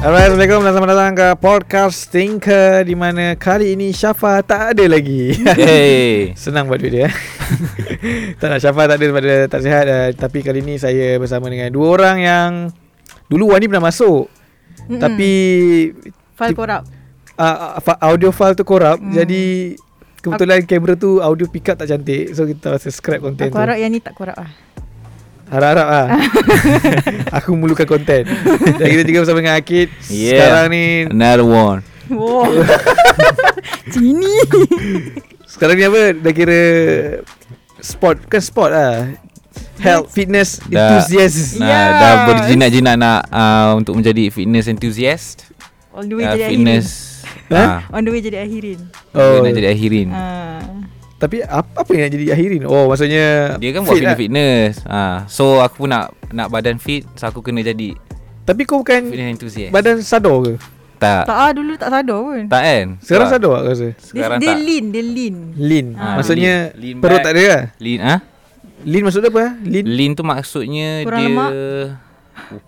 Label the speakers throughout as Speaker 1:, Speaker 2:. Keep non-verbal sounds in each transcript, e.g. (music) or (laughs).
Speaker 1: Alright, Assalamualaikum dan selamat datang ke Podcast Thinker Di mana kali ini Syafa tak ada lagi (laughs)
Speaker 2: Hey.
Speaker 1: Senang buat duit dia (laughs) eh? Tak nak Syafa tak ada daripada tak sihat uh, Tapi kali ini saya bersama dengan dua orang yang Dulu Wani pernah masuk
Speaker 3: Mm-mm.
Speaker 1: Tapi
Speaker 3: file
Speaker 1: tip-
Speaker 3: korap.
Speaker 1: uh, fa- audio file tu korap
Speaker 3: Hmm.
Speaker 1: Jadi kebetulan kamera tu audio pick up tak cantik So kita rasa scrap konten
Speaker 3: Aku
Speaker 1: tu
Speaker 3: harap yang ni tak korap ah.
Speaker 1: Harap-harap
Speaker 3: (laughs)
Speaker 1: lah Aku memerlukan konten Dan kita juga bersama dengan Akid
Speaker 2: Yeah.
Speaker 1: Sekarang ni
Speaker 2: Another one.
Speaker 3: Wow. Sini.
Speaker 1: Sekarang ni apa Dah kira Sport Bukan sport lah Health Fitness
Speaker 2: Dah-
Speaker 1: Enthusiast
Speaker 2: Nah,
Speaker 3: Yes.
Speaker 2: dah berjinak-jinak nak uh, untuk menjadi fitness enthusiast.
Speaker 3: On the way
Speaker 2: Uh,
Speaker 3: jadi
Speaker 2: fitness.
Speaker 1: Hah?
Speaker 3: akhirin. On the way jadi akhirin.
Speaker 2: Oh.
Speaker 1: Oh.
Speaker 2: Nak jadi akhirin.
Speaker 3: Ah.
Speaker 1: Tapi apa, apa yang nak jadi akhirin Oh maksudnya
Speaker 2: Dia kan buat
Speaker 1: fit lah.
Speaker 2: fitness-fitness. Ah, so aku pun nak nak badan fit, so aku kena jadi
Speaker 1: Tapi kau bukan
Speaker 2: fitness enthusiast.
Speaker 1: Badan sado ke
Speaker 2: tak.
Speaker 3: Tak ah dulu tak sadar pun.
Speaker 2: Tak kan?
Speaker 1: Sekarang
Speaker 2: Sebab
Speaker 1: sado aku rasa
Speaker 3: Dia,
Speaker 2: Sekarang
Speaker 3: dia
Speaker 2: tak.
Speaker 3: lean, dia lean.
Speaker 1: Lean
Speaker 3: Ah.
Speaker 1: Maksudnya
Speaker 2: Lean- lean
Speaker 1: Perut
Speaker 2: back.
Speaker 1: tak ada lah
Speaker 2: Lean ah.
Speaker 1: Lean maksud dia apa ah? Lean
Speaker 2: Lean tu maksudnya
Speaker 3: Kurang
Speaker 2: dia
Speaker 3: lemak?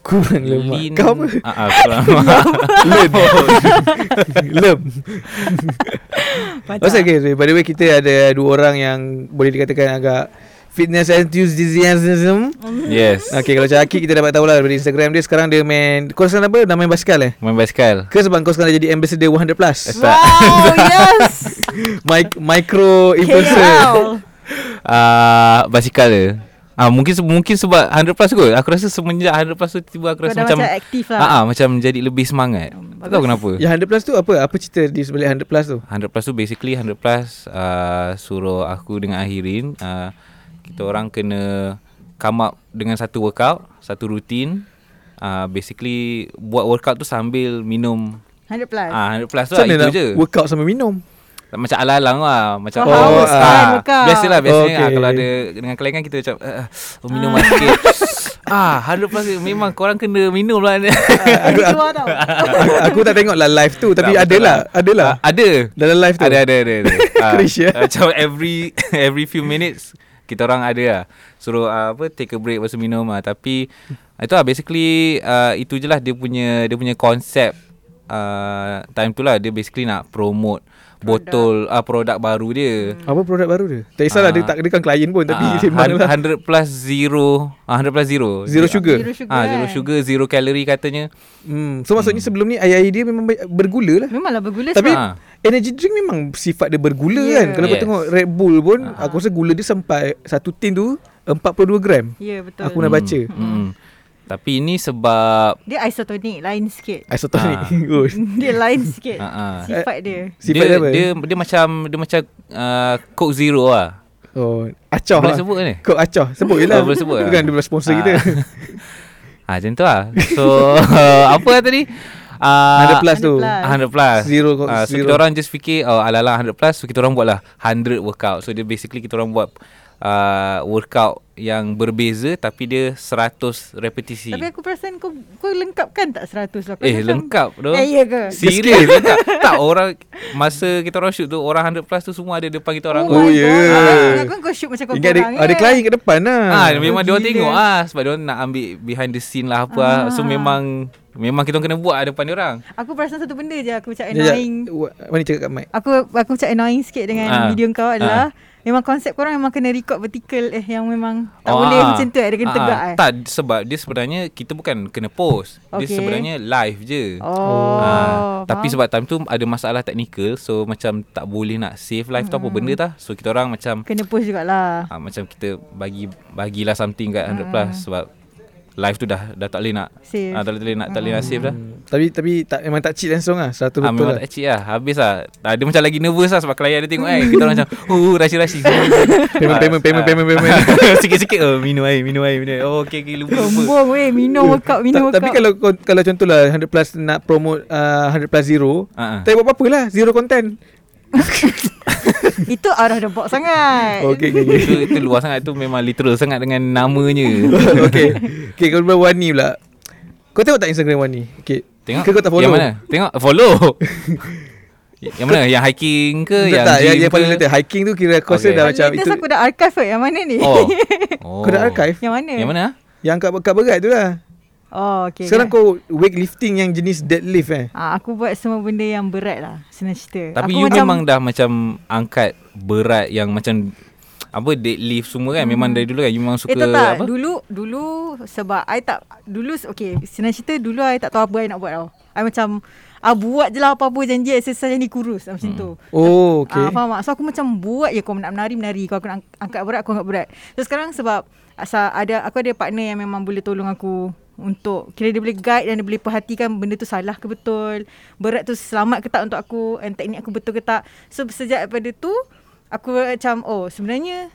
Speaker 1: Kurang lemak
Speaker 2: Lean. (laughs) Oh.
Speaker 1: Kau apa? (laughs)
Speaker 2: Ah, ah, kurang lemak.
Speaker 3: (laughs)
Speaker 1: Lean (laughs) Lem Masa okay, so, by the way kita ada dua orang yang Boleh dikatakan agak Fitness enthusiasm
Speaker 2: yes.
Speaker 1: Okay kalau macam Akid kita dapat tahu lah Dari Instagram dia sekarang dia main Kau sekarang apa? Dah main basikal eh?
Speaker 2: Main basikal.
Speaker 1: Ke sebab kau sekarang dah jadi ambassador 100 plus
Speaker 2: (laughs)
Speaker 3: Wow, yes.
Speaker 1: Mic- Micro influencer
Speaker 3: KL.
Speaker 2: uh, basikal dia. Ah mungkin se- mungkin sebab 100 plus kot. Aku rasa semenjak 100 plus tu tiba aku
Speaker 3: Kau
Speaker 2: rasa
Speaker 3: dah
Speaker 2: macam
Speaker 3: macam aktif
Speaker 2: ah
Speaker 3: lah. Hmm,
Speaker 2: ah, macam jadi lebih semangat. Tak tahu kenapa.
Speaker 1: Ya 100 plus tu apa? Apa cerita di sebalik 100 plus tu?
Speaker 2: 100 plus tu basically 100 plus uh, suruh aku dengan Ahirin uh, kita orang kena come up dengan satu workout, satu rutin. Uh, basically buat workout tu sambil minum
Speaker 3: 100 plus.
Speaker 2: ah 100 plus tu
Speaker 1: Macam
Speaker 2: lah,
Speaker 1: mana
Speaker 2: itu
Speaker 1: nak
Speaker 2: je.
Speaker 1: workout sambil
Speaker 2: (laughs)
Speaker 1: minum?
Speaker 2: Macam alang-alang lah Macam
Speaker 1: Oh, haus
Speaker 2: ah,
Speaker 1: kan,
Speaker 3: workout.
Speaker 2: Biasalah Biasanya
Speaker 1: Okay.
Speaker 2: okay. kalau ada Dengan klien kan kita macam uh, oh, Minum ah. sikit (laughs) Ah, hundred plus memang korang kena minum lah
Speaker 3: Aku keluar tau.
Speaker 1: aku, aku tak tengok lah live tu Tapi ada
Speaker 2: Tak, betul
Speaker 1: lah
Speaker 2: lah.
Speaker 1: Ada lah
Speaker 2: (laughs) Ah, Ada
Speaker 1: Dalam live tu
Speaker 2: Ada ada ada, (laughs) ada. Ah,
Speaker 1: Cringe, ya?
Speaker 2: Macam every (laughs) Every few minutes Kita orang ada lah Suruh ah, apa Take a break Lepas tu minum lah Tapi Itu lah basically ah, Itu je lah dia punya Dia punya konsep ah, Time tu lah Dia basically nak promote Botol ah, Produk baru dia
Speaker 1: Apa produk baru dia? Tak kisahlah
Speaker 2: Ah.
Speaker 1: dia tak dia kan klien pun Tapi
Speaker 2: Ah,
Speaker 1: sembang
Speaker 2: hun-
Speaker 1: lah
Speaker 2: 100 plus zero ah, 100 plus zero
Speaker 1: Zero sugar
Speaker 3: Zero sugar.
Speaker 2: Ah, zero
Speaker 3: kan?
Speaker 2: sugar Zero calorie katanya
Speaker 1: hmm. So maksudnya sebelum ni Air-air dia memang ba- bergula lah
Speaker 3: Memanglah bergula
Speaker 1: Tapi
Speaker 3: sebab
Speaker 2: Ah.
Speaker 1: energy drink memang sifat dia bergula
Speaker 3: Yeah.
Speaker 1: kan Kalau kau
Speaker 2: Ya. Yes. Ah.
Speaker 1: tengok Red Bull pun Aku rasa gula dia sampai Satu tin tu 42 gram
Speaker 3: Ya betul.
Speaker 1: Aku nak baca
Speaker 2: hmm. Tapi ini sebab
Speaker 3: Dia isotonic lain sikit. (laughs)
Speaker 1: Isotonic (laughs)
Speaker 2: Ah.
Speaker 1: Good
Speaker 3: Dia lain sikit.
Speaker 2: ah, ah.
Speaker 3: Sifat dia.
Speaker 1: Sifat dia
Speaker 2: dia,
Speaker 1: apa?
Speaker 2: dia, dia macam Dia macam uh, Coke Zero lah
Speaker 1: Oh Acoh
Speaker 2: Boleh
Speaker 1: lah.
Speaker 2: sebut ni?
Speaker 1: Kau acoh Sebut je lah
Speaker 2: Oh, boleh sebut lah.
Speaker 1: Bukan dia sponsor
Speaker 2: Ah. (laughs)
Speaker 1: kita
Speaker 2: Ah, macam tu lah So (laughs) Apa lah tadi uh,
Speaker 1: 100 plus tu
Speaker 3: 100 plus.
Speaker 2: 100 plus
Speaker 1: Zero,
Speaker 2: Ah, So
Speaker 1: zero.
Speaker 2: kita orang just fikir oh, Ala-ala 100 plus So kita orang buat lah 100 workout So dia basically kita orang buat uh, Workout yang berbeza Tapi dia 100 repetisi
Speaker 3: Tapi aku perasan kau kau lengkapkan tak 100 aku
Speaker 2: Eh
Speaker 3: macam-
Speaker 2: lengkap tu
Speaker 3: Eh ya ke?
Speaker 2: Serius lengkap Tak orang Masa kita orang shoot tu Orang 100 plus tu Semua ada depan kita orang
Speaker 1: Oh,
Speaker 2: kot.
Speaker 1: my ya.
Speaker 3: Aku kau shoot macam kau
Speaker 1: Ingat ada,
Speaker 3: korang
Speaker 1: ada
Speaker 3: kan?
Speaker 1: klien kat depan lah
Speaker 2: Ah, memang dia orang
Speaker 3: gila.
Speaker 2: tengok ah sebab dia orang nak ambil behind the scene lah apa. Ah. So
Speaker 3: Ah.
Speaker 2: memang memang kita orang kena buat lah depan dia orang.
Speaker 3: Aku perasan satu benda je aku macam
Speaker 1: Sekejap,
Speaker 3: annoying.
Speaker 1: Wa- Wani cakap kat mic
Speaker 3: Aku aku macam annoying sikit dengan
Speaker 2: Ah.
Speaker 3: video kau adalah memang konsep korang memang kena record vertical eh yang memang tak
Speaker 2: Oh,
Speaker 3: boleh
Speaker 2: ah.
Speaker 3: macam tu eh dia kena
Speaker 2: Ah,
Speaker 3: tegak eh.
Speaker 2: Tak sebab dia sebenarnya kita bukan kena post. Dia
Speaker 3: Okay.
Speaker 2: sebenarnya live je.
Speaker 3: Oh.
Speaker 2: Ah, tapi
Speaker 3: faham.
Speaker 2: sebab time tu ada masalah teknikal so macam tak boleh nak save live
Speaker 3: Hmm.
Speaker 2: tu apa benda tah. So kita orang macam
Speaker 3: kena post jugalah.
Speaker 2: ah, macam kita bagi bagilah something kat 100 plus sebab live tu dah dah tak boleh nak
Speaker 3: Hmm. Save.
Speaker 2: ah, dah tak boleh nak tak boleh nak save dah.
Speaker 1: Tapi tapi tak, memang tak cheat langsung lah Satu
Speaker 2: Ah,
Speaker 1: Hmm. betul
Speaker 2: memang
Speaker 1: lah
Speaker 2: tak cik lah Habis lah ah, Dia macam lagi nervous lah Sebab klien dia tengok kan Kita orang
Speaker 3: (laughs)
Speaker 2: macam Oh rashi-rashi Ah,
Speaker 1: Payment, payment, payment, payment,
Speaker 2: (laughs)
Speaker 1: payment.
Speaker 2: Sikit-sikit oh, Minum air Minum air minum air. Oh okay, okay lupa lupa
Speaker 3: Sombong weh minum workout minum
Speaker 1: Ta-
Speaker 3: workout.
Speaker 1: Tapi kalau kau- kalau contohlah 100 plus nak promote uh, 100 plus zero
Speaker 2: Ah, ah.
Speaker 1: Tak buat apa-apa lah Zero
Speaker 2: (laughs)
Speaker 1: content
Speaker 3: (laughs) itu out of the box sangat.
Speaker 1: Okay okay okay
Speaker 2: itu, itu luar sangat Itu memang literal sangat Dengan
Speaker 1: (laughs)
Speaker 2: namanya
Speaker 1: Okay Okay kalau buat Wani pula Kau tengok tak Instagram Wani? Okay
Speaker 2: Tengok
Speaker 1: Ke kau tak follow?
Speaker 2: Yang mana Tengok
Speaker 1: (laughs)
Speaker 2: follow Yang mana Yang hiking ke
Speaker 1: Tak,
Speaker 2: Yang
Speaker 1: tak, yang,
Speaker 2: gym
Speaker 1: yang
Speaker 2: ke?
Speaker 1: paling latest Hiking tu kira kau rasa
Speaker 2: Okay.
Speaker 1: dah
Speaker 3: Kalau
Speaker 1: macam
Speaker 3: latest
Speaker 1: itu
Speaker 3: aku dah archive kot yang mana ni?
Speaker 2: (laughs) Oh. oh
Speaker 1: Kau dah archive?
Speaker 3: (laughs) yang mana?
Speaker 2: Yang mana
Speaker 1: Yang kat, kat berat tu lah
Speaker 3: Oh, okay.
Speaker 1: Sekarang kau weightlifting yang jenis deadlift eh.
Speaker 3: Ah, aku buat semua benda yang berat lah Senang cerita
Speaker 2: Tapi aku
Speaker 3: aku
Speaker 2: you memang dah macam angkat berat yang macam apa deadlift semua kan. Memang dari dulu kan you memang suka
Speaker 3: Eh tak tak
Speaker 2: apa?
Speaker 3: Dulu Dulu Sebab I tak Dulu Okay Senang cerita dulu I tak tahu apa I nak buat tau I macam I buat je lah apa-apa Janji exercise yang ni kurus Macam
Speaker 2: Hmm.
Speaker 3: tu
Speaker 1: Oh, okay.
Speaker 3: Ah, faham tak? So aku macam buat je Kau nak menari-menari Kau aku nak angkat berat Aku angkat berat So sekarang sebab asal ada Aku ada partner yang memang boleh tolong aku Untuk Kira dia boleh guide Dan dia boleh perhatikan Benda tu salah ke betul Berat tu selamat ke tak untuk aku And teknik aku betul ke tak So sejak daripada tu Aku macam Oh sebenarnya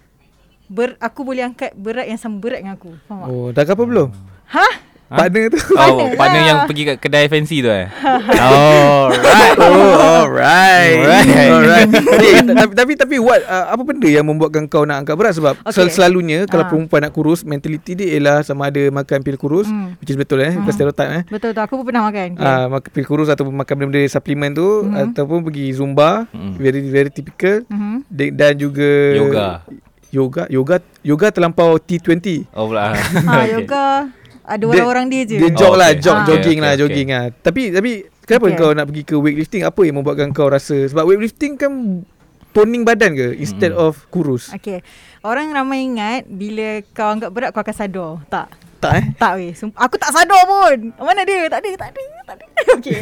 Speaker 3: ber, Aku boleh angkat berat yang sama berat dengan aku Faham tak? Oh.
Speaker 1: Oh, dah apa belum?
Speaker 3: Hah?
Speaker 2: Ha?
Speaker 1: Partner
Speaker 2: (laughs)
Speaker 1: tu.
Speaker 2: Oh,
Speaker 3: Partner
Speaker 2: partner
Speaker 3: lah.
Speaker 2: yang pergi kat kedai fancy tu
Speaker 3: (laughs)
Speaker 2: eh. oh, right.
Speaker 1: Oh, alright.
Speaker 2: Alright.
Speaker 1: Alright. Eh, ta- tapi tapi tapi what uh, apa benda yang membuatkan kau nak angkat berat sebab
Speaker 3: Okay.
Speaker 1: okay. selalunya kalau
Speaker 3: Ah.
Speaker 1: perempuan nak kurus, mentality dia ialah sama ada makan pil kurus,
Speaker 3: Hmm.
Speaker 1: which is betul eh, bukan stereotype eh.
Speaker 3: Betul tu aku pun pernah makan okay.
Speaker 1: Ah, makan pil kurus ataupun makan benda-benda suplemen tu
Speaker 3: Mhm.
Speaker 1: ataupun pergi zumba,
Speaker 2: Mm.
Speaker 1: very very typical
Speaker 3: mm-hmm.
Speaker 1: De- dan juga
Speaker 2: Yoga.
Speaker 1: Yoga, yoga, yoga terlampau T20.
Speaker 2: Oh pula. (laughs)
Speaker 3: Ha
Speaker 2: Okay.
Speaker 3: yoga Ada orang-orang dia je
Speaker 1: Dia jog
Speaker 2: Oh,
Speaker 1: lah,
Speaker 2: okay.
Speaker 1: jog,
Speaker 3: Ah.
Speaker 1: jogging
Speaker 2: Okay,
Speaker 1: lah,
Speaker 2: okay,
Speaker 1: jogging lah. Tapi tapi kenapa
Speaker 3: Okay.
Speaker 1: kau nak pergi ke weightlifting? Apa yang membuatkan kau rasa sebab weightlifting kan toning badan ke instead
Speaker 2: Mm-mm.
Speaker 1: of kurus?
Speaker 3: Okay Orang ramai ingat Bila kau anggap berat Kau akan sadar Tak
Speaker 1: Tak eh?
Speaker 3: Tak weh Sumpah- Aku tak sadar pun Mana dia Tak ada Tak ada Tak ada (laughs) Okay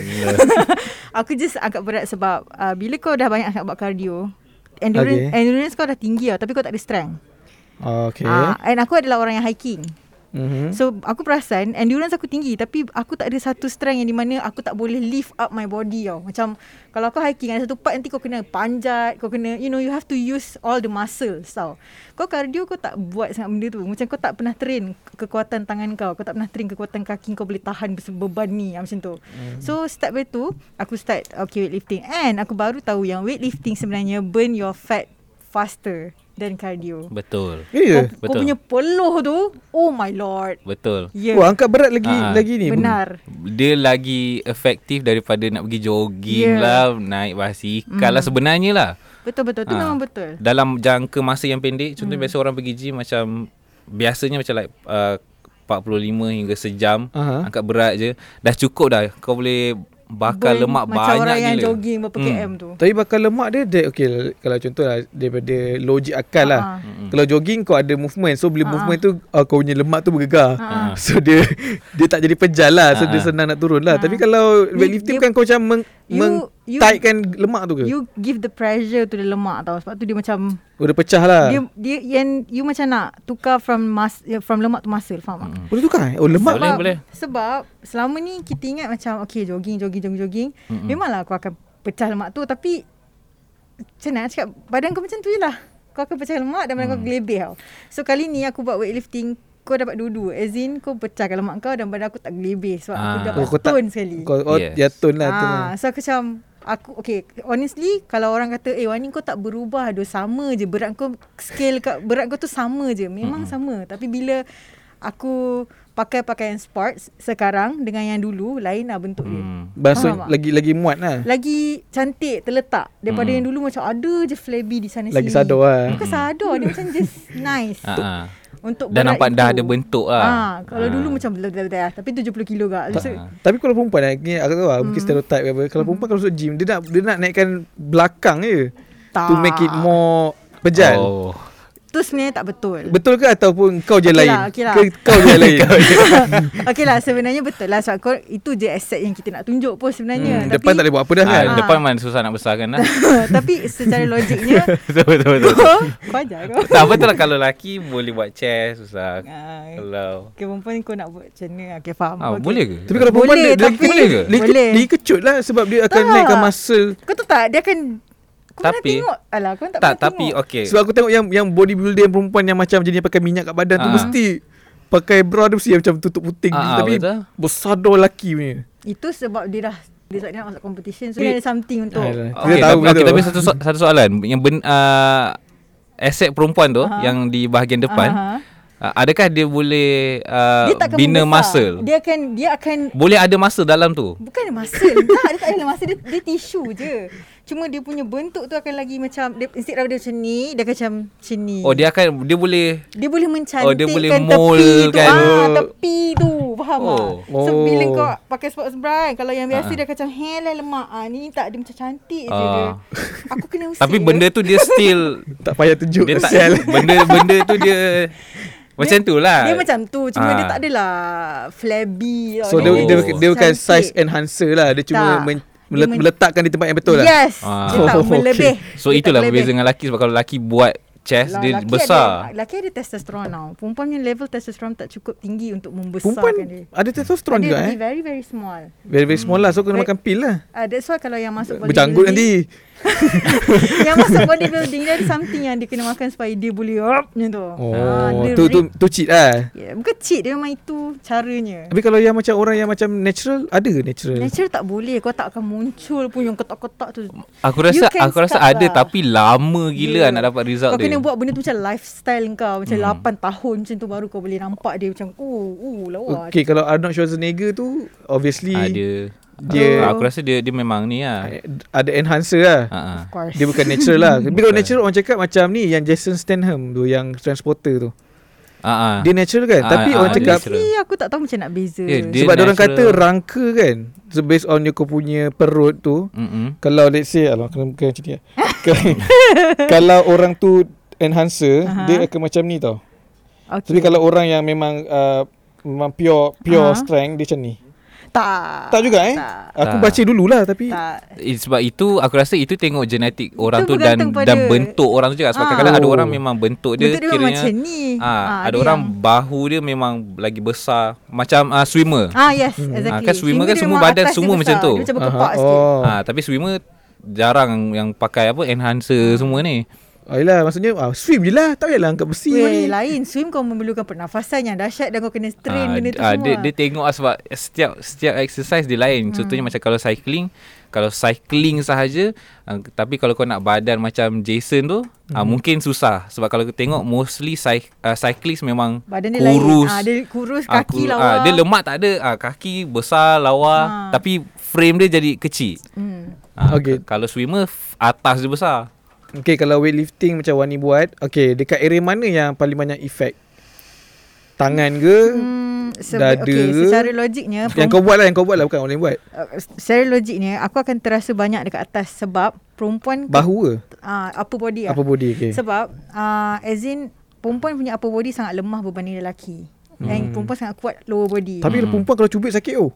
Speaker 3: Aku just angkat berat sebab uh, Bila kau dah banyak angkat buat cardio Endurance, okay.
Speaker 1: Okay.
Speaker 3: endurance kau dah tinggi tau Tapi kau tak ada strength
Speaker 1: Okay.
Speaker 3: Ah, And aku adalah orang yang hiking
Speaker 1: Mhm.
Speaker 3: So aku perasan endurance aku tinggi tapi aku tak ada satu strength yang di mana aku tak boleh lift up my body tau. Macam kalau kau hiking ada satu part nanti kau kena panjat, kau kena you know you have to use all the muscles tau. Kau cardio kau tak buat sangat benda tu. Macam kau tak pernah train kekuatan tangan kau, kau tak pernah train kekuatan kaki kau boleh tahan bes- beban ni ah, macam tu. So start dari tu aku start okay weightlifting and aku baru tahu yang weightlifting sebenarnya burn your fat faster than cardio.
Speaker 2: Betul.
Speaker 1: Ya. Yeah.
Speaker 3: Kau, kau
Speaker 2: Betul.
Speaker 3: punya peluh tu, oh my lord.
Speaker 2: Betul.
Speaker 3: Yeah.
Speaker 1: Wah, angkat berat lagi
Speaker 2: Ah,
Speaker 1: lagi ni.
Speaker 3: ya. Benar.
Speaker 2: Dia lagi efektif daripada nak pergi jogging
Speaker 3: Yeah.
Speaker 2: lah, naik basikal
Speaker 3: Hmm.
Speaker 2: lah sebenarnya lah.
Speaker 3: Betul betul tu
Speaker 2: Ah.
Speaker 3: memang betul.
Speaker 2: Dalam jangka masa yang pendek, contoh
Speaker 3: Hmm.
Speaker 2: biasa orang pergi gym macam biasanya macam like uh, 45 hingga sejam
Speaker 1: Aha.
Speaker 2: angkat berat je dah cukup dah kau boleh bakar
Speaker 3: Burn
Speaker 2: lemak
Speaker 3: macam
Speaker 2: banyak
Speaker 3: orang
Speaker 2: gila.
Speaker 3: yang jogging berapa
Speaker 2: Hmm.
Speaker 3: KM tu.
Speaker 1: Tapi bakar lemak dia, dia okay, kalau contoh lah daripada logik akal lah.
Speaker 3: Ah.
Speaker 1: Kalau jogging kau ada movement. So bila
Speaker 3: Ah.
Speaker 1: movement tu uh, kau punya lemak tu bergegar.
Speaker 2: Ah.
Speaker 1: So dia dia tak jadi pejal lah. So
Speaker 2: Ah,
Speaker 1: dia
Speaker 2: ah.
Speaker 1: senang nak turun lah.
Speaker 3: Ah.
Speaker 1: Tapi kalau
Speaker 3: Ni-
Speaker 1: weightlifting kan
Speaker 3: dia-
Speaker 1: kau macam meng,
Speaker 3: You-
Speaker 1: meng
Speaker 3: you-
Speaker 1: tightkan lemak tu ke?
Speaker 3: You give the pressure to the lemak tau sebab tu dia macam
Speaker 1: Oh, dia pecah lah.
Speaker 2: Ah.
Speaker 3: dia dia yang you macam nak tukar from mas eh, from lemak to muscle faham tak?
Speaker 1: Boleh tukar eh? Oh lemak
Speaker 2: Boleh,
Speaker 3: Sebab,
Speaker 2: boleh.
Speaker 3: sebab selama ni kita ingat macam okay jogging jogging jogging jogging mm memanglah aku akan pecah lemak tu tapi macam mana nak cakap badan kau macam tu je lah kau akan pecah lemak dan
Speaker 2: Mm.
Speaker 3: badan kau gelebih tau so kali ni aku buat weightlifting kau dapat dua-dua as in kau pecahkan lemak kau dan badan aku tak gelebih sebab aku
Speaker 2: Ah.
Speaker 3: dapat
Speaker 1: Oh, kau tak-
Speaker 3: tone sekali
Speaker 1: Kau oh,
Speaker 2: Yes.
Speaker 1: yes. jatun lah tu.
Speaker 3: Ah, so aku macam aku okay honestly kalau orang kata eh Wani kau tak berubah doh sama je berat kau scale kat berat kau tu sama je memang mm-hmm. sama tapi bila aku pakai pakaian sports sekarang dengan yang dulu lain lah bentuk dia
Speaker 1: Mm.
Speaker 2: Hmm.
Speaker 1: Basuh
Speaker 3: Faham tak?
Speaker 1: lagi lagi muat lah.
Speaker 3: lagi cantik terletak daripada
Speaker 2: Mm.
Speaker 3: yang dulu macam ada je flabby di sana
Speaker 1: Lagi
Speaker 3: sini
Speaker 1: sado lah.
Speaker 3: bukan sadar dia macam just nice
Speaker 2: Ah, ah.
Speaker 3: untuk
Speaker 2: Dah
Speaker 3: berat
Speaker 2: nampak
Speaker 3: itu.
Speaker 2: dah ada bentuk lah.
Speaker 3: ah, kalau
Speaker 2: Ah.
Speaker 3: dulu macam belah-belah tapi 70 kilo gak so,
Speaker 2: Ah.
Speaker 1: Tapi kalau perempuan eh, ni aku tahu lah, mungkin
Speaker 3: Hmm.
Speaker 1: stereotype ke apa. Kalau perempuan kalau masuk gym, dia nak dia nak naikkan belakang je. To
Speaker 3: Ah.
Speaker 1: make it more pejal.
Speaker 2: Oh.
Speaker 3: tu sebenarnya tak betul
Speaker 1: Betul ke ataupun kau je
Speaker 3: Okey
Speaker 1: lain?
Speaker 3: lah, okey lah.
Speaker 1: Ke (laughs) kau je lain?
Speaker 3: (laughs) Okey lah sebenarnya betul lah sebab kau, itu je aset yang kita nak tunjuk pun sebenarnya.
Speaker 1: Hmm,
Speaker 3: tapi,
Speaker 1: depan tak boleh buat apa (laughs) dah
Speaker 2: Ah,
Speaker 1: kan?
Speaker 3: Ah.
Speaker 2: Depan mana susah nak besarkan
Speaker 3: (laughs)
Speaker 2: lah.
Speaker 3: tapi secara
Speaker 2: (laughs)
Speaker 3: logiknya
Speaker 2: betul, betul, betul.
Speaker 3: (laughs) kau kau ajar
Speaker 2: (laughs)
Speaker 3: kau.
Speaker 2: tak betul lah kalau lelaki boleh buat chest susah.
Speaker 3: Ah,
Speaker 2: Kalau
Speaker 3: Okay, perempuan kau nak buat macam ni. Okey, faham.
Speaker 2: ah,
Speaker 3: Okey.
Speaker 2: boleh ke?
Speaker 1: Tapi kalau perempuan
Speaker 3: Boleh,
Speaker 1: dia, dia,
Speaker 3: tapi-
Speaker 1: boleh ke? Dia,
Speaker 3: Boleh.
Speaker 1: dia kecut lah sebab dia akan
Speaker 3: Tak.
Speaker 1: naikkan muscle.
Speaker 3: Kau tahu tak? Dia akan... Kau pernah
Speaker 2: Tapi-
Speaker 3: tengok? Alah, kau tak,
Speaker 2: tak
Speaker 3: pernah
Speaker 2: tapi
Speaker 3: tengok.
Speaker 2: okey.
Speaker 1: Sebab aku tengok yang yang bodybuilder yang perempuan yang macam jenis pakai minyak kat badan tu
Speaker 2: Ah.
Speaker 1: mesti pakai bra dia mesti yang macam tutup puting
Speaker 2: Ah, ah,
Speaker 1: tapi
Speaker 2: betul.
Speaker 1: besar doh lelaki punya.
Speaker 3: Itu sebab dia dah... Dia tak nak masuk competition. So, dia ada something untuk...
Speaker 1: Alah. Kita tahu
Speaker 2: Okey, tapi, okay,
Speaker 1: betul.
Speaker 2: tapi satu so, satu soalan yang ben, uh, aset perempuan tu yang di bahagian depan
Speaker 3: Aha.
Speaker 2: Uh, adakah dia boleh uh,
Speaker 3: Dia takkan
Speaker 2: bina
Speaker 3: membesar.
Speaker 2: muscle?
Speaker 3: Dia akan dia akan
Speaker 2: Boleh ada muscle dalam tu?
Speaker 3: Bukan ada muscle (laughs) Tak dia tak ada muscle dia, dia tisu je Cuma dia punya bentuk tu akan lagi macam dia, Instead of dia macam ni Dia akan macam macam ni
Speaker 2: Oh dia akan dia boleh
Speaker 3: Dia boleh mencantikkan
Speaker 2: Oh, dia boleh
Speaker 3: tepi tu
Speaker 2: moldkan.
Speaker 3: ah,
Speaker 1: Oh.
Speaker 3: Tepi tu Faham
Speaker 2: Oh.
Speaker 3: oh. tak So bila
Speaker 1: Oh.
Speaker 3: kau pakai sports bra kan, Kalau yang biasa
Speaker 2: Ah.
Speaker 3: dia akan macam Hei lah lemak ah, Ni tak dia macam cantik je
Speaker 2: Ah.
Speaker 3: dia Aku
Speaker 2: (laughs)
Speaker 3: kena usik
Speaker 2: tapi benda tu dia
Speaker 1: (laughs)
Speaker 2: still
Speaker 1: Tak payah tunjuk
Speaker 2: dia tak
Speaker 3: (laughs)
Speaker 1: sial.
Speaker 2: benda benda tu dia macam tu lah.
Speaker 3: Dia macam tu Cuma
Speaker 2: Ah.
Speaker 3: dia tak adalah Flabby
Speaker 1: So dia,
Speaker 2: Oh.
Speaker 1: dia, dia bukan
Speaker 3: Cantik.
Speaker 1: size enhancer lah Dia cuma
Speaker 3: Tak.
Speaker 1: men,
Speaker 3: Dia
Speaker 1: mele-
Speaker 3: men-
Speaker 1: meletakkan di tempat yang betul lah
Speaker 3: Yes
Speaker 2: Ah.
Speaker 3: Dia
Speaker 2: (laughs)
Speaker 3: tak
Speaker 1: Oh, okay.
Speaker 3: melebih
Speaker 2: So
Speaker 3: Dia tak
Speaker 2: itulah
Speaker 3: melebih.
Speaker 2: berbeza dengan lelaki sebab kalau lelaki buat chest
Speaker 3: Lah,
Speaker 2: dia
Speaker 3: laki
Speaker 2: besar.
Speaker 3: Ada, laki ada testosterone tau. Perempuan punya level testosterone tak cukup tinggi untuk membesarkan
Speaker 1: Perempuan
Speaker 3: dia.
Speaker 1: ada testosterone
Speaker 3: dia
Speaker 1: juga eh
Speaker 3: dia very very small.
Speaker 1: Very very small lah So kena
Speaker 3: Baik.
Speaker 1: makan pil lah
Speaker 3: Uh, that's why kalau yang masuk
Speaker 1: Berjanggut nanti
Speaker 3: (laughs) yang masuk bodybuilding dia ada something yang dia kena makan supaya dia boleh up macam tu. Ah,
Speaker 1: Oh
Speaker 3: dia
Speaker 1: Tu tu
Speaker 3: re-
Speaker 1: tu cheat
Speaker 2: eh?
Speaker 1: lah
Speaker 3: Yeah, bukan cheat dia memang itu caranya.
Speaker 1: Tapi kalau yang macam orang yang macam natural Ada ke natural
Speaker 3: Natural tak boleh Kau tak akan muncul pun Yang kotak-kotak tu
Speaker 2: Aku
Speaker 3: You
Speaker 2: rasa
Speaker 3: can
Speaker 2: aku rasa
Speaker 3: start
Speaker 2: ada
Speaker 3: lah.
Speaker 2: tapi lama gila
Speaker 3: Yeah.
Speaker 2: yeah. nak dapat result
Speaker 3: Kau
Speaker 2: dia.
Speaker 3: kena buat benda tu macam lifestyle kau Macam hmm. 8 tahun macam tu Baru kau boleh nampak dia Macam Oh, oh lawa
Speaker 1: Okay kalau Arnold Schwarzenegger tu Obviously
Speaker 2: ada
Speaker 1: Dia-
Speaker 2: aku rasa dia dia memang ni lah.
Speaker 1: Ada enhancer lah
Speaker 2: Ha ah.
Speaker 3: Of course
Speaker 1: Dia bukan natural
Speaker 2: (laughs)
Speaker 1: lah Tapi kalau natural orang cakap macam ni Yang Jason Statham tu Yang transporter tu
Speaker 2: Ha
Speaker 3: Uh-huh.
Speaker 2: ah.
Speaker 1: Dia natural kan
Speaker 2: Ah,
Speaker 1: Tapi
Speaker 2: ah,
Speaker 1: orang
Speaker 2: ah,
Speaker 1: cakap
Speaker 2: natural.
Speaker 3: Tapi aku tak tahu macam nak beza
Speaker 2: Eh, dia-
Speaker 1: Sebab orang
Speaker 2: natural.
Speaker 1: kata rangka kan So based on your kau punya perut tu
Speaker 2: Mm-mm.
Speaker 1: Kalau let's say Alah kena bukan macam ni lah. Kalau- (laughs) Kalau orang tu enhancer
Speaker 3: Aha.
Speaker 1: Dia akan macam ni tau
Speaker 3: Okay.
Speaker 1: Tapi kalau orang yang memang uh, Memang pure pure
Speaker 3: Aha.
Speaker 1: strength Dia macam ni
Speaker 3: tak.
Speaker 1: Tak juga eh
Speaker 3: Tak.
Speaker 1: Aku
Speaker 2: Tak.
Speaker 1: baca dululah tapi
Speaker 3: tak.
Speaker 2: Eh, sebab itu aku rasa itu tengok genetik orang
Speaker 3: Itu
Speaker 2: tu dan
Speaker 3: bergantung
Speaker 2: dan
Speaker 3: pada-
Speaker 2: bentuk orang tu juga sebab
Speaker 3: Ah.
Speaker 2: kadang-kadang ada
Speaker 1: Oh.
Speaker 2: orang memang bentuk dia
Speaker 3: Bentuk dia memang macam ni.
Speaker 2: ah,
Speaker 3: Ah,
Speaker 2: ada
Speaker 3: dia
Speaker 2: orang
Speaker 3: yang-
Speaker 2: bahu dia memang lagi besar macam ah, swimmer.
Speaker 3: Ah yes, exactly.
Speaker 2: Ah, kan swimmer kan
Speaker 3: dia
Speaker 2: semua
Speaker 3: memang
Speaker 2: badan
Speaker 3: atas dia
Speaker 2: semua
Speaker 3: besar.
Speaker 2: macam tu.
Speaker 3: Dia macam
Speaker 1: Aha,
Speaker 3: berkepak sikit.
Speaker 1: Oh
Speaker 2: Ah tapi swimmer jarang yang pakai apa enhancer semua ni.
Speaker 1: Ayolah maksudnya ah, Swim je lah Tak payahlah angkat besi
Speaker 3: Weh, lah.
Speaker 1: ni
Speaker 3: lain swim kau memerlukan pernafasan yang dahsyat dan kau kena strain
Speaker 2: Ah,
Speaker 3: benda tu
Speaker 2: ah,
Speaker 3: semua.
Speaker 2: Dia, dia tengok lah sebab setiap setiap exercise dia lain. Hmm. Contohnya macam kalau cycling, kalau cycling sahaja, uh, tapi kalau kau nak badan macam Jason tu, hmm. uh, mungkin susah sebab kalau kau tengok mostly cy- uh, cyclist memang
Speaker 3: badan dia
Speaker 2: kurus.
Speaker 3: lain. Ah, dia kurus
Speaker 2: Ah, kur-
Speaker 3: kaki lawa.
Speaker 2: ah, dia lemak tak ada, ah, kaki besar lawa,
Speaker 3: Ah.
Speaker 2: tapi frame dia jadi kecil.
Speaker 3: Hmm.
Speaker 2: Ah,
Speaker 1: Okay.
Speaker 2: ke- Kalau swimmer f- atas dia besar.
Speaker 1: Okay kalau weightlifting macam Wani buat Okay dekat area mana yang paling banyak efek Tangan ke
Speaker 3: Hmm, sebe-
Speaker 1: Dada
Speaker 3: okay,
Speaker 1: ke?
Speaker 3: secara logiknya
Speaker 1: Yang kau buat lah Yang kau buat lah Bukan orang lain buat
Speaker 3: uh, secara logiknya aku akan terasa banyak dekat atas sebab perempuan
Speaker 1: Bahu ke
Speaker 3: ah, apa body
Speaker 1: yeah.
Speaker 3: ah.
Speaker 1: Apa body okay.
Speaker 3: Sebab uh, as in perempuan punya upper body sangat lemah berbanding lelaki. Dan perempuan sangat kuat lower body.
Speaker 1: Hmm. Tapi kalau perempuan Kalau cubit sakit
Speaker 3: (laughs)
Speaker 1: oh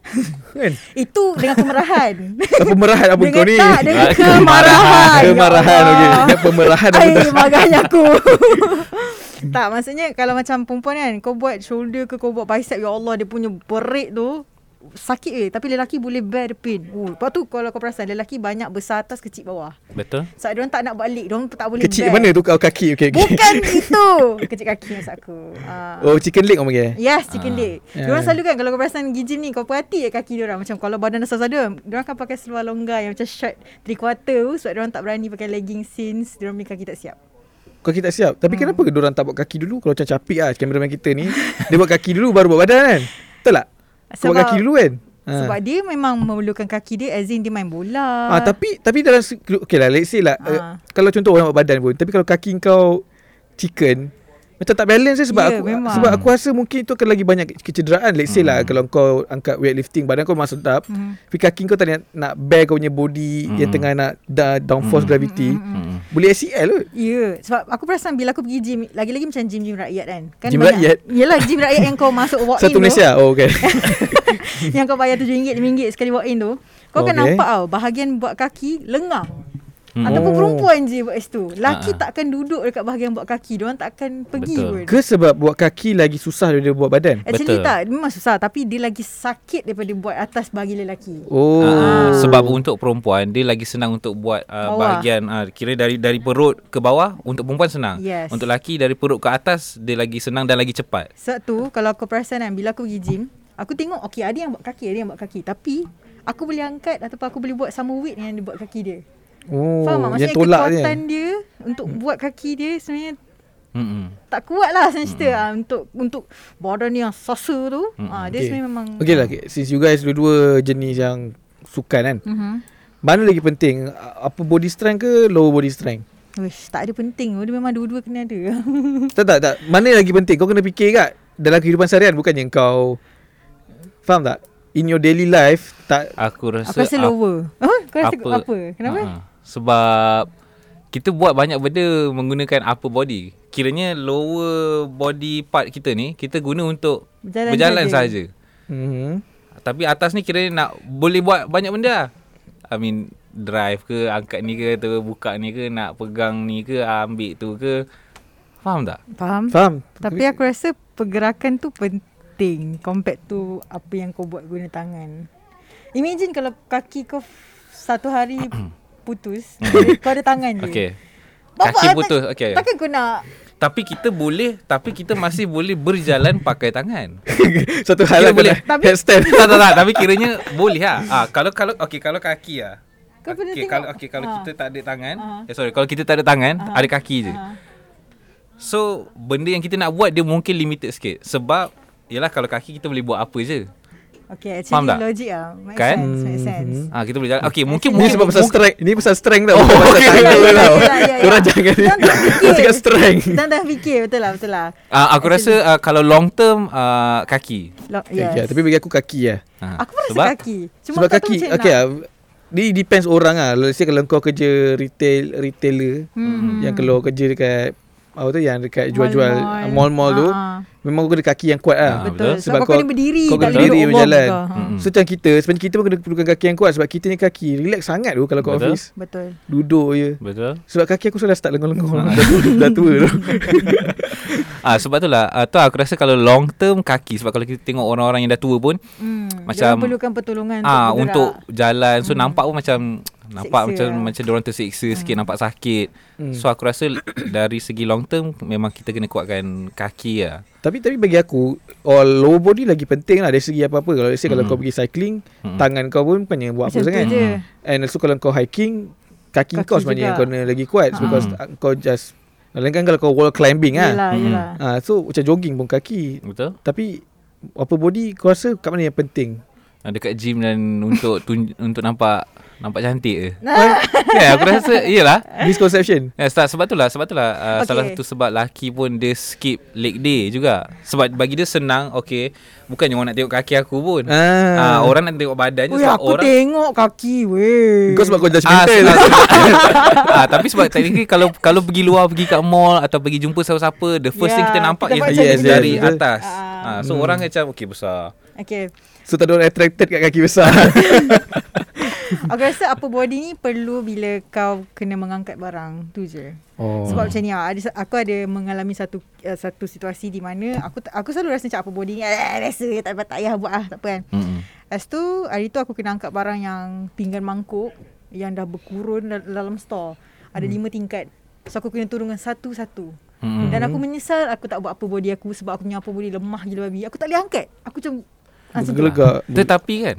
Speaker 1: Kan
Speaker 3: itu dengan kemerahan.
Speaker 1: Tak pemerahan (laughs) apa kau ni
Speaker 3: tak, dengan
Speaker 2: Ah,
Speaker 3: kemarahan.
Speaker 1: Kemarahan
Speaker 3: Ya
Speaker 1: okay.
Speaker 3: Allah.
Speaker 1: Dia pemerahan apa
Speaker 3: Ai,
Speaker 1: tak
Speaker 3: maganya
Speaker 1: (laughs)
Speaker 3: aku. tak, maksudnya kalau macam perempuan kan, kau buat shoulder ke kau buat bicep, ya Allah dia punya berat tu sakit eh. Tapi lelaki boleh bear the pain. Oh, lepas tu kalau kau perasan, lelaki banyak besar atas kecil bawah.
Speaker 2: Betul?
Speaker 3: Sebab dia orang tak nak balik, dia orang tak boleh
Speaker 1: Kecil
Speaker 3: bear.
Speaker 1: mana tu kau kaki okay, okay.
Speaker 3: Bukan itu. Kecil kaki maksud aku. Ah.
Speaker 1: Oh chicken leg orang panggil eh?
Speaker 3: Yes, chicken leg.
Speaker 1: Ya,
Speaker 3: Yeah. Diorang
Speaker 1: ya.
Speaker 3: selalu kan kalau kau perasan pergi gym ni, kau perhati je kaki diorang. Macam kalau badan dah sada, diorang akan pakai seluar longgar yang macam short three quarter tu sebab diorang tak berani pakai leggings since diorang punya kaki tak siap.
Speaker 1: Kaki tak siap Tapi
Speaker 3: Hmm.
Speaker 1: kenapa orang tak buat kaki dulu Kalau macam capik lah Kameraman kita ni Dia buat kaki dulu Baru buat badan kan Betul tak Kau buat
Speaker 3: Sebab-
Speaker 1: kaki dulu kan Ha.
Speaker 3: Sebab dia memang memerlukan kaki dia as in dia main bola.
Speaker 1: Ah tapi tapi dalam se- okay lah let's say lah uh,
Speaker 3: Ah.
Speaker 1: kalau contoh orang buat badan pun tapi kalau kaki kau chicken macam tak balance je sebab
Speaker 3: Ya,
Speaker 1: yeah, aku
Speaker 3: memang.
Speaker 1: sebab aku rasa mungkin itu akan lagi banyak ke- kecederaan let's say lah kalau kau angkat weightlifting badan kau memang sedap
Speaker 3: Hmm.
Speaker 1: tapi kaki kau tak nak, nak bear kau punya body
Speaker 2: Hmm.
Speaker 1: yang tengah nak da, downforce gravity
Speaker 2: Hmm.
Speaker 1: boleh E ACL kot
Speaker 3: Ya, yeah. sebab aku perasan bila aku pergi gym, lagi-lagi macam gym-gym rakyat kan. kan
Speaker 1: Gym
Speaker 3: banyak-
Speaker 1: rakyat?
Speaker 3: Yelah, gym rakyat yang kau masuk walk in
Speaker 1: satu
Speaker 3: tu.
Speaker 1: Malaysia oh okay
Speaker 3: (laughs) yang kau bayar RM7, RM5 sekali walk in tu. Kau akan
Speaker 1: Okay.
Speaker 3: nampak tau, bahagian buat kaki lengang.
Speaker 2: Hmm.
Speaker 3: Hmm. Ataupun
Speaker 1: Oh.
Speaker 3: perempuan je buat situ. Laki
Speaker 2: Ah.
Speaker 3: uh takkan duduk dekat bahagian buat kaki. Diorang takkan pergi
Speaker 2: Betul.
Speaker 3: Betul. pun.
Speaker 1: ke sebab buat kaki lagi susah daripada buat badan
Speaker 3: Actually
Speaker 2: Betul.
Speaker 3: tak. Memang susah. Tapi dia lagi sakit daripada buat atas bagi lelaki.
Speaker 1: oh
Speaker 2: Ah, sebab untuk perempuan dia lagi senang untuk buat uh,
Speaker 3: Bawah.
Speaker 2: bahagian uh, kira dari dari perut ke bawah untuk perempuan senang.
Speaker 3: Yes.
Speaker 2: Untuk lelaki dari perut ke atas dia lagi senang dan lagi cepat.
Speaker 3: Sebab tu kalau kau perasan kan. Bila aku pergi gym. Aku tengok okay ada yang buat kaki. Ada yang buat kaki. Tapi aku boleh angkat ataupun aku boleh buat sama weight yang dia buat kaki dia.
Speaker 1: oh
Speaker 3: Faham tak?
Speaker 1: yang
Speaker 3: Maksudnya
Speaker 1: tolak je
Speaker 3: kekuatan dia. untuk buat kaki dia sebenarnya
Speaker 2: Mm-mm.
Speaker 3: tak kuat lah sensitif
Speaker 2: Hmm.
Speaker 3: mm. untuk untuk badan yang sasa tu. Mm. Ah dia
Speaker 1: Okay.
Speaker 3: sebenarnya memang
Speaker 1: Okay lah okay. Since you guys dua-dua jenis yang Sukan kan
Speaker 3: Mhm.
Speaker 1: Mana lagi penting A- Apa body strength ke Lower body strength
Speaker 3: Wish, tak ada penting. Oh, Dia memang dua-dua kena
Speaker 2: (laughs)
Speaker 3: ada.
Speaker 1: Tak tak tak Mana lagi penting Kau kena fikir kat Dalam kehidupan seharian Bukannya kau Faham tak In your daily life Tak
Speaker 2: Aku rasa
Speaker 3: aku rasa lower. Huh? Kau rasa apa? apa? Kenapa?
Speaker 2: Ha, sebab kita buat banyak benda menggunakan upper body. Kiranya lower body part kita ni kita guna untuk
Speaker 3: Berjalan
Speaker 2: berjalan, berjalan
Speaker 3: saja.
Speaker 2: saja.
Speaker 1: mm-hmm.
Speaker 2: Tapi atas ni kiranya nak boleh buat banyak benda. lah. I mean drive ke angkat ni ke terbuka ni ke nak pegang ni ke ambil tu ke. Faham tak?
Speaker 3: Faham?
Speaker 1: Faham
Speaker 3: Tapi aku rasa pergerakan tu penting compared to apa yang kau buat guna tangan. Imagine kalau kaki kau f- satu
Speaker 2: (coughs)
Speaker 3: hari putus, kau ada tangan je.
Speaker 2: Hmm. Okey.
Speaker 3: Hmm. Bapak
Speaker 2: Kaki
Speaker 3: tak-
Speaker 2: putus. Okey.
Speaker 3: Takkan kau nak
Speaker 2: Tapi kita boleh tapi kita masih boleh berjalan pakai tangan. (laughs)
Speaker 1: (laughs) Satu hal
Speaker 2: Kira
Speaker 1: aku
Speaker 2: boleh.
Speaker 1: dah
Speaker 3: (laughs)
Speaker 1: Headstand
Speaker 2: tak tak tak tapi kiranya boleh lah. Ah kalau kalau okey kalau kaki ah.
Speaker 3: Kau kena
Speaker 2: Okey
Speaker 3: tengok.
Speaker 2: kalau okey kalau
Speaker 3: Ha.
Speaker 2: kita tak ada tangan,
Speaker 3: Ha.
Speaker 2: eh sorry kalau kita tak ada tangan,
Speaker 3: Ha.
Speaker 2: ada kaki je.
Speaker 3: Ha.
Speaker 2: So benda yang kita nak buat dia mungkin limited sikit sebab Yelah kalau kaki kita boleh buat apa je
Speaker 3: Okay,
Speaker 2: Faham tak?
Speaker 3: actually logik lah. Make
Speaker 2: Kan?
Speaker 3: sense, make sense.
Speaker 2: Ah kita boleh jalan Okey mungkin
Speaker 1: Ini
Speaker 2: mungkin
Speaker 1: sebab pasal strength Ini pasal strength tau
Speaker 2: Oh,
Speaker 1: Bukan pasal
Speaker 2: okay.
Speaker 3: (laughs)
Speaker 1: tangan
Speaker 3: Ya, ya,
Speaker 1: tau
Speaker 3: ya, ya, ya.
Speaker 1: Korang jangan (laughs)
Speaker 3: Jangan fikir.
Speaker 1: Kau cakap (laughs) strength
Speaker 3: Kita dah fikir, betul lah, betul lah.
Speaker 2: Ah, aku rasa ah, kalau long term ah, kaki.
Speaker 3: Lo-
Speaker 1: yes.
Speaker 3: yes.
Speaker 1: okay, Tapi bagi aku kaki lah
Speaker 2: Ah,
Speaker 3: Aku pun
Speaker 2: sebab-
Speaker 3: rasa kaki. Cuma
Speaker 1: Sebab
Speaker 3: kau tahu
Speaker 1: kaki
Speaker 3: macam
Speaker 1: Okay
Speaker 3: nak-
Speaker 1: lah Ni depends orang lah Let's say kalau kau kerja retail Retailer
Speaker 3: Hmm.
Speaker 1: Yang kalau kerja dekat Apa tu yang dekat jual-jual
Speaker 3: Mall-mall.
Speaker 1: Mall-mall tu
Speaker 3: Ah,
Speaker 1: Memang kau kena kaki yang kuat lah
Speaker 2: Ah,
Speaker 3: Betul.
Speaker 2: betul.
Speaker 3: Sebab, kau kena berdiri.
Speaker 1: Kau kena
Speaker 3: tak boleh
Speaker 1: berdiri
Speaker 3: duduk
Speaker 1: berjalan
Speaker 3: bawah muka. Ha.
Speaker 2: Mm-mm.
Speaker 1: So macam kita Sebenarnya kita pun kena perlukan kaki yang kuat Sebab kita ni kaki Relax sangat tu Kalau kat
Speaker 2: Betul.
Speaker 1: office
Speaker 3: Betul.
Speaker 1: Duduk je
Speaker 2: Betul.
Speaker 1: Sebab kaki aku sudah start lengur-lengur Dah tua- Dah tua tu (laughs)
Speaker 2: Ah sebab itulah ah, tu aku rasa kalau long term kaki sebab kalau kita tengok orang-orang yang dah tua pun
Speaker 3: Hmm.
Speaker 2: Macam-
Speaker 3: Dia perlukan pertolongan
Speaker 2: ah
Speaker 3: bergerak.
Speaker 2: untuk jalan so nampak pun macam nampak
Speaker 3: Hmm. Seksa
Speaker 2: macam
Speaker 3: lah.
Speaker 2: macam diorang tersiksa sikit nampak sakit
Speaker 1: Hmm.
Speaker 2: so aku rasa (coughs) dari segi long term memang kita kena kuatkan kaki lah
Speaker 1: Tapi tapi bagi aku All lower body lagi penting lah Dari segi apa-apa Kalau let's say kalau
Speaker 2: Mm.
Speaker 1: kau pergi cycling
Speaker 2: Mm.
Speaker 1: Tangan kau pun bukannya buat apa
Speaker 3: Macam tu
Speaker 1: sangat Hmm.
Speaker 3: je.
Speaker 1: And also kalau kau hiking Kaki,
Speaker 3: Kaki
Speaker 1: kau sebenarnya
Speaker 3: juga.
Speaker 1: yang
Speaker 3: Hmm.
Speaker 1: kau kena lagi kuat Sebab
Speaker 2: Ha.
Speaker 1: kau- kau just Lain kan kalau kau wall climbing lah
Speaker 3: Yelah,
Speaker 2: Mm.
Speaker 3: yelah.
Speaker 1: ha, So macam jogging pun kaki
Speaker 2: betul
Speaker 1: Tapi Upper body kau rasa kat mana yang
Speaker 3: (laughs)
Speaker 1: penting
Speaker 2: Ah, dekat gym dan untuk tun- (laughs) untuk nampak nampak cantik je ya aku
Speaker 3: (laughs)
Speaker 2: rasa iyalah
Speaker 1: Misconception
Speaker 2: Ya, sebab, sebab itulah sebab itulah uh, okay.
Speaker 3: Okey.
Speaker 2: salah satu sebab laki pun dia skip leg day juga. Sebab bagi dia senang, okey, bukannya orang nak tengok kaki aku pun.
Speaker 1: Ah,
Speaker 2: Ah, orang nak tengok badan je
Speaker 3: Ui,
Speaker 2: sebab
Speaker 3: aku
Speaker 2: orang
Speaker 3: tengok kaki weh.
Speaker 1: Kau sebab kau
Speaker 2: Ah,
Speaker 1: judgemental
Speaker 2: sebab, (laughs) ah, tapi sebab technically kalau kalau pergi luar pergi kat mall atau pergi jumpa siapa-siapa the first yeah, thing
Speaker 3: Yeah,
Speaker 2: kita nampak
Speaker 3: Ya,
Speaker 2: is
Speaker 3: kita nampak
Speaker 1: macam
Speaker 2: yes,
Speaker 1: dia
Speaker 2: dari
Speaker 1: betul.
Speaker 2: atas. Ah,
Speaker 3: Ah.
Speaker 2: so
Speaker 1: Hmm.
Speaker 2: orang macam okey besar.
Speaker 3: Okay.
Speaker 1: So tak ada orang attracted kat kaki besar
Speaker 3: Aku rasa apa body ni perlu bila kau kena mengangkat barang. Tu je.
Speaker 1: oh.
Speaker 3: Sebab macam ni ah, ada, aku ada mengalami satu uh, satu situasi di mana aku tak- aku selalu rasa macam apa body ni eh, rasa tak apa tak payah buat ah tak apa kan.
Speaker 2: Hmm.
Speaker 3: Lepas tu hari tu aku kena angkat barang yang pinggan mangkuk yang dah berkurun dal- dalam store. Ada lima tingkat. So aku kena turunkan satu-satu.
Speaker 2: Hmm.
Speaker 3: Dan aku menyesal aku tak buat apa body aku sebab aku punya apa body lemah gila babi. Aku tak boleh angkat. Aku macam ah, Asyik.
Speaker 1: Gelegak
Speaker 2: Tetapi kan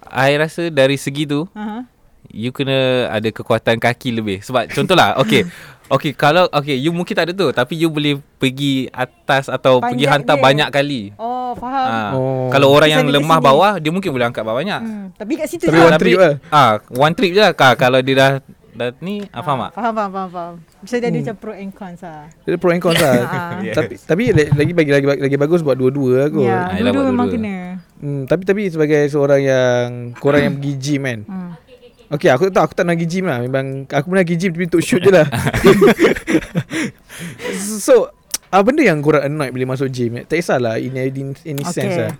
Speaker 2: I rasa dari segi tu
Speaker 3: Aha.
Speaker 2: you kena ada kekuatan kaki lebih sebab contohlah (laughs) okey okey kalau okey you mungkin tak ada tu tapi you boleh pergi atas atau
Speaker 3: Panjat
Speaker 2: pergi hantar
Speaker 3: dia.
Speaker 2: banyak kali
Speaker 3: Oh, faham.
Speaker 2: ah
Speaker 1: Oh.
Speaker 2: kalau orang yang
Speaker 3: Kesini,
Speaker 2: lemah
Speaker 3: kesini.
Speaker 2: bawah dia mungkin boleh angkat banyak
Speaker 3: Hmm. Tapi kat situ
Speaker 1: Tapi
Speaker 3: je.
Speaker 1: one trip lah.
Speaker 2: ah one trip je lah Ka- kalau dia dah dah ni ah, faham tak Hmm.
Speaker 3: Faham, faham, faham, faham. Bisa dia ada macam pro and cons lah.
Speaker 1: Dia ada pro and cons lah
Speaker 3: (laughs) Ah.
Speaker 2: Yes.
Speaker 1: Tapi tapi la- lagi bagi lagi lagi bagus buat dua-dua aku.
Speaker 2: Ah,
Speaker 3: Ya,
Speaker 2: yelah,
Speaker 3: dulu
Speaker 2: buat
Speaker 3: memang
Speaker 2: dua-dua.
Speaker 3: kena.
Speaker 1: Hmm, tapi tapi sebagai seorang yang korang yang pergi gym kan.
Speaker 3: Hmm.
Speaker 1: Okay aku tak aku tak nak pergi gym lah Memang aku pernah pergi gym tapi untuk shoot
Speaker 2: (laughs)
Speaker 1: je lah So ah, Benda yang korang annoyed bila masuk gym eh, Tak kisahlah in, in, in any
Speaker 3: Okay.
Speaker 1: sense lah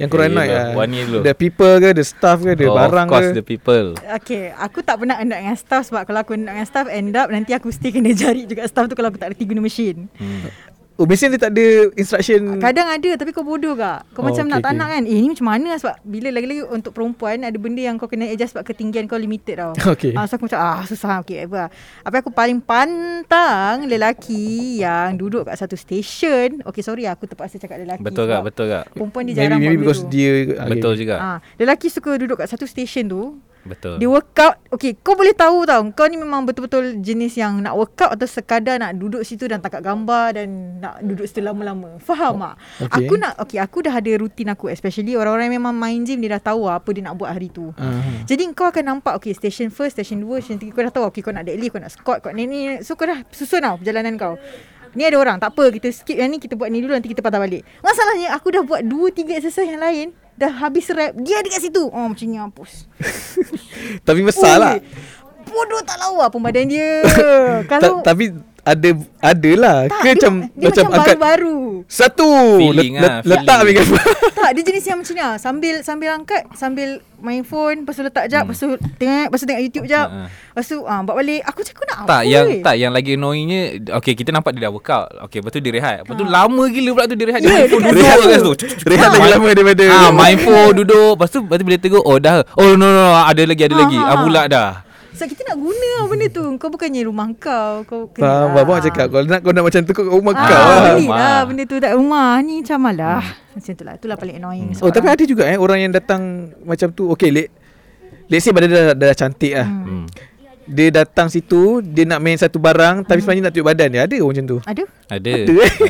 Speaker 1: Yang korang
Speaker 2: Yeah,
Speaker 1: annoyed
Speaker 2: yelah.
Speaker 1: lah
Speaker 2: Eh, One year dulu.
Speaker 1: The people ke The staff ke The
Speaker 2: Oh,
Speaker 1: barang
Speaker 2: of course
Speaker 1: ke
Speaker 2: the people
Speaker 3: Okay, aku tak pernah endap dengan staff sebab kalau aku endap dengan staff, end up nanti aku still kena jari juga staff tu kalau aku tak reti guna mesin.
Speaker 2: hmm.
Speaker 1: Oh biasanya dia tak ada instruction
Speaker 3: Kadang ada tapi kau bodoh gak? Kau
Speaker 1: Hmm. Oh,
Speaker 3: oh,
Speaker 1: okay,
Speaker 3: macam okay, nak tak
Speaker 1: okay.
Speaker 3: nak kan? Eh ni macam mana lah sebab bila lagi-lagi untuk perempuan ada benda yang kau kena adjust sebab ketinggian kau limited tau.
Speaker 1: Okay.
Speaker 3: Ah, so aku macam ah susah okay apa. lah. Apa aku paling pantang lelaki yang duduk kat satu stesen. Okay sorry lah, aku terpaksa cakap lelaki.
Speaker 2: betul gak
Speaker 3: sebab
Speaker 2: betul gak
Speaker 3: Perempuan dia
Speaker 1: Maybe,
Speaker 3: jarang Ah,
Speaker 1: maybe
Speaker 3: buat
Speaker 1: because
Speaker 3: benda tu.
Speaker 1: dia okay.
Speaker 2: betul juga
Speaker 3: Ah, lelaki suka duduk kat satu stesen tu
Speaker 2: Betul.
Speaker 3: Dia workout Okay kau boleh tahu tau Kau ni memang betul-betul Jenis yang nak workout Atau sekadar nak duduk situ Dan tangkap gambar Dan nak duduk situ lama-lama Faham tak?
Speaker 1: okay.
Speaker 3: Aku nak Okay aku dah ada rutin aku Especially orang-orang yang memang main gym Dia dah tahu lah Apa dia nak buat hari tu
Speaker 1: Ah.
Speaker 3: jadi kau akan nampak Okay station first Station 2 Station 3 Kau dah tahu Okay kau nak deadlift Kau nak squat Kau ni, ni ni. So kau dah susun tau Perjalanan kau Ni ada orang Tak apa kita skip yang ni Kita buat ni dulu Nanti kita patah balik Masalahnya Aku dah buat 2-3 exercise yang lain Dah habis rap Dia ada kat situ Oh macam ni mampus
Speaker 1: Tapi besar lah.
Speaker 3: Ui, Bodoh tak lawa pun badan dia
Speaker 1: (laughs) Ta-
Speaker 3: Kalau
Speaker 1: tapi ada ada lah
Speaker 3: tak,
Speaker 1: ke
Speaker 3: dia,
Speaker 1: macam
Speaker 3: dia
Speaker 1: macam angkat
Speaker 3: baru-baru
Speaker 1: satu
Speaker 2: Feeling
Speaker 1: let-
Speaker 2: ah,
Speaker 1: let- letak
Speaker 2: feeling.
Speaker 1: ambil
Speaker 3: (laughs)
Speaker 1: gambar.
Speaker 3: Tak dia jenis yang macam ni lah Sambil sambil angkat Sambil main phone Lepas tu
Speaker 1: Hmm.
Speaker 3: letak jap Lepas tu tengok Lepas tu tengok YouTube jap
Speaker 2: Ha, ha.
Speaker 3: Lepas tu ah, buat balik Aku cakap nak
Speaker 2: Tak
Speaker 3: apa eh?"
Speaker 2: yang
Speaker 3: weh?
Speaker 2: tak yang lagi annoyingnya Okay kita nampak dia dah workout Okay lepas tu dia rehat
Speaker 1: Ah.
Speaker 2: Lepas tu lama gila pula tu dia rehat
Speaker 3: Ya,
Speaker 2: Dia handphone
Speaker 3: dia
Speaker 2: duduk
Speaker 1: rehat
Speaker 2: kat situ
Speaker 1: Rehat lagi lama daripada
Speaker 2: Ah, main phone duduk Lepas tu, lepas tu bila tegur Oh dah Oh no no, no ada lagi ada
Speaker 3: Ha,
Speaker 2: lagi
Speaker 3: ha,
Speaker 2: Ah
Speaker 3: ha.
Speaker 2: pula dah
Speaker 3: So kita nak guna lah benda tu Kau bukannya rumah kau Kau
Speaker 1: Faham
Speaker 3: lah.
Speaker 1: Abang Ah, cakap Kalau nak kau nak macam tu Kau kat rumah
Speaker 3: ah,
Speaker 1: kau lah
Speaker 3: Beli lah
Speaker 2: Rumah.
Speaker 3: benda tu kat rumah Ni macam malah Macam tu lah Itulah paling annoying
Speaker 1: Oh
Speaker 3: seorang.
Speaker 1: tapi ada juga eh Orang yang datang Macam tu Okay let, Let's say badan dia dah, dah cantik lah
Speaker 2: hmm.
Speaker 1: Dia datang situ Dia nak main satu barang Tapi sebenarnya nak tunjuk badan dia Ada ke macam tu (laughs)
Speaker 3: Ada
Speaker 2: Ada
Speaker 1: Ada, eh? (laughs)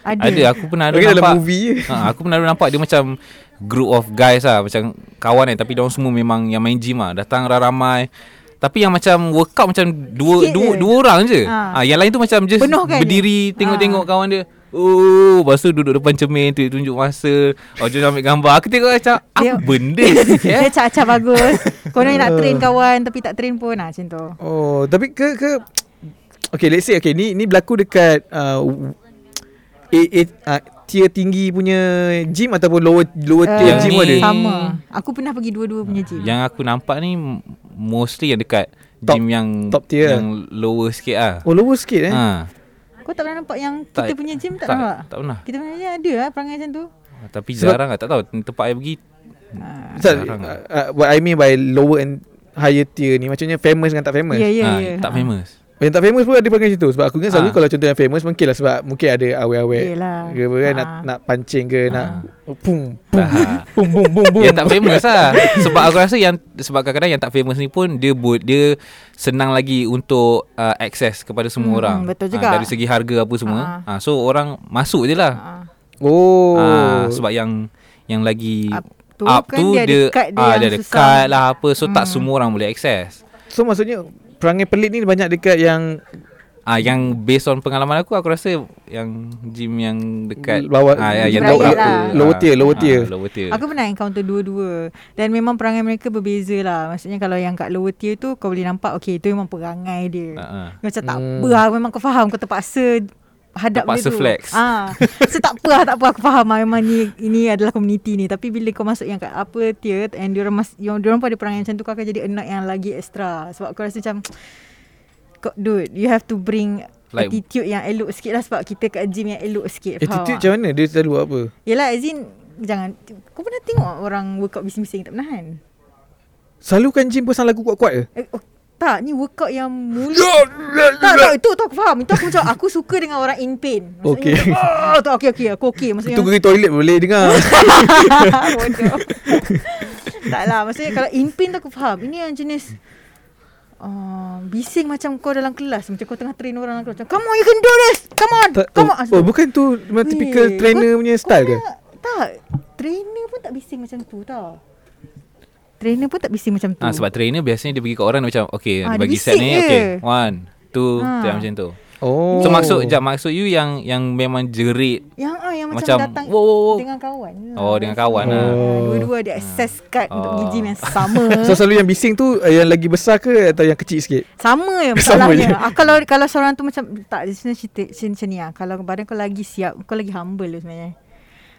Speaker 2: Ada
Speaker 3: Ada.
Speaker 2: Ada aku pernah ada
Speaker 1: Mungkin dalam
Speaker 2: Ah, nampak
Speaker 1: movie je.
Speaker 2: ha, Aku pernah ada nampak Dia macam Group of guys lah Macam kawan eh Tapi diorang semua memang Yang main gym lah Datang ramai tapi yang macam workout macam dua
Speaker 3: Sikit
Speaker 2: dua,
Speaker 3: je.
Speaker 2: dua orang je.
Speaker 3: Ha.
Speaker 2: Ha. yang lain tu macam just
Speaker 3: Penuhkan
Speaker 2: berdiri
Speaker 3: dia. Ha.
Speaker 2: tengok-tengok kawan dia. Oh, lepas tu duduk depan cermin tu tunjuk masa. Oh, jom ambil gambar. Aku tengok macam "Ah, apa
Speaker 3: (laughs) Dia-
Speaker 2: benda ni,
Speaker 3: Dia
Speaker 1: Ya.
Speaker 2: eh?
Speaker 3: acak-acak bagus Korang nak
Speaker 1: (laughs)
Speaker 3: train kawan Tapi tak train pun lah macam tu
Speaker 1: Oh tapi ke ke Okay let's say Okay ni ni berlaku dekat uh, A, A, uh, Tier tinggi punya Gym ataupun lower Lower
Speaker 3: Eh,
Speaker 1: tier
Speaker 2: Yang
Speaker 1: gym
Speaker 2: ni-
Speaker 1: pun ada
Speaker 3: Sama Aku pernah pergi dua-dua punya gym
Speaker 2: Yang aku nampak ni mostly yang dekat
Speaker 1: Top-
Speaker 2: gym yang
Speaker 1: top tier.
Speaker 2: yang lower sikit ah.
Speaker 1: Oh lower sikit eh
Speaker 2: Ha.
Speaker 3: Kau tak pernah nampak yang
Speaker 2: Tak-
Speaker 3: Kita punya gym tak,
Speaker 2: tak-
Speaker 3: nampak
Speaker 2: tak pernah.
Speaker 3: Kita punya gym ada lah perangai macam tu
Speaker 2: Tapi
Speaker 1: Sebab-
Speaker 2: jarang lah Tak tahu tempat saya pergi
Speaker 1: So,
Speaker 2: Jarang
Speaker 1: uh, uh, What I mean by Lower and Higher tier ni Maksudnya famous dengan tak famous
Speaker 3: Ya ya
Speaker 2: ah,
Speaker 3: ya
Speaker 2: Tak famous
Speaker 1: Yang tak famous pun ada perangai situ Sebab aku ingat selalu
Speaker 2: Ah.
Speaker 1: Kalau contoh yang famous Mungkin lah sebab Mungkin ada awet-awet
Speaker 3: Yelah.
Speaker 1: ke apa kan, nak,
Speaker 3: Ah.
Speaker 1: nak pancing ke Nak Pum Pum
Speaker 2: Tak.
Speaker 1: Pum pum pum
Speaker 2: (laughs)
Speaker 1: pum
Speaker 2: Yang tak famous lah Sebab aku rasa yang Sebab kadang-kadang yang tak famous ni pun Dia bu- dia senang lagi untuk uh, Akses kepada semua
Speaker 3: Hmm,
Speaker 2: orang
Speaker 3: betul
Speaker 2: Ah,
Speaker 3: juga.
Speaker 2: Dari segi harga apa semua Ah, So orang masuk je lah
Speaker 3: Ah.
Speaker 1: Oh
Speaker 2: Ah, Sebab yang Yang lagi
Speaker 3: Up
Speaker 2: Up
Speaker 3: tu
Speaker 2: tu,
Speaker 3: kan dia ada card dia
Speaker 2: ah,
Speaker 3: yang
Speaker 2: Dia ada
Speaker 3: susah. Hmm.
Speaker 2: card lah apa So tak semua orang boleh akses
Speaker 1: So maksudnya Perangai pelik ni banyak dekat yang
Speaker 2: Ah yang based on pengalaman aku aku rasa yang gym yang dekat
Speaker 1: Bawah-
Speaker 2: ah, ya, yang
Speaker 3: private
Speaker 2: lower,
Speaker 3: lah.
Speaker 1: Lower tier, lower tier.
Speaker 2: Ah, lower tier.
Speaker 3: Aku pernah encounter dua-dua Dan memang perangai mereka berbeza lah Maksudnya kalau yang kat lower tier tu Kau boleh nampak Okay itu memang perangai dia
Speaker 2: Ah, ah.
Speaker 3: Macam tak
Speaker 1: Hmm.
Speaker 3: apa lah Memang kau faham Kau terpaksa Hadap
Speaker 2: Terpaksa
Speaker 3: benda tu.
Speaker 2: flex.
Speaker 3: ah. So tak apa lah Tak apa aku faham lah Memang ni Ini adalah community ni Tapi bila kau masuk yang kat apa tier And diorang, mas, yang, diorang pun ada perangai macam tu Kau akan jadi annoyed yang lagi extra Sebab aku rasa macam kau, Dude You have to bring
Speaker 2: Like-
Speaker 3: Attitude yang elok sikit lah Sebab kita kat gym yang elok sikit faham
Speaker 1: Attitude
Speaker 3: tak?
Speaker 1: macam mana Dia selalu buat apa
Speaker 3: Yelah as in Jangan Kau pernah tengok orang workout bising-bising tak menahan?
Speaker 1: Selalu kan gym pasang lagu kuat-kuat ke
Speaker 3: Eh, oh, tak, ni workout yang mulut Tak, tak, itu tu aku faham Itu aku macam Aku suka dengan orang in pain
Speaker 1: Okay.
Speaker 3: Maksudnya macam, oh, tu, Okay, okay, aku okay Maksudnya "Ah,"
Speaker 1: Itu pergi toilet boleh dengar
Speaker 3: (laughs) Bodoh. Tak lah, maksudnya kalau in pain tu aku faham Ini yang jenis Uh, bising macam kau dalam kelas Macam kau tengah train orang dalam kelas Macam, Come on you can do this Come on
Speaker 1: Tak-
Speaker 3: Come
Speaker 1: oh,
Speaker 3: on
Speaker 1: oh, bukan tu memang
Speaker 3: Weh,
Speaker 1: typical trainer
Speaker 3: kau-
Speaker 1: punya
Speaker 3: kau
Speaker 1: style ke?
Speaker 3: nak- Tak Trainer pun tak bising macam tu tau Trainer pun tak bising macam tu
Speaker 2: Ah sebab trainer biasanya dia pergi kat orang dia macam okay
Speaker 3: Ah,
Speaker 2: ah,
Speaker 3: dia
Speaker 2: bagi set
Speaker 3: bisik
Speaker 2: ni
Speaker 3: je.
Speaker 2: okay one two
Speaker 3: Ah.
Speaker 2: ha. macam tu.
Speaker 1: Oh.
Speaker 2: So maksud jap maksud you yang yang memang jerit
Speaker 3: Yang ah yang macam,
Speaker 2: Macam,
Speaker 3: datang
Speaker 2: "Wow, wow, wow."
Speaker 3: dengan kawan. lah.
Speaker 2: Oh, dengan kawan
Speaker 1: lah.
Speaker 3: Ah, Dua-dua ada access card untuk pergi
Speaker 2: Oh.
Speaker 3: gym
Speaker 2: (laughs)
Speaker 3: yang sama.
Speaker 1: (laughs) So selalu yang bising tu eh, yang lagi besar ke atau yang kecil sikit?
Speaker 3: sama
Speaker 2: (laughs)
Speaker 3: je
Speaker 1: Sama
Speaker 3: masalahnya.
Speaker 1: je.
Speaker 3: Ah, kalau kalau seorang tu macam tak dia sebenarnya cerita macam, macam ni ah. Kalau badan kau lagi siap, kau lagi humble tu sebenarnya.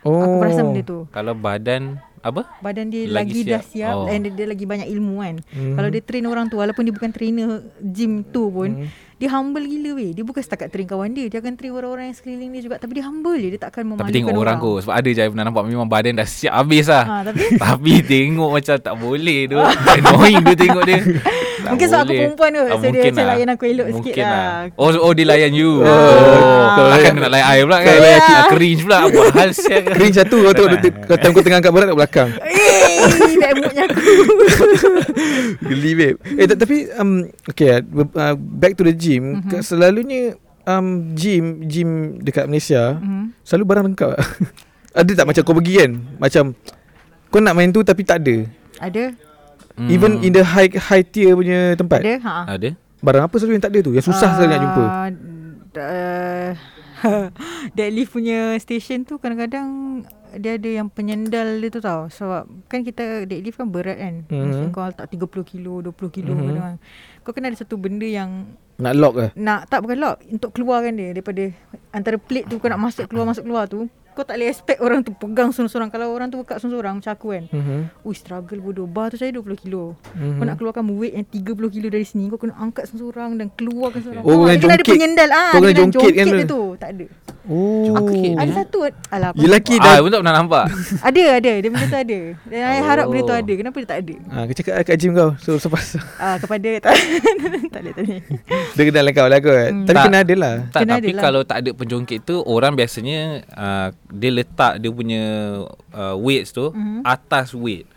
Speaker 1: Oh.
Speaker 3: Aku perasan benda tu.
Speaker 2: kalau badan apa?
Speaker 3: Badan dia
Speaker 2: Lagi
Speaker 3: lagi, dah
Speaker 2: siap.
Speaker 3: siap
Speaker 2: Oh. Hmm.
Speaker 3: and dia, dia lagi banyak ilmu kan.
Speaker 1: Mhm.
Speaker 3: Kalau dia train orang tu walaupun dia bukan trainer gym tu pun,
Speaker 2: Hmm.
Speaker 3: dia humble gila weh. Dia bukan setakat train kawan dia, dia akan train orang-orang yang sekeliling dia juga tapi dia humble je. Dia tak akan memalukan
Speaker 2: Tapi tengok orang
Speaker 3: (laughs)
Speaker 2: kot sebab ada je yang pernah nampak memang badan dah siap habis
Speaker 3: Ah,
Speaker 2: lah.
Speaker 3: tapi
Speaker 2: (laughs) Tapi tengok macam tak boleh
Speaker 3: (laughs)
Speaker 2: tu. Annoying tu tengok dia. Tak
Speaker 3: Mungkin sebab aku
Speaker 2: boleh. Ah,
Speaker 3: perempuan tu, so dia
Speaker 2: mungkin lah.
Speaker 3: macam layan aku elok
Speaker 2: mungkin
Speaker 3: sikit lah. Ah.
Speaker 2: Oh, oh dia layan you.
Speaker 1: Oh,
Speaker 2: Oh.
Speaker 1: kalau
Speaker 2: Takkan
Speaker 1: layan-
Speaker 2: nak layan I pula
Speaker 3: lah.
Speaker 1: kalau
Speaker 2: kan.
Speaker 1: layan
Speaker 2: Ah, Cringe pula. Apa hal siap.
Speaker 1: Ring satu kau tengok kau tengah angkat berat kat belakang
Speaker 3: Eh, that moodnya aku.
Speaker 1: Geli babe Eh ta- tapi um, Okay uh, Back to the gym mm-hmm. Selalunya um, Gym Gym dekat Malaysia mm-hmm.
Speaker 3: Hmm.
Speaker 1: Selalu barang lengkap (laughs) Ada tak macam kau pergi kan Macam Kau nak main tu tapi tak ada
Speaker 3: Ada?
Speaker 1: mm. Even in the high high tier punya tempat
Speaker 3: Ada? Ha.
Speaker 2: Ada?
Speaker 1: Barang apa selalu yang tak ada tu Yang susah uh, selalu nak jumpa
Speaker 3: Ah, d- (laughs) Uh, deadlift punya station tu kadang-kadang dia ada yang penyendal dia tu tau sebab kan kita deadlift kan berat kan
Speaker 1: Mhm.
Speaker 3: mm-hmm. kau letak 30 kilo 20
Speaker 1: Mhm.
Speaker 3: kilo mm-hmm. kadang kau kena ada satu benda yang
Speaker 1: Nak lock lah
Speaker 3: nak tak bukan lock untuk keluarkan dia daripada antara plate tu kau nak masuk keluar masuk keluar tu kau tak boleh expect orang tu pegang sorang-sorang kalau orang tu buka sorang-sorang macam aku kan
Speaker 1: mm-hmm.
Speaker 3: Ui struggle bodoh Bar tu saya 20 kilo
Speaker 1: Mhm.
Speaker 3: mm-hmm. Kau nak keluarkan weight yang 30 kilo dari sini Kau kena angkat seorang-seorang Dan keluarkan seorang
Speaker 1: Oh, kena
Speaker 3: Dia kena ada
Speaker 1: jongkit.
Speaker 3: penyendal ah,
Speaker 1: Kau
Speaker 3: dia
Speaker 1: kena
Speaker 3: kena
Speaker 1: jongkit kan
Speaker 3: jongkit dia
Speaker 1: tu?
Speaker 3: tu Tak ada
Speaker 1: Oh
Speaker 2: Jangkit
Speaker 3: Ada
Speaker 2: ya? dia.
Speaker 3: satu Alah apa
Speaker 1: You lucky
Speaker 2: Ah,
Speaker 1: dah
Speaker 2: pun tak pernah nampak.
Speaker 3: Ada ada Dia benda tu ada Dan saya harap benda tu
Speaker 2: Oh.
Speaker 3: ada Kenapa dia tak ada
Speaker 1: Ah, kau cakap kat gym kau So (laughs) lepas
Speaker 3: ah, Kepada tak (laughs) Tak ada tak ada
Speaker 1: Dia kenal kau lah kot
Speaker 3: Hmm.
Speaker 1: Tapi
Speaker 2: Tak.
Speaker 1: kena ada lah
Speaker 2: tak,
Speaker 3: Kena
Speaker 2: tapi
Speaker 3: adalah.
Speaker 2: kalau tak ada penjongkit tu orang biasanya uh, dia letak dia punya uh, weights tu
Speaker 3: Mhm.
Speaker 2: mm-hmm. atas weight.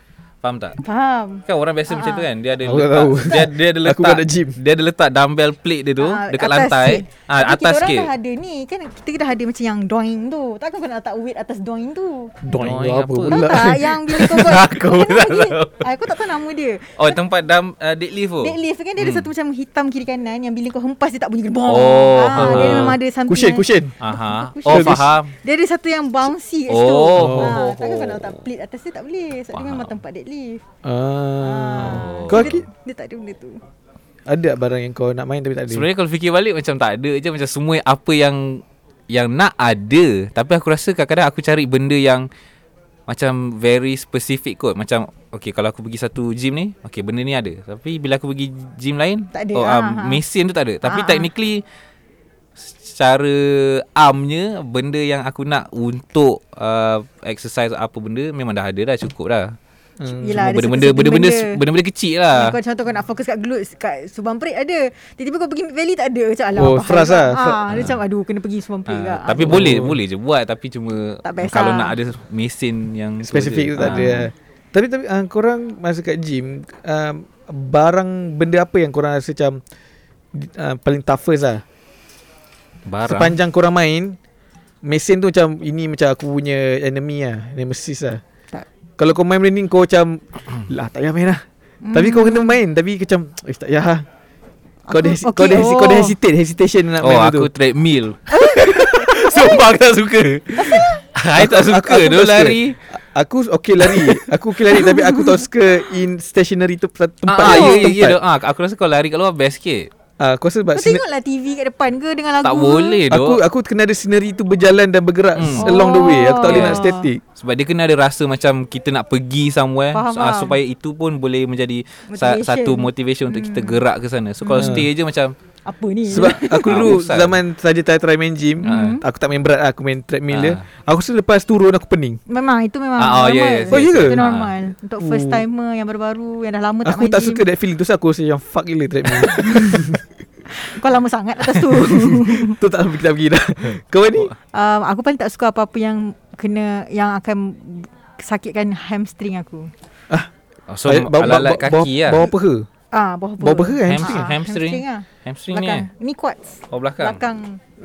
Speaker 2: Faham tak?
Speaker 3: Faham
Speaker 2: Kan orang biasa macam
Speaker 3: Ah,
Speaker 2: tu kan Dia ada
Speaker 1: Aku tak
Speaker 2: letak
Speaker 1: tahu.
Speaker 2: dia, dia
Speaker 1: (laughs) Aku
Speaker 2: ada letak
Speaker 1: bukan ada gym.
Speaker 2: Dia ada letak dumbbell plate dia tu
Speaker 3: Ah,
Speaker 2: Dekat
Speaker 3: atas
Speaker 2: lantai
Speaker 3: sikit.
Speaker 2: Ah,
Speaker 3: Tapi
Speaker 2: Atas
Speaker 3: kita
Speaker 2: sikit
Speaker 3: orang dah ada ni Kan kita dah ada macam yang doing tu Takkan kau nak letak weight atas doing tu
Speaker 1: Doing
Speaker 2: Doing
Speaker 1: apa
Speaker 2: apa?
Speaker 3: Tahu
Speaker 1: pula
Speaker 3: tak ya.
Speaker 1: (laughs)
Speaker 3: yang bila kau buat
Speaker 2: Lah. (laughs) Aku
Speaker 3: kau kena
Speaker 2: tak
Speaker 3: pergi-
Speaker 2: tahu.
Speaker 3: Ah, Aku tak tahu nama dia
Speaker 2: Oh tempat dumb, uh, deadlift tu
Speaker 3: Deadlift tu kan dia ada satu macam hitam kiri kanan yang bila kau hempas dia tak bunyi gebong.
Speaker 2: Oh,
Speaker 3: Ah, dia
Speaker 2: ha.
Speaker 3: memang ada something.
Speaker 1: Kushin
Speaker 3: yang-
Speaker 1: kushin
Speaker 2: Aha.
Speaker 3: Aku
Speaker 2: Oh
Speaker 1: sure.
Speaker 2: faham
Speaker 3: Dia ada satu yang bouncy kat situ.
Speaker 2: Oh, ho, ho,
Speaker 3: Ha, takkan
Speaker 2: ho.
Speaker 3: kau nak letak plate atas dia tak boleh. Sebab dia memang tempat deadlift.
Speaker 1: Ah.
Speaker 2: Oh.
Speaker 3: Ah,
Speaker 1: Kau
Speaker 3: dia,
Speaker 1: ki-
Speaker 3: dia tak ada benda tu.
Speaker 1: ada tak barang yang kau nak main tapi tak ada.
Speaker 2: Sebenarnya kalau fikir balik Macam tak ada je Macam semua apa yang Yang nak ada Tapi aku rasa kadang-kadang Aku cari benda yang Macam very specific kot Macam Okay kalau aku pergi satu gym ni Okay benda ni ada Tapi bila aku pergi gym lain
Speaker 3: Tak ada,
Speaker 2: oh,
Speaker 3: ah,
Speaker 2: um,
Speaker 3: ah.
Speaker 2: Mesin tu tak ada Tapi
Speaker 3: Ah, ah.
Speaker 2: technically Secara armnya Benda yang aku nak Untuk uh, Exercise apa benda Memang dah ada dah Cukup dah
Speaker 1: Hmm.
Speaker 3: Yelah, ada
Speaker 2: Benda-benda
Speaker 3: satu-satu
Speaker 2: Benda-benda
Speaker 3: benda.
Speaker 2: Benda-benda kecil
Speaker 3: Uh.
Speaker 2: lah
Speaker 3: Kau contoh kau nak fokus kat glutes Kat subang perit ada Tiba-tiba kau pergi mid valley tak ada Macam alah
Speaker 1: Oh,
Speaker 3: apa hal
Speaker 1: thrust
Speaker 3: kau-
Speaker 1: lah.
Speaker 3: ah, Dia macam aduh kena pergi subang perit
Speaker 2: Ah,
Speaker 3: lah
Speaker 2: tapi
Speaker 3: Aduh.
Speaker 2: boleh boleh je buat tapi cuma
Speaker 3: Tak best
Speaker 2: kalau
Speaker 3: lah.
Speaker 2: nak ada mesin yang tu je.
Speaker 1: Spesifik tu tak
Speaker 2: Ah.
Speaker 1: ada. Tapi tapi uh, korang masa kat gym um, barang benda apa yang korang rasa macam uh, paling toughest lah.
Speaker 2: Barang.
Speaker 1: Sepanjang korang main mesin tu macam ini macam aku punya enemy lah, nemesis lah.
Speaker 3: Tak.
Speaker 1: Kalau kau main benda ni kau macam lah tak payah main lah. Mm. Tapi kau kena main tapi kau macam eh tak payah lah. Kau
Speaker 3: Hmm. Aku-
Speaker 1: dah hesi- kau
Speaker 3: okay,
Speaker 1: dah hesi- kau dah
Speaker 3: oh.
Speaker 1: hesitate hesitation nak
Speaker 2: oh
Speaker 1: main
Speaker 2: aku
Speaker 1: tu.
Speaker 3: (laughs)
Speaker 2: treadmill. Sumpah aku tak suka. Aku tak suka
Speaker 1: aku
Speaker 2: tu
Speaker 1: tak suka.
Speaker 2: lari.
Speaker 1: Aku okey lari. aku okey lari tapi aku tak suka in stationary tu tempat
Speaker 2: Ah,
Speaker 1: tempat.
Speaker 2: ah, ya ya ya. Ah, aku rasa kau lari kat luar best sikit.
Speaker 1: Ah, aku rasa sebab
Speaker 3: Kau
Speaker 1: sine-
Speaker 3: tengoklah TV kat depan ke Dengan lagu
Speaker 2: Tak
Speaker 3: ke?
Speaker 2: boleh
Speaker 1: aku
Speaker 2: doh.
Speaker 1: aku kena ada scenery tu berjalan dan bergerak
Speaker 2: Hmm.
Speaker 1: mm. along the way. Aku tak boleh
Speaker 2: Oh.
Speaker 1: nak static.
Speaker 2: Sebab dia kena ada rasa macam kita nak pergi somewhere
Speaker 3: Faham,
Speaker 2: ah,
Speaker 3: faham.
Speaker 2: supaya itu pun boleh menjadi sa-
Speaker 3: Motivation. Hmm.
Speaker 2: satu motivation untuk kita gerak ke sana. So kalau
Speaker 1: Hmm.
Speaker 2: stay je macam
Speaker 3: Apa ni
Speaker 1: Sebab aku
Speaker 2: Ah,
Speaker 1: dulu
Speaker 2: bosan.
Speaker 1: zaman saja try try main gym,
Speaker 2: Ah.
Speaker 1: aku tak main berat lah, aku main treadmill
Speaker 2: Ah.
Speaker 1: dia. Aku rasa lepas turun aku pening.
Speaker 3: Memang itu memang
Speaker 2: Ah, oh,
Speaker 3: normal.
Speaker 2: yes, Ah.
Speaker 1: yes, Oh, yes. ya ke?
Speaker 3: Itu normal. Untuk first
Speaker 1: Oh.
Speaker 3: timer yang baru-baru yang dah lama tak
Speaker 1: aku
Speaker 3: main
Speaker 1: tak
Speaker 3: gym.
Speaker 1: suka that feeling tu so aku rasa yang fuck gila
Speaker 2: (laughs)
Speaker 1: treadmill.
Speaker 3: Kau lama sangat atas
Speaker 1: (laughs)
Speaker 3: tu.
Speaker 1: tu tak sampai kita pergi dah. Kau
Speaker 2: Oh,
Speaker 1: ni?
Speaker 3: um, aku paling tak suka apa-apa yang kena yang akan sakitkan hamstring aku.
Speaker 2: oh, so alat-alat kaki lah.
Speaker 1: Bawa peha.
Speaker 3: Ah, bawah
Speaker 1: Bawah peha kan?
Speaker 3: Ah,
Speaker 1: hamstring.
Speaker 2: Hamstring.
Speaker 3: hamstring ah.
Speaker 2: Hamstring ni.
Speaker 3: Belakang.
Speaker 2: eh?
Speaker 3: Ni quads.
Speaker 2: Oh belakang.
Speaker 3: Belakang.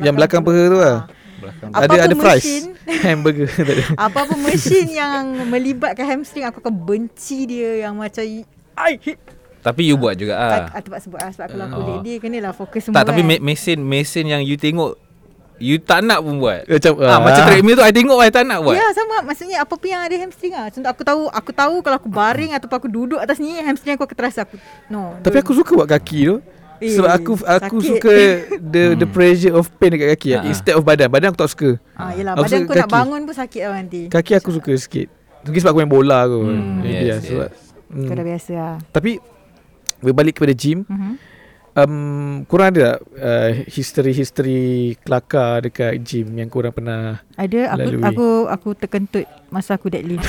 Speaker 1: Yang belakang
Speaker 3: perut.
Speaker 1: peha tu lah.
Speaker 2: Belakang.
Speaker 3: Apa-apa
Speaker 1: Ada ada
Speaker 3: machine.
Speaker 1: fries. Hamburger (laughs) tak ada.
Speaker 3: Ah, Apa-apa mesin yang melibatkan hamstring aku akan benci dia yang macam I hit.
Speaker 2: Tapi you buat juga ah.
Speaker 3: Ah. tak sebut ah sebab kalau aku
Speaker 2: Oh.
Speaker 3: oh. dia kenalah fokus semua.
Speaker 2: Tak tapi
Speaker 3: kan.
Speaker 2: me- mesin mesin yang you tengok you tak nak pun buat.
Speaker 1: Macam
Speaker 2: Ah, macam treadmill tu I tengok I tak nak buat.
Speaker 3: Ya sama Maksudnya apa pun yang ada hamstring lah Contoh aku tahu Aku tahu kalau aku baring Atau aku duduk atas ni Hamstring aku akan terasa aku, No
Speaker 1: Hmm. Tapi aku suka buat kaki tu.
Speaker 3: Eh,
Speaker 1: Sebab aku aku
Speaker 3: sakit.
Speaker 1: suka the the pressure of pain dekat kaki
Speaker 2: Ah, ah.
Speaker 1: instead of badan. Badan aku tak suka.
Speaker 3: (laughs) ah, Yelah
Speaker 1: Aku
Speaker 3: badan
Speaker 1: suka
Speaker 3: kau nak
Speaker 1: kaki.
Speaker 3: bangun pun sakit lah nanti
Speaker 1: Kaki aku suka sikit. Mungkin sebab aku main bola aku. Hmm,
Speaker 2: yes,
Speaker 1: yes,
Speaker 2: yes.
Speaker 1: Sebab,
Speaker 3: Kau
Speaker 1: hmm.
Speaker 3: dah biasa lah
Speaker 1: Tapi berbalik kepada gym,
Speaker 3: mm-hmm.
Speaker 1: um, kurang ada tak uh, history-history kelakar dekat gym yang kurang pernah
Speaker 3: Ada aku,
Speaker 1: Lalui.
Speaker 3: aku aku terkentut Masa aku
Speaker 1: (laughs)
Speaker 3: deadlift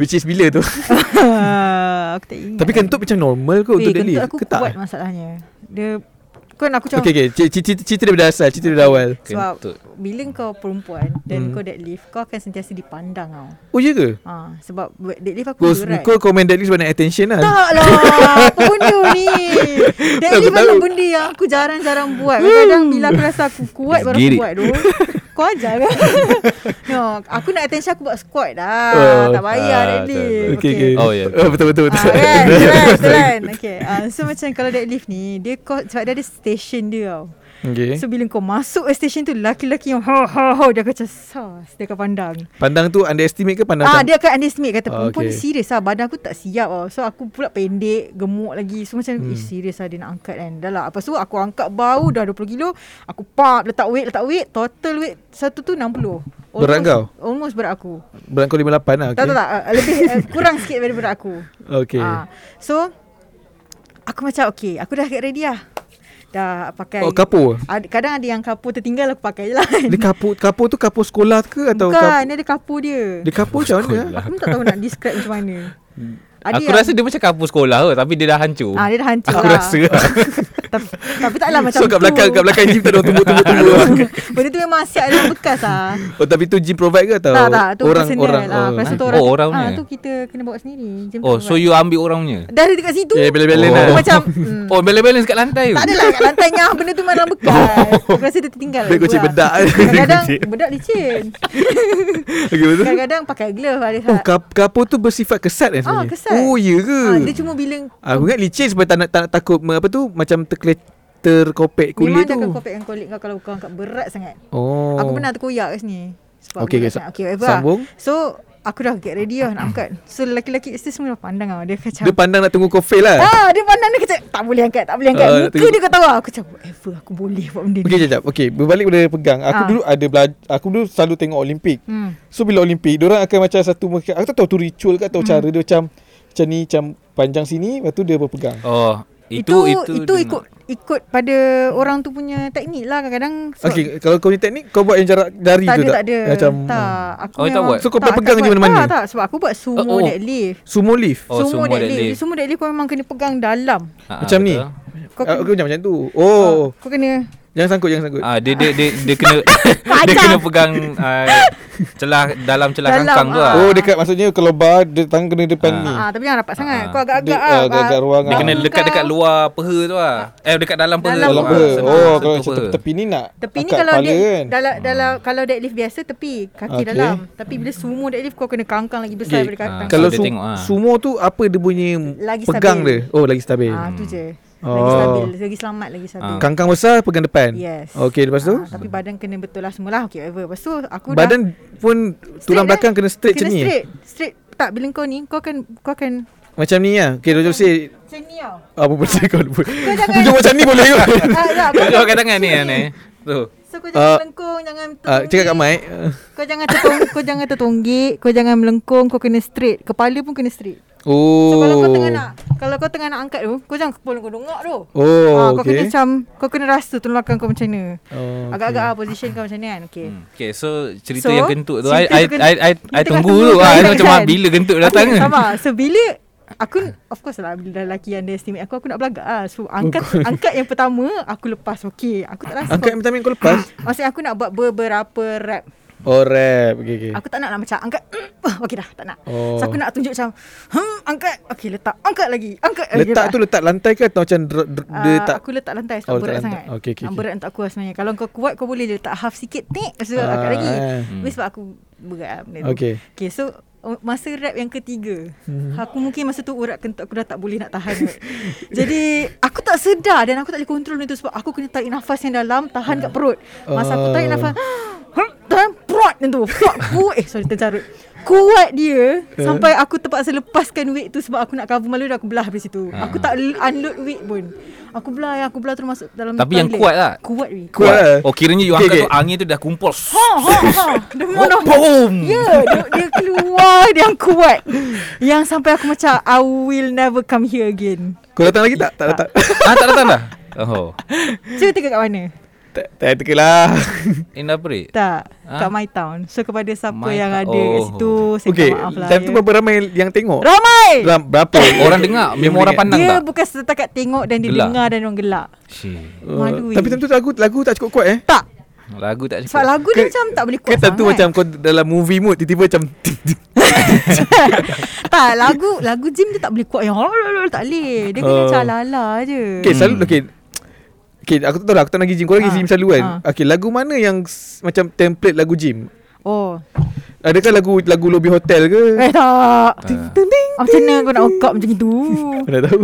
Speaker 1: which is bila tu?
Speaker 3: Ah, Aku tak ingat
Speaker 1: Tapi kentut macam normal ke
Speaker 3: Weh,
Speaker 1: untuk
Speaker 3: kentut
Speaker 1: deadlift?
Speaker 3: aku
Speaker 1: Ke
Speaker 3: kuat
Speaker 1: tak?
Speaker 3: masalahnya Dia Kan aku macam
Speaker 1: Okay, okay. Ci- ci- ci- Cerita daripada asal, cerita daripada awal.
Speaker 3: Sebab
Speaker 2: Kentut.
Speaker 3: bila kau perempuan dan
Speaker 1: Hmm.
Speaker 3: kau deadlift, kau akan sentiasa dipandang tau.
Speaker 1: Oh, ya ke?
Speaker 3: Ha, sebab buat deadlift aku
Speaker 1: Kau,
Speaker 3: berat.
Speaker 1: kau komen deadlift sebab nak attention lah.
Speaker 3: Tak
Speaker 1: (laughs)
Speaker 3: lah Apa benda ni Deadlift
Speaker 1: Aku tahu.
Speaker 3: adalah benda yang aku jarang-jarang buat Kadang-kadang bila aku rasa aku kuat
Speaker 2: Let's
Speaker 3: Baru
Speaker 2: get
Speaker 3: aku
Speaker 2: it.
Speaker 3: buat tu Kau ajar kan (laughs) no, Aku nak attention aku buat squat dah
Speaker 1: Oh,
Speaker 3: Tak payah
Speaker 2: ah,
Speaker 3: deadlift
Speaker 1: Okay, okay.
Speaker 2: Oh, ya.
Speaker 1: Oh, betul, betul,
Speaker 3: Ah,
Speaker 1: betul. (laughs)
Speaker 3: (laughs) kan, kan, kan. Okay. ah, so macam kalau deadlift ni dia kau, sebab dia ada station dia tau.
Speaker 1: Okay.
Speaker 3: So bila kau masuk ke station tu laki-laki yang ho ho ho dia akan macam sas dia akan pandang.
Speaker 1: Pandang tu underestimate ke pandang
Speaker 3: Ah
Speaker 1: macam-
Speaker 3: dia akan underestimate kata
Speaker 1: Ah,
Speaker 3: perempuan
Speaker 1: okay.
Speaker 3: okay. ni serius ah badan aku tak siap ah. So aku pula pendek, gemuk lagi. So macam
Speaker 1: Hmm.
Speaker 3: hmm. eh serius ah dia nak angkat kan. Dah lah. Lepas tu aku angkat bau dah 20 kilo, aku pump letak weight, letak weight, total weight satu tu 60. Almost,
Speaker 1: Berat kau?
Speaker 3: Almost berat aku.
Speaker 1: Berat kau 58 lah.
Speaker 3: Okay.
Speaker 1: Okay.
Speaker 3: Tak tak tak, ah, lebih uh, kurang sikit daripada berat aku.
Speaker 1: Okay.
Speaker 3: Ah, so aku macam okay, aku dah get ready lah. Dah pakai
Speaker 1: Oh,
Speaker 3: (laughs)
Speaker 1: kapur?
Speaker 3: Ad- kadang ada yang kapur tertinggal aku pakai je lah. kan.
Speaker 1: Dia kapur, kapur tu kapur sekolah ke atau lah.
Speaker 3: Bukan,
Speaker 1: kapur?
Speaker 3: dia ada kapur dia.
Speaker 1: Dia kapur macam mana?
Speaker 2: Sekolah.
Speaker 3: Aku pun tak tahu nak describe macam mana.
Speaker 1: Hmm.
Speaker 3: Ada
Speaker 2: Aku rasa dia macam kapur sekolah kot Tapi dia dah
Speaker 1: Oh.
Speaker 2: hancur
Speaker 3: Ah, dia dah hancur
Speaker 2: Aku
Speaker 3: lah.
Speaker 2: rasa lah.
Speaker 3: tapi, tapi
Speaker 1: (laughs)
Speaker 3: taklah lah macam
Speaker 1: So kat
Speaker 3: tu.
Speaker 1: belakang kat belakang gym tu ada tumbuh-tumbuh-tumbuh.
Speaker 3: (laughs) Benda tu memang asyik ada bekas ah.
Speaker 1: Oh tapi tu gym provide ke atau
Speaker 3: tak tak tu
Speaker 1: orang
Speaker 3: personal
Speaker 1: orang?
Speaker 3: lah. Aku rasa tu
Speaker 2: Oh,
Speaker 3: orang.
Speaker 2: orang
Speaker 3: ah,
Speaker 2: punya.
Speaker 3: tu kita kena bawa sendiri. Macam
Speaker 2: Oh
Speaker 3: tu
Speaker 2: so
Speaker 3: kan.
Speaker 2: you ambil orang punya
Speaker 3: dah ada dekat situ.
Speaker 1: Yeah, balance-balance
Speaker 2: lah.
Speaker 3: Aku Macam mm,
Speaker 2: Oh balance-balance kat lantai tu
Speaker 3: tak adalah kat lantai nyah benda tu
Speaker 1: (laughs)
Speaker 3: memang bekas. Aku rasa dia tertinggal.
Speaker 1: Oh. Dia kocik bedak.
Speaker 3: (laughs) Kadang-kadang bedak
Speaker 1: (laughs)
Speaker 3: licin.
Speaker 1: (laughs) Okay, betul.
Speaker 3: Kadang-kadang pakai glove ada.
Speaker 1: Oh kap, kapur tu bersifat kesat kan
Speaker 3: Ah,
Speaker 1: sebenarnya?
Speaker 3: kesat.
Speaker 1: Oh ya ke?
Speaker 3: Ah, dia cuma bila
Speaker 1: Aku ingat licin sebab tak nak, tak nak takut me- apa tu macam terkle, terkopek
Speaker 3: Memang
Speaker 1: kulit
Speaker 3: dia akan
Speaker 1: tu.
Speaker 3: kopek dengan kulit kau kalau kau angkat berat sangat.
Speaker 1: Oh.
Speaker 3: Oh. Aku pernah terkoyak kat sini. Sebab
Speaker 1: Okay,
Speaker 3: berat
Speaker 1: okay,
Speaker 3: sangat.
Speaker 1: sa-
Speaker 3: okay, whatever
Speaker 1: sambung.
Speaker 3: Lah. So, aku dah get ready lah nak angkat. So, lelaki-lelaki itu semua dah pandang lah. Dia macam...
Speaker 1: Dia pandang nak tunggu kau fail lah.
Speaker 3: ah, dia pandang dia macam, tak boleh angkat, tak boleh angkat.
Speaker 1: Ah,
Speaker 3: Uh, Muka
Speaker 1: tengok.
Speaker 3: dia kau tahu lah. Aku macam, whatever, aku boleh buat benda ni.
Speaker 1: Okey jap jap. Okey, berbalik pada pegang. Aku
Speaker 3: Ah.
Speaker 1: dulu ada bela- aku dulu selalu tengok Olimpik.
Speaker 3: Hmm.
Speaker 1: So bila Olimpik, diorang akan macam satu macam- aku tak tahu tu ritual ke
Speaker 3: Hmm.
Speaker 1: atau cara dia macam macam ni macam panjang sini lepas tu dia berpegang.
Speaker 2: Oh Itu
Speaker 3: Itu, itu, itu
Speaker 2: dia
Speaker 3: ikut ikut pada orang tu punya teknik lah kadang-kadang sebab
Speaker 1: Okey, kalau kau punya teknik kau buat yang jarak dari tu
Speaker 3: tak ada
Speaker 1: tak?
Speaker 3: tak ada
Speaker 1: Macam
Speaker 3: tak aku
Speaker 2: Oh, tak
Speaker 3: memang
Speaker 2: buat?
Speaker 1: So, kau
Speaker 3: tak,
Speaker 1: pegang
Speaker 3: tak
Speaker 1: je
Speaker 3: buat. Ah,
Speaker 1: mana-mana?
Speaker 3: tak tak sebab aku buat sumo
Speaker 2: Oh, oh.
Speaker 3: deadlift
Speaker 1: sumo lift.
Speaker 2: Oh, sumo deadlift.
Speaker 3: sumo deadlift kau memang kena pegang dalam
Speaker 2: Ah, ah,
Speaker 1: Macam ni.
Speaker 2: betul.
Speaker 3: kau
Speaker 1: Ah,
Speaker 3: kena,
Speaker 1: Aku macam macam tu. Oh,
Speaker 3: kau kena
Speaker 1: jangan sangkut jangan sangkut.
Speaker 2: Ah dia dia dia, dia
Speaker 3: (laughs)
Speaker 2: kena dia
Speaker 3: Kacau.
Speaker 2: kena pegang uh, celah dalam celah
Speaker 3: Dalam,
Speaker 2: kangkang tu lah.
Speaker 1: Oh, dekat maksudnya kalau bar dia tangan kena depan
Speaker 2: Ah.
Speaker 1: ni.
Speaker 3: Ah, tapi jangan rapat sangat.
Speaker 2: Ah.
Speaker 3: Kau agak-agak lah,
Speaker 1: Dia- ah, agak-agak ruangan.
Speaker 2: Dia kena
Speaker 3: bahu
Speaker 2: dekat-dekat
Speaker 3: kau.
Speaker 2: luar peha tu lah. Eh dekat dalam peha.
Speaker 3: Dalam
Speaker 1: Dalam
Speaker 2: tu
Speaker 1: apa?
Speaker 2: lah.
Speaker 3: peha.
Speaker 2: Sentuh-
Speaker 1: Oh,
Speaker 2: sentuh
Speaker 1: kalau macam
Speaker 2: peha.
Speaker 1: te- tepi ni nak
Speaker 3: Tepi ni
Speaker 1: angkat
Speaker 3: kalau
Speaker 1: kepala
Speaker 3: dia
Speaker 1: kan.
Speaker 3: dalam
Speaker 2: Ah.
Speaker 3: dalam kalau deadlift biasa tepi, kaki
Speaker 1: Okey.
Speaker 3: dalam. Tapi bila sumo deadlift kau kena kangkang lagi
Speaker 1: Okey,
Speaker 3: besar daripada
Speaker 2: ah,
Speaker 3: kangkang.
Speaker 1: Kalau
Speaker 2: dia
Speaker 1: su-
Speaker 2: tengok, ah.
Speaker 1: sumo tu apa dia punya
Speaker 3: Lagi
Speaker 1: pegang
Speaker 3: stabil.
Speaker 1: dia? Oh, lagi stabil.
Speaker 3: ah tu je. Lagi
Speaker 1: Oh.
Speaker 3: stabil, lagi selamat, lagi stabil.
Speaker 2: Ah.
Speaker 1: Kangkang besar pegang depan.
Speaker 3: Yes.
Speaker 1: Okey, lepas tu?
Speaker 3: Ah, tapi badan kena betul lah semualah. Okay, whatever. Lepas tu aku dah
Speaker 1: Badan pun tulang
Speaker 3: Straight lah.
Speaker 1: belakang kena straight macam
Speaker 3: kena
Speaker 1: ni. eh?
Speaker 3: straight. Straight tak bila kau ni kau akan kau akan
Speaker 1: Macam ni lah. Okay, Rojo say
Speaker 3: macam ni tau.
Speaker 1: apa benda kau buat.
Speaker 3: Ah. Kau jangan-
Speaker 1: Tunjuk macam ni boleh
Speaker 3: (laughs)
Speaker 1: ke?
Speaker 3: Ah, (laughs) tak,
Speaker 2: Kau
Speaker 3: kau,
Speaker 2: jawab kat tangan ni ni. Tu.
Speaker 3: so kau jangan
Speaker 1: Ah.
Speaker 3: melengkung, jangan
Speaker 1: Ah,
Speaker 3: tertungging.
Speaker 1: cakap kat mic. Ah.
Speaker 3: Kau jangan tertong, kau jangan tertonggik, kau jangan melengkung, kau kena straight. Kepala pun kena straight.
Speaker 1: Oh.
Speaker 3: So kalau kau tengah nak Kalau kau tengah nak angkat tu Kau jangan kepala kau dongak tu
Speaker 1: Oh,
Speaker 3: Ah, Kau
Speaker 1: okay.
Speaker 3: kena macam Kau kena rasa tulang belakang kau macam mana
Speaker 1: Oh,
Speaker 3: Agak-agak ah, position kau macam ni kan Okay hmm.
Speaker 2: Okay so cerita
Speaker 3: So,
Speaker 2: yang kentut tu
Speaker 3: cerita
Speaker 2: I I
Speaker 3: tu kentut.
Speaker 2: I I,
Speaker 3: Kita
Speaker 2: I
Speaker 3: tengah
Speaker 2: tunggu
Speaker 3: tunggu
Speaker 2: tu ah
Speaker 3: kan,
Speaker 2: I macam
Speaker 3: kan?
Speaker 2: ah, bila kentut datang
Speaker 3: okay,
Speaker 2: kan.
Speaker 3: (laughs) Sabar So bila Aku Of course lah Bila lelaki underestimate aku Aku nak belagak lah So angkat
Speaker 2: Oh.
Speaker 3: angkat yang pertama Aku lepas okay Aku tak rasa
Speaker 1: Angkat yang
Speaker 3: kau-
Speaker 1: pertama yang kau
Speaker 3: (coughs)
Speaker 1: lepas.
Speaker 3: Maksudnya aku nak buat beberapa rap
Speaker 1: Oh, rap. Okay, okay.
Speaker 3: Aku tak nak lah macam angkat (clears throat) Okay dah tak nak
Speaker 1: Oh.
Speaker 3: So aku nak tunjuk macam hmm, Angkat Okay letak Angkat lagi Angkat lagi
Speaker 1: Letak
Speaker 3: dah.
Speaker 1: tu letak lantai ke atau macam dr- dr- dia
Speaker 3: Uh,
Speaker 1: tak
Speaker 3: ah. aku letak lantai
Speaker 1: Oh,
Speaker 3: sebab oh,
Speaker 1: letak
Speaker 3: berat
Speaker 1: lantai.
Speaker 3: sangat.
Speaker 1: Okey, okey,
Speaker 3: Ah,
Speaker 1: okey.
Speaker 3: Berat untuk aku lah sebenarnya. Kalau kau kuat kau boleh letak half sikit tik so
Speaker 1: Ah,
Speaker 3: angkat lagi.
Speaker 1: eh.
Speaker 3: Tapi sebab aku berat lah benda tu.
Speaker 1: Okey. Hmm.
Speaker 3: Okey, so o- masa rap yang ketiga. Aku mungkin masa tu urat kentut aku dah tak boleh nak tahan. (laughs) kot. Jadi aku tak sedar dan aku tak boleh kontrol benda tu sebab aku kena tarik nafas yang dalam, tahan kat perut. Masa aku tarik
Speaker 1: Ah.
Speaker 3: nafas (gasps) Dan prot tu Prot ku Eh sorry tercarut Kuat dia Sampai aku terpaksa lepaskan weight tu Sebab aku nak cover malu Dan aku belah dari situ
Speaker 2: Ah.
Speaker 3: Aku tak l- unload weight pun Aku belah yang Aku belah terus masuk dalam
Speaker 2: Tapi yang
Speaker 3: toilet.
Speaker 2: kuat tak?
Speaker 3: Kuat weh
Speaker 1: Kuat lah.
Speaker 2: Oh kiranya you
Speaker 1: Okay,
Speaker 2: angkat
Speaker 1: okay.
Speaker 2: tu angin tu dah kumpul.
Speaker 3: Ha ha
Speaker 2: (laughs)
Speaker 3: ha Demam dah
Speaker 2: Boom.
Speaker 3: Ya dia, dia keluar Dia yang kuat Yang sampai aku macam I will never come here again (laughs)
Speaker 1: Kau datang lagi tak? Tak datang.
Speaker 2: Ah tak datang dah. Oh.
Speaker 3: Cerita kat mana?
Speaker 1: Tak tactical lah. (laughs)
Speaker 2: In Dabrik
Speaker 3: Tak
Speaker 2: Ha?
Speaker 3: Kat my town So kepada siapa
Speaker 2: My
Speaker 3: yang
Speaker 2: town.
Speaker 3: ada kat
Speaker 2: Oh.
Speaker 3: situ Saya
Speaker 1: okay,
Speaker 3: minta maaf lah
Speaker 1: time tu
Speaker 3: ya.
Speaker 1: berapa ramai yang tengok?
Speaker 3: Ramai
Speaker 1: Ram, berapa?
Speaker 2: (laughs) Orang dengar
Speaker 1: Yang
Speaker 2: Memang orang
Speaker 1: mendengar.
Speaker 2: pandang
Speaker 3: Dia
Speaker 2: tak
Speaker 3: bukan setakat tengok Dan dia
Speaker 2: Gelak.
Speaker 3: dengar Dan orang gelak
Speaker 2: Shit.
Speaker 3: Malu
Speaker 1: Uh, tapi
Speaker 3: eh.
Speaker 1: time tu lagu lagu tak cukup kuat eh.
Speaker 3: Tak
Speaker 2: Lagu tak cukup
Speaker 3: Sebab lagu dia
Speaker 1: Ke-
Speaker 3: macam Tak boleh
Speaker 1: Ke
Speaker 3: kuat
Speaker 1: time tu
Speaker 3: sangat Hmm.
Speaker 1: macam kau dalam movie mood tiba-tiba macam
Speaker 3: (laughs) Tak lagu Lagu gym dia tak boleh kuat Yang tak boleh Dia kena
Speaker 1: Oh.
Speaker 3: macam ala-ala je
Speaker 1: Okay selalu Okay Okay aku tak tahu lah Aku tak nak pergi gym Kau lagi
Speaker 3: Ha,
Speaker 1: gym selalu kan
Speaker 3: ha.
Speaker 1: Okay lagu mana yang s- Macam template lagu gym
Speaker 3: Oh
Speaker 1: Adakah lagu Lagu lobby hotel ke
Speaker 3: Eh tak
Speaker 2: Tak.
Speaker 1: Ting ting
Speaker 3: Ah, Macam mana kau nak workout macam itu
Speaker 1: Kau dah tahu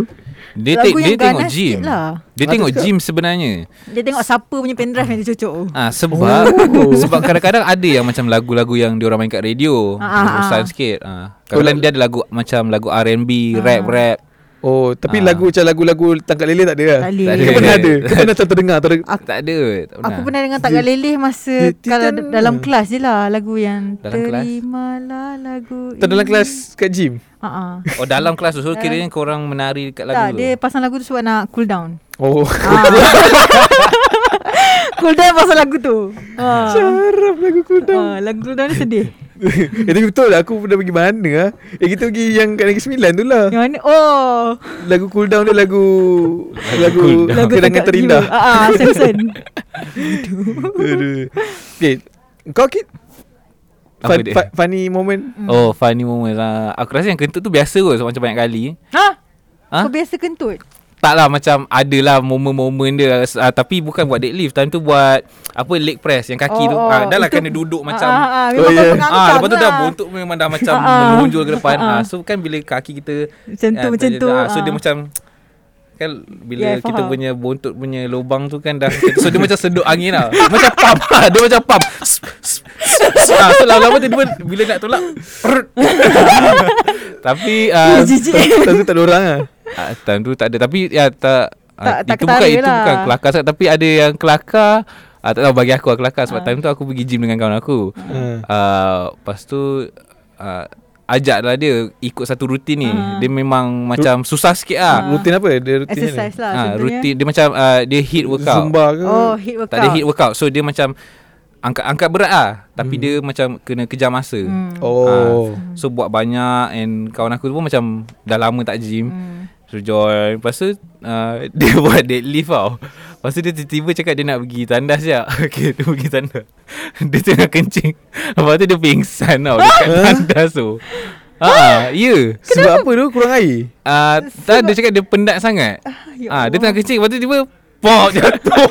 Speaker 2: Dia,
Speaker 3: Lagu
Speaker 2: te-
Speaker 3: yang
Speaker 2: dia tengok
Speaker 3: ganas sikit
Speaker 2: gym
Speaker 3: lah.
Speaker 2: Dia
Speaker 1: Ah,
Speaker 2: tengok
Speaker 1: tu cakap.
Speaker 2: gym sebenarnya
Speaker 3: Dia tengok siapa punya pendrive yang dia cucuk
Speaker 2: Ah sebab
Speaker 1: Oh.
Speaker 2: (laughs) sebab kadang-kadang ada yang macam lagu-lagu yang diorang main kat radio
Speaker 3: Ah, ah,
Speaker 2: ah,
Speaker 3: ah.
Speaker 2: ah. sikit. Ah.
Speaker 1: Oh,
Speaker 2: Kadang-kadang
Speaker 1: lagu-
Speaker 2: dia ada lagu macam lagu R&B, rap, rap.
Speaker 1: Oh tapi
Speaker 2: Ah.
Speaker 1: lagu macam lagu-lagu Tangkap lele tak ada lah
Speaker 3: Tak ada.
Speaker 2: Tak ada.
Speaker 1: Kau
Speaker 2: (laughs)
Speaker 1: pernah ada Kau pernah terdengar ter...
Speaker 3: Aku-
Speaker 2: Tak ada, tak pernah.
Speaker 3: Aku pernah dengar tak kat leleh masa
Speaker 1: Dia- dia
Speaker 3: kalau
Speaker 1: kan-
Speaker 3: d- dalam kelas je lah lagu yang
Speaker 2: Dalam kelas?
Speaker 3: terimalah lagu.
Speaker 1: Ter dalam
Speaker 3: ini.
Speaker 1: kelas kat gym
Speaker 3: Ha ah.
Speaker 2: Oh dalam kelas tu so
Speaker 3: (laughs) Dalam-
Speaker 2: kiranya korang menari dekat lagu
Speaker 3: Tak,
Speaker 2: tu.
Speaker 3: dia pasang lagu tu sebab nak cool down.
Speaker 1: Oh
Speaker 3: Ah. (laughs) cool down pasal lagu tu.
Speaker 1: (laughs)
Speaker 3: Ha.
Speaker 1: Harap lagu cool down
Speaker 3: Ah, lagu cool down ni sedih.
Speaker 1: Eh tapi betul lah Aku pernah pergi mana lah Eh kita pergi yang Kat Negeri Sembilan tu lah
Speaker 3: Yang mana? Oh,
Speaker 1: Lagu cool down dia lagu Lagu
Speaker 2: cool down.
Speaker 1: Lagu Kenangan
Speaker 3: tangkap
Speaker 1: Terindah
Speaker 3: you. Ah, ah, (laughs) Samson.
Speaker 1: Aduh. Okay Kau kid fun,
Speaker 2: Apa dia?
Speaker 1: fun, Funny moment
Speaker 3: Hmm.
Speaker 2: Oh funny moment lah. Aku rasa yang kentut tu biasa kot so, macam banyak kali.
Speaker 3: ha?
Speaker 2: Ha?
Speaker 3: Kau biasa kentut.
Speaker 2: Tak lah macam adalah momen-momen dia uh, tapi bukan buat deadlift. Time tu buat apa leg press yang kaki tu. Ah, dah lah
Speaker 3: Oh, itu-
Speaker 2: kena duduk
Speaker 3: Ah,
Speaker 2: macam
Speaker 3: ah,
Speaker 1: Oh,
Speaker 3: ah, memang kau
Speaker 1: yeah.
Speaker 3: pengangkang
Speaker 2: Ah, lepas tu dah
Speaker 3: lah.
Speaker 2: bontot memang dah macam
Speaker 3: Ah, ah.
Speaker 2: menonjol ke depan.
Speaker 3: Ah, ah.
Speaker 2: Ah, so kan bila kaki kita
Speaker 3: Macam tu,
Speaker 2: ah,
Speaker 3: macam
Speaker 2: tak-
Speaker 3: tu,
Speaker 2: ah, so
Speaker 3: ah.
Speaker 2: dia macam kan bila
Speaker 3: Yeah,
Speaker 2: yeah, kita
Speaker 3: faham.
Speaker 2: punya bontot punya lubang tu kan dah so dia macam sedut angin
Speaker 3: (laughs)
Speaker 2: lah. Macam pump. Ah, dia macam pump. ah, so lama-lama tiba bila nak tolak. perut. (laughs) Tapi
Speaker 3: Ah,
Speaker 2: ah,
Speaker 3: Jijik.
Speaker 1: Lepas tu tak ada orang lah
Speaker 2: ah, time tu tak ada tapi ya tak ah,
Speaker 3: Tak- tak
Speaker 2: itu bukan itu
Speaker 3: ketara lah.
Speaker 2: bukan kelakar sangat tapi ada yang kelakar ah, tak tahu bagi aku lah kelakar sebab
Speaker 3: Ah.
Speaker 2: time tu aku pergi gym dengan kawan aku. Uh, lepas tu uh, ajaklah dia ikut satu rutin ni.
Speaker 3: Ah.
Speaker 2: Dia memang macam susah sikit lah.
Speaker 3: Ah.
Speaker 1: Rutin apa Dia rutin
Speaker 3: Exercise lah
Speaker 2: Ha,
Speaker 3: contohnya.
Speaker 2: rutin dia macam uh, dia hit workout.
Speaker 1: Zumba ke Ah.
Speaker 3: Oh, hit workout.
Speaker 2: Tak ada
Speaker 3: (laughs)
Speaker 2: hit workout. So dia macam angkat angkat berat lah tapi dia macam kena kejar masa.
Speaker 3: Hmm.
Speaker 1: Oh
Speaker 2: Ha, so buat banyak and kawan aku tu pun macam dah lama tak gym.
Speaker 3: Hmm.
Speaker 2: So join. Lepas tu uh, (laughs) dia buat deadlift tau. Lepas tu dia tiba-tiba cakap dia nak pergi tandas je. (laughs) okay, dia pergi tandas. (laughs) dia tengah kencing. Lepas tu dia pingsan tau dekat tandas tu. Ha, ya. Yeah.
Speaker 1: Sebab apa tu Kurang air
Speaker 2: Uh, tak, dia cakap dia pendat sangat.
Speaker 3: ya
Speaker 2: Ah, dia
Speaker 3: Allah.
Speaker 2: tengah kencing. Lepas tu tiba pop (laughs) jatuh.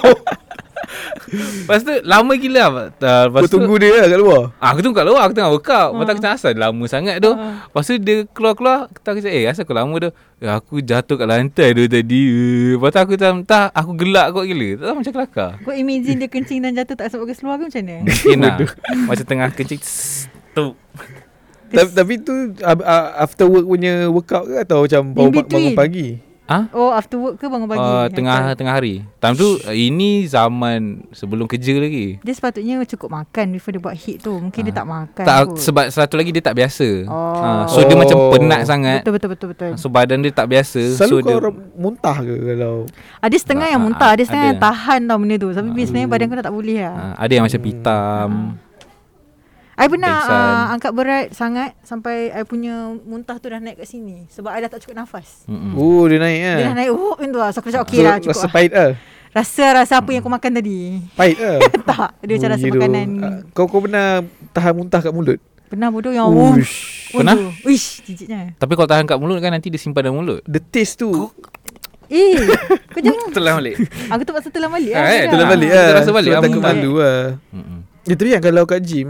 Speaker 2: Lepas tu lama gila. Uh, lepas
Speaker 1: Kau
Speaker 2: tu
Speaker 1: tunggu dia lah kat luar
Speaker 2: Ah, aku tunggu kat luar Aku tengah workout Lepas tu
Speaker 3: Ah.
Speaker 2: aku cakap Asal lama sangat tu Lepas tu dia keluar-keluar Kita aku cakap Eh asal aku lama tu ya, Aku jatuh kat lantai tu tadi Eh, Lepas tu aku macam Tak aku gelak kot gila Tak tahu macam kelakar
Speaker 3: Kau imagine dia kencing dan jatuh tak sempat ke seluar ke macam mana?
Speaker 2: (laughs) Mungkin lah Macam tengah kencing tss, Tu
Speaker 1: tapi, tapi tu ah, ah, After work punya workout ke Atau macam Baru ba- bangun
Speaker 3: between.
Speaker 1: pagi
Speaker 2: Ha?
Speaker 3: Oh after work ke bangun pagi?
Speaker 2: Uh,
Speaker 3: Hantar.
Speaker 2: tengah tengah hari Time tu eh, Ini zaman Sebelum kerja lagi
Speaker 3: Dia sepatutnya cukup makan before dia buat hit tu. Mungkin dia tak makan
Speaker 2: Ah. tak
Speaker 3: kot.
Speaker 2: sebab satu lagi dia tak biasa.
Speaker 3: Oh.
Speaker 2: Ah, so dia
Speaker 1: Oh.
Speaker 2: macam penat sangat. Ah,
Speaker 3: Betul betul betul betul.
Speaker 2: So badan dia tak biasa.
Speaker 1: Selalu
Speaker 2: so
Speaker 1: kau
Speaker 2: dia
Speaker 1: orang muntah ke Kalau
Speaker 3: Ada setengah
Speaker 2: Ah,
Speaker 3: yang
Speaker 2: ah,
Speaker 3: muntah, ada
Speaker 2: ada.
Speaker 3: setengah yang tahan tau benda tu. Tapi biasanya badan kau dah tak boleh lah.
Speaker 2: ah, ada yang macam pitam.
Speaker 3: Ah. I pernah
Speaker 2: pingsan.
Speaker 3: uh, angkat berat sangat sampai I punya muntah tu dah naik kat sini sebab I dah tak cukup nafas.
Speaker 2: Mm-mm.
Speaker 1: Oh dia naik
Speaker 2: Ya.
Speaker 1: lah
Speaker 3: Dia dah naik oh tu lah. So aku cakap okey lah cukup.
Speaker 1: Rasa
Speaker 3: Rasa,
Speaker 1: pahit lah
Speaker 3: rasa rasa apa yang kau makan tadi. (laughs)
Speaker 1: Pahit lah
Speaker 3: tak, dia macam rasa
Speaker 1: Bunyi tu.
Speaker 3: makanan.
Speaker 1: Ah, Kau kau pernah Tahan muntah kat mulut
Speaker 3: Pernah bodoh yang oh.
Speaker 1: Uish.
Speaker 2: Pernah?
Speaker 3: Uish, jijiknya.
Speaker 2: Tapi kalau tahan kat mulut kan nanti dia simpan
Speaker 1: (laughs)
Speaker 2: dalam mulut.
Speaker 1: The taste tu
Speaker 3: Eh, kau jangan
Speaker 2: Telan balik.
Speaker 3: Aku terpaksa telan balik
Speaker 2: Ah, eh,
Speaker 3: Zira.
Speaker 1: Telan balik
Speaker 2: Ah,
Speaker 1: lah
Speaker 2: kita rasa balik
Speaker 1: Sebab
Speaker 2: lah,
Speaker 1: Takut
Speaker 3: muntah.
Speaker 1: malu lah
Speaker 2: Mm-mm.
Speaker 1: Ya tapi kan kalau kat gym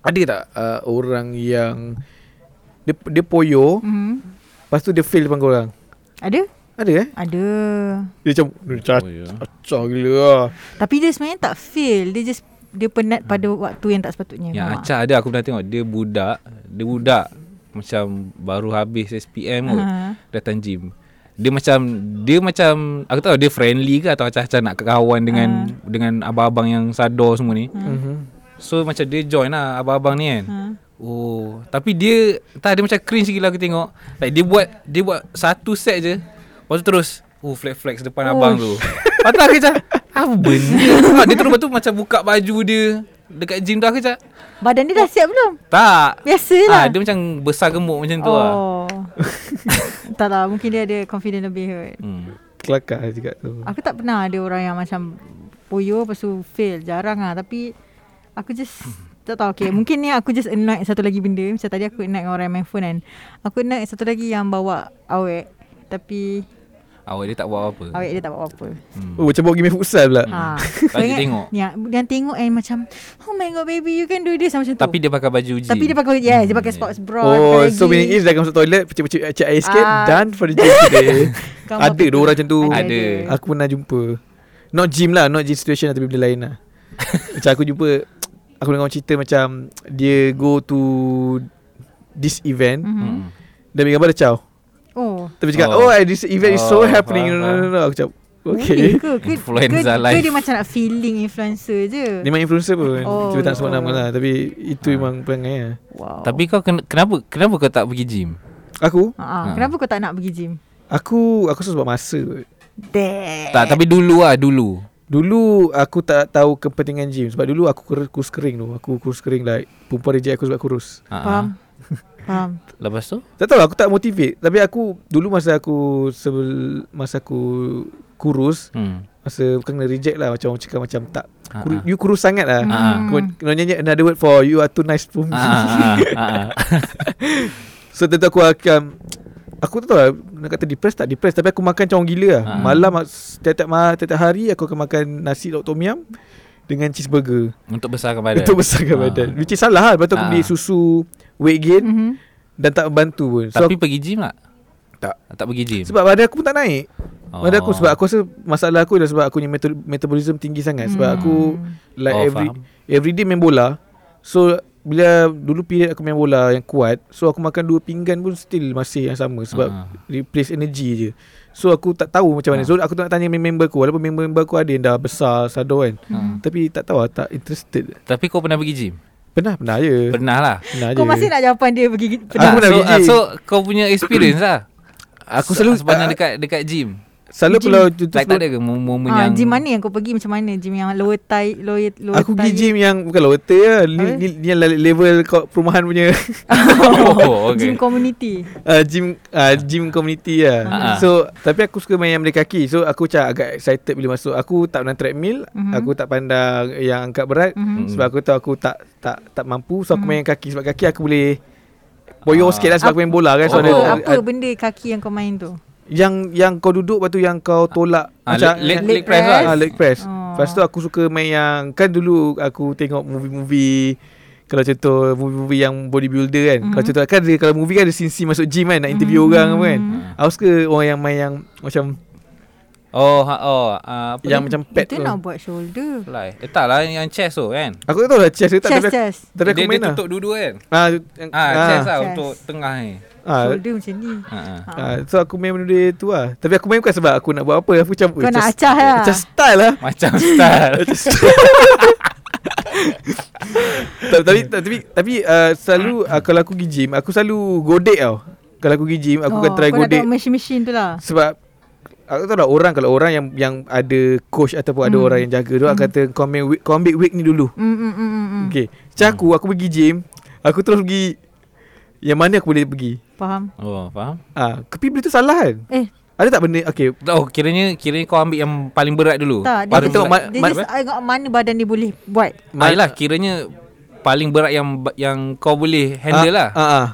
Speaker 1: Ada tak uh, orang yang dia, dia poyo
Speaker 3: Mhm.
Speaker 1: Lepas tu dia fail depan korang
Speaker 3: Ada?
Speaker 1: Ada eh
Speaker 3: Ada
Speaker 1: Dia macam Dia
Speaker 2: Oh, ya.
Speaker 1: cacah gila lah
Speaker 3: Tapi dia sebenarnya tak fail Dia just Dia penat pada waktu yang tak sepatutnya
Speaker 2: Yang
Speaker 3: Ha.
Speaker 2: Ya, acak ada aku pernah tengok dia budak, dia budak macam baru habis SPM kot
Speaker 3: Ha.
Speaker 2: datang gym. Dia macam dia macam aku tak tahu dia friendly ke atau acak-acak nak kawan dengan
Speaker 3: Ah.
Speaker 2: dengan abang-abang yang sador semua ni.
Speaker 1: mm-hmm.
Speaker 2: So macam dia join lah abang-abang ni kan.
Speaker 3: Ha.
Speaker 2: Oh, tapi dia tak dia macam cringe gila aku tengok. Like dia buat dia buat satu set je. Lepas tu terus Oh flex flex depan
Speaker 3: Oh,
Speaker 2: abang tu Lepas tu aku macam Apa
Speaker 3: (laughs)
Speaker 2: benda Ah, Dia terus lepas tu macam buka baju dia Dekat gym dah kejap
Speaker 3: Badan dia dah siap belum?
Speaker 2: Tak
Speaker 3: Biasalah.
Speaker 2: ah, Dia macam besar gemuk macam tu lah
Speaker 3: Oh. (laughs) tak lah, mungkin dia ada confident lebih kot.
Speaker 2: hmm.
Speaker 1: Kelakar juga tu.
Speaker 3: Aku tak pernah ada orang yang macam puyuh lepas tu fail. Jarang lah. Tapi aku just
Speaker 2: Hmm.
Speaker 3: tak tahu. Okay. Mungkin ni aku just annoyed satu lagi benda. Macam tadi aku annoyed dengan orang yang main phone kan. Aku annoyed satu lagi yang bawa awet. Tapi
Speaker 2: Awak dia tak buat apa-apa
Speaker 3: awet dia tak buat apa-apa.
Speaker 2: hmm.
Speaker 1: Oh, macam bawa pergi main futsal pula.
Speaker 3: Ha.
Speaker 2: Lagi tengok.
Speaker 3: Ya, yang tengok and macam oh my god baby you can do this macam tu.
Speaker 2: Tapi dia pakai baju gym
Speaker 3: tapi dia pakai yes, dia pakai sports bra.
Speaker 1: Oh,
Speaker 3: pakai
Speaker 1: so
Speaker 3: legging.
Speaker 1: meaning is dah masuk toilet, pecik-pecik cek air sikit,
Speaker 3: Ah.
Speaker 1: done for the gym
Speaker 3: (laughs)
Speaker 1: today.
Speaker 3: Gambar
Speaker 1: ada
Speaker 3: betul.
Speaker 1: dua orang macam tu.
Speaker 2: Ada, ada.
Speaker 1: Aku pernah jumpa. Not gym lah, not gym situation lah, tapi benda
Speaker 2: (laughs)
Speaker 1: lain lah. macam aku jumpa, aku dengar orang cerita macam dia go to this event,
Speaker 3: Mhm.
Speaker 2: hmm.
Speaker 1: dia ambil gambar dia caw.
Speaker 3: Oh.
Speaker 1: Tapi cakap,
Speaker 2: Oh.
Speaker 1: oh, eh, this event is so
Speaker 2: Oh,
Speaker 1: happening. No,
Speaker 2: faham,
Speaker 1: no, no, no. Aku cakap,
Speaker 3: Boleh
Speaker 1: okay.
Speaker 3: Ke,
Speaker 1: (laughs)
Speaker 3: ke,
Speaker 2: Influenza
Speaker 3: ke,
Speaker 2: life.
Speaker 3: Ke dia macam nak feeling influencer je.
Speaker 1: Dia main influencer pun.
Speaker 3: Oh,
Speaker 1: Kita tak sebut
Speaker 3: oh.
Speaker 1: nama lah. Tapi
Speaker 2: Ah.
Speaker 1: itu memang perangai lah.
Speaker 3: Wow.
Speaker 2: Tapi kau kena, kenapa kenapa kau tak pergi gym?
Speaker 1: Aku?
Speaker 3: Ha, ha. Kenapa kau tak nak pergi gym?
Speaker 1: Aku aku susah sebab masa kot.
Speaker 3: Dek.
Speaker 2: Tak tapi dulu lah dulu.
Speaker 1: Dulu aku tak tahu kepentingan gym Sebab dulu aku kurus, kurus kering tu Aku kurus kering like Perempuan reject aku sebab kurus
Speaker 2: Ha, ha.
Speaker 3: Faham?
Speaker 1: (laughs)
Speaker 3: Faham.
Speaker 2: Lepas tu?
Speaker 1: Tak tahu lah, aku tak motivate Tapi aku Dulu masa aku sebel, Masa aku kurus
Speaker 2: Hmm.
Speaker 1: Masa bukan kena reject lah Macam orang cakap macam tak
Speaker 2: Ha,
Speaker 1: kur,
Speaker 2: ha.
Speaker 1: You kurus sangat lah
Speaker 3: Hmm.
Speaker 2: Ah.
Speaker 1: Kau kau nyanyi another word for You are too nice for me
Speaker 2: Ha, ha, ha, ha.
Speaker 1: (laughs) So tentu aku akan Aku tak tahu lah Nak kata depressed tak depressed Tapi aku makan macam orang gila lah
Speaker 2: Ah.
Speaker 1: Malam setiap-tiap, ma- setiap hari Aku akan makan nasi lauk tom yum Dengan cheeseburger
Speaker 2: Untuk besarkan badan.
Speaker 1: Itu besarkan
Speaker 2: Ah.
Speaker 1: badan Which is salah lah Lepas tu aku
Speaker 2: Ah.
Speaker 1: beli susu Weight gain
Speaker 3: Mhm.
Speaker 1: Dan tak membantu pun so
Speaker 2: Tapi
Speaker 1: Tapi aku,
Speaker 2: pergi gym tak?
Speaker 1: Tak.
Speaker 2: Tak pergi gym.
Speaker 1: Sebab badan aku pun tak naik
Speaker 2: Oh.
Speaker 1: Badan aku sebab aku rasa Masalah aku adalah sebab Aku punya metal, metabolism tinggi sangat Sebab
Speaker 3: Hmm.
Speaker 1: aku Like
Speaker 2: Oh,
Speaker 1: every
Speaker 2: faham.
Speaker 1: Every day main bola So Bila dulu period aku main bola Yang kuat So aku makan dua pinggan pun Still masih yang sama Sebab
Speaker 2: Ah.
Speaker 1: Replace energy je So aku tak tahu macam mana
Speaker 2: Ah.
Speaker 1: So aku tak nak tanya member aku Walaupun member aku ada yang dah besar Sado kan
Speaker 3: Hmm.
Speaker 2: Ah.
Speaker 1: Tapi tak tahu lah Tak interested
Speaker 2: Tapi kau pernah pergi gym?
Speaker 1: Pernah pernah je
Speaker 2: Pernah lah.
Speaker 1: Pernah
Speaker 3: Kau
Speaker 1: je.
Speaker 3: masih nak jawapan dia pergi
Speaker 1: Aku
Speaker 2: Ah,
Speaker 3: pernah.
Speaker 1: pernah
Speaker 2: so,
Speaker 1: pergi
Speaker 2: ah,
Speaker 1: gym.
Speaker 2: so kau punya experience lah. Aku
Speaker 1: Selalu-
Speaker 2: selalu sebenarnya
Speaker 1: ah,
Speaker 2: dekat dekat gym.
Speaker 1: Selalu
Speaker 3: Gym.
Speaker 1: kalau tu,
Speaker 2: Like tak ada ke mo- momen
Speaker 3: Ha,
Speaker 2: yang
Speaker 3: gym mana yang kau pergi macam mana? Gym yang lower thigh, lower, lower
Speaker 1: Aku pergi
Speaker 3: thigh. (laughs)
Speaker 1: gym yang Bukan lah hotel lah ni,
Speaker 3: Apa?
Speaker 1: ni, ni yang level kau, perumahan punya
Speaker 2: (laughs) Oh, okay.
Speaker 3: Gym community.
Speaker 1: uh, Gym uh, Gym community lah
Speaker 2: Ah.
Speaker 1: So Tapi aku suka main yang benda kaki So aku macam agak excited bila masuk Aku tak pernah treadmill
Speaker 3: Mhm.
Speaker 1: Aku tak pandang Yang angkat berat
Speaker 2: Hmm.
Speaker 3: Mhm.
Speaker 1: Sebab aku tahu aku tak Tak tak mampu So aku main yang kaki Sebab kaki aku boleh Boyong
Speaker 2: Ah.
Speaker 1: sikit lah Sebab aku main bola kan so
Speaker 3: Apa,
Speaker 1: ada,
Speaker 3: apa
Speaker 1: ada-
Speaker 3: benda kaki yang kau main tu?
Speaker 1: Yang yang kau duduk Lepas tu yang kau tolak
Speaker 2: Ah, leg, leg, leg press lah.
Speaker 1: Ah, leg press.
Speaker 3: Oh.
Speaker 1: Lepas tu aku suka main yang kan dulu aku tengok movie-movie kalau contoh movie-movie yang bodybuilder kan. Mm-hmm. Kalau
Speaker 3: Mhm.
Speaker 1: contoh kan dia, kalau movie kan ada scene-scene masuk gym kan nak interview mm-hmm. orang apa kan.
Speaker 3: Hmm. Mhm.
Speaker 1: Aku suka orang yang main yang macam
Speaker 2: Oh, ha, oh, ah, apa
Speaker 1: yang
Speaker 2: ni?
Speaker 1: macam pet
Speaker 3: Itu
Speaker 1: tu.
Speaker 3: nak buat shoulder.
Speaker 2: Fly. Eh, tak lah yang chest tu kan.
Speaker 1: Aku tak tahu lah chest ke tak
Speaker 3: Chest,
Speaker 1: tapi,
Speaker 3: chest.
Speaker 1: tapi aku
Speaker 2: dia,
Speaker 1: main
Speaker 2: dia
Speaker 1: lah.
Speaker 2: tutup dua-dua kan.
Speaker 1: Ah,
Speaker 2: Ah, chest lah
Speaker 3: Chest.
Speaker 2: untuk tengah ni.
Speaker 1: ah,
Speaker 3: Shoulder macam ni.
Speaker 2: Ha. ha.
Speaker 3: Ha.
Speaker 1: ah, so aku main benda tu lah Tapi aku main bukan sebab aku nak buat apa Aku macam eh,
Speaker 3: Kau nak acah lah.
Speaker 1: Macam style lah
Speaker 2: Macam
Speaker 1: (laughs)
Speaker 2: style.
Speaker 1: Ta- tapi ta- tapi tapi uh, selalu uh, kalau aku pergi gym aku selalu godek tau. Kalau aku pergi gym aku akan try
Speaker 3: Oh, kau nak
Speaker 1: godek
Speaker 3: tengok mesin-mesin tu lah.
Speaker 1: sebab aku tahu dah orang kalau orang yang yang ada coach ataupun ada
Speaker 3: Hmm.
Speaker 1: orang yang jaga tu hmm. kata kau ambil weight, kau ambil weight ni dulu.
Speaker 3: Mm, mm, mm, mm, mm.
Speaker 1: Hmm. Okey. Macam aku aku pergi gym, aku terus pergi yang mana aku boleh pergi.
Speaker 3: Faham?
Speaker 2: Oh, faham?
Speaker 1: Ah, tapi benda tu salah kan?
Speaker 3: Eh,
Speaker 1: Ada tak benda okey
Speaker 2: Oh, kiranya kiranya kau ambil yang paling berat dulu.
Speaker 3: tak.
Speaker 1: Baru
Speaker 3: Dia,
Speaker 1: tengok
Speaker 3: just,
Speaker 1: ma-
Speaker 3: dia
Speaker 1: ma-
Speaker 3: just tengok mana badan dia boleh buat.
Speaker 2: Ah, Yelah, kiranya paling berat yang yang kau boleh handle lah.
Speaker 1: Ah, ah.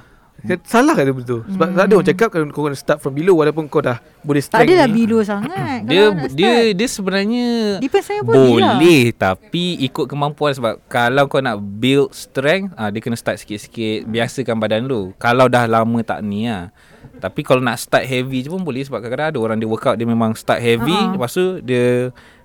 Speaker 1: Kan Salah kan tu betul Sebab hmm. ada orang cakap kalau Kau kena start from below Walaupun kau dah Boleh
Speaker 3: Tak lah,
Speaker 1: strength
Speaker 3: adalah
Speaker 1: ni.
Speaker 3: bilo sangat.
Speaker 2: Dia
Speaker 3: kalau nak
Speaker 2: dia
Speaker 3: start.
Speaker 2: dia sebenarnya
Speaker 3: Depends saya pun lah.
Speaker 2: boleh tapi ikut kemampuan sebab kalau kau nak build strength ah dia kena start sikit-sikit biasakan badan lu kalau dah lama tak ni lah tapi kalau nak start heavy je pun boleh sebab kadang-kadang ada orang dia workout dia memang start heavy
Speaker 3: Ha.
Speaker 2: lepas tu dia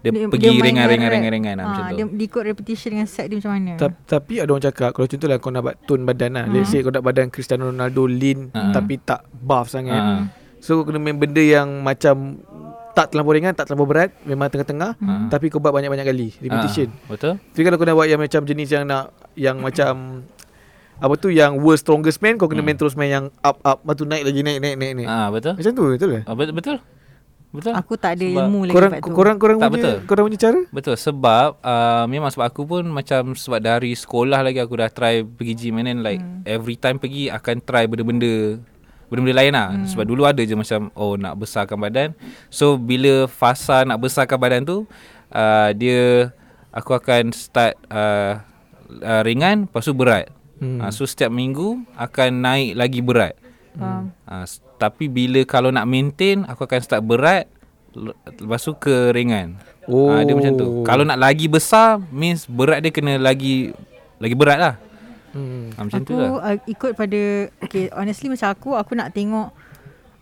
Speaker 2: dia,
Speaker 3: Dia-
Speaker 2: pergi
Speaker 3: dia main
Speaker 2: ringan-ringan
Speaker 3: direct.
Speaker 2: ringan-ringan lah
Speaker 3: Ah,
Speaker 2: macam tu
Speaker 3: Dia, dia ikut repetition dengan set dia macam mana.
Speaker 1: Ta- tapi ada orang cakap kalau contohlah kau nak buat tone badan lah. Let's
Speaker 2: Hmm.
Speaker 1: say kau nak badan Cristiano Ronaldo lean
Speaker 2: Ah.
Speaker 1: tapi tak buff
Speaker 2: Ah.
Speaker 1: sangat. So kau kena main benda yang macam tak terlampau ringan, tak terlampau berat, memang tengah-tengah
Speaker 2: Ah.
Speaker 1: tapi kau buat banyak-banyak kali repetition.
Speaker 2: Ah, betul
Speaker 1: Tapi kalau kau nak buat yang macam jenis yang nak yang macam apa tu yang world strongest man
Speaker 2: Hmm.
Speaker 1: kau kena main terus main yang up up lepas tu naik lagi naik naik naik naik.
Speaker 2: ah betul
Speaker 1: Macam tu betul ke?
Speaker 2: ah, bet- betul Betul.
Speaker 3: Aku tak ada
Speaker 2: Sebab
Speaker 3: ilmu lagi
Speaker 1: Korang
Speaker 3: kat tu.
Speaker 1: korang korang
Speaker 2: Tak
Speaker 1: punya
Speaker 2: betul.
Speaker 1: korang punya cara?
Speaker 2: Betul sebab uh, memang sebab aku pun macam sebab dari sekolah lagi aku dah try pergi gym and then like hmm. every time pergi akan try benda-benda benda-benda lain lah hmm. sebab dulu ada je macam oh nak besarkan badan so bila fasa nak besarkan badan tu uh, dia aku akan start uh, uh, ringan lepas tu berat hmm. uh, so setiap minggu akan naik lagi berat
Speaker 3: Faham.
Speaker 2: uh, tapi bila kalau nak maintain aku akan start berat le- lepas tu ke ringan
Speaker 1: Oh.
Speaker 2: Ah, dia macam tu. Kalau nak lagi besar means berat dia kena lagi lagi berat lah.
Speaker 1: Hmm.
Speaker 2: Ha, macam
Speaker 3: aku
Speaker 2: tu lah.
Speaker 3: uh, ikut pada Okay honestly macam aku Aku nak tengok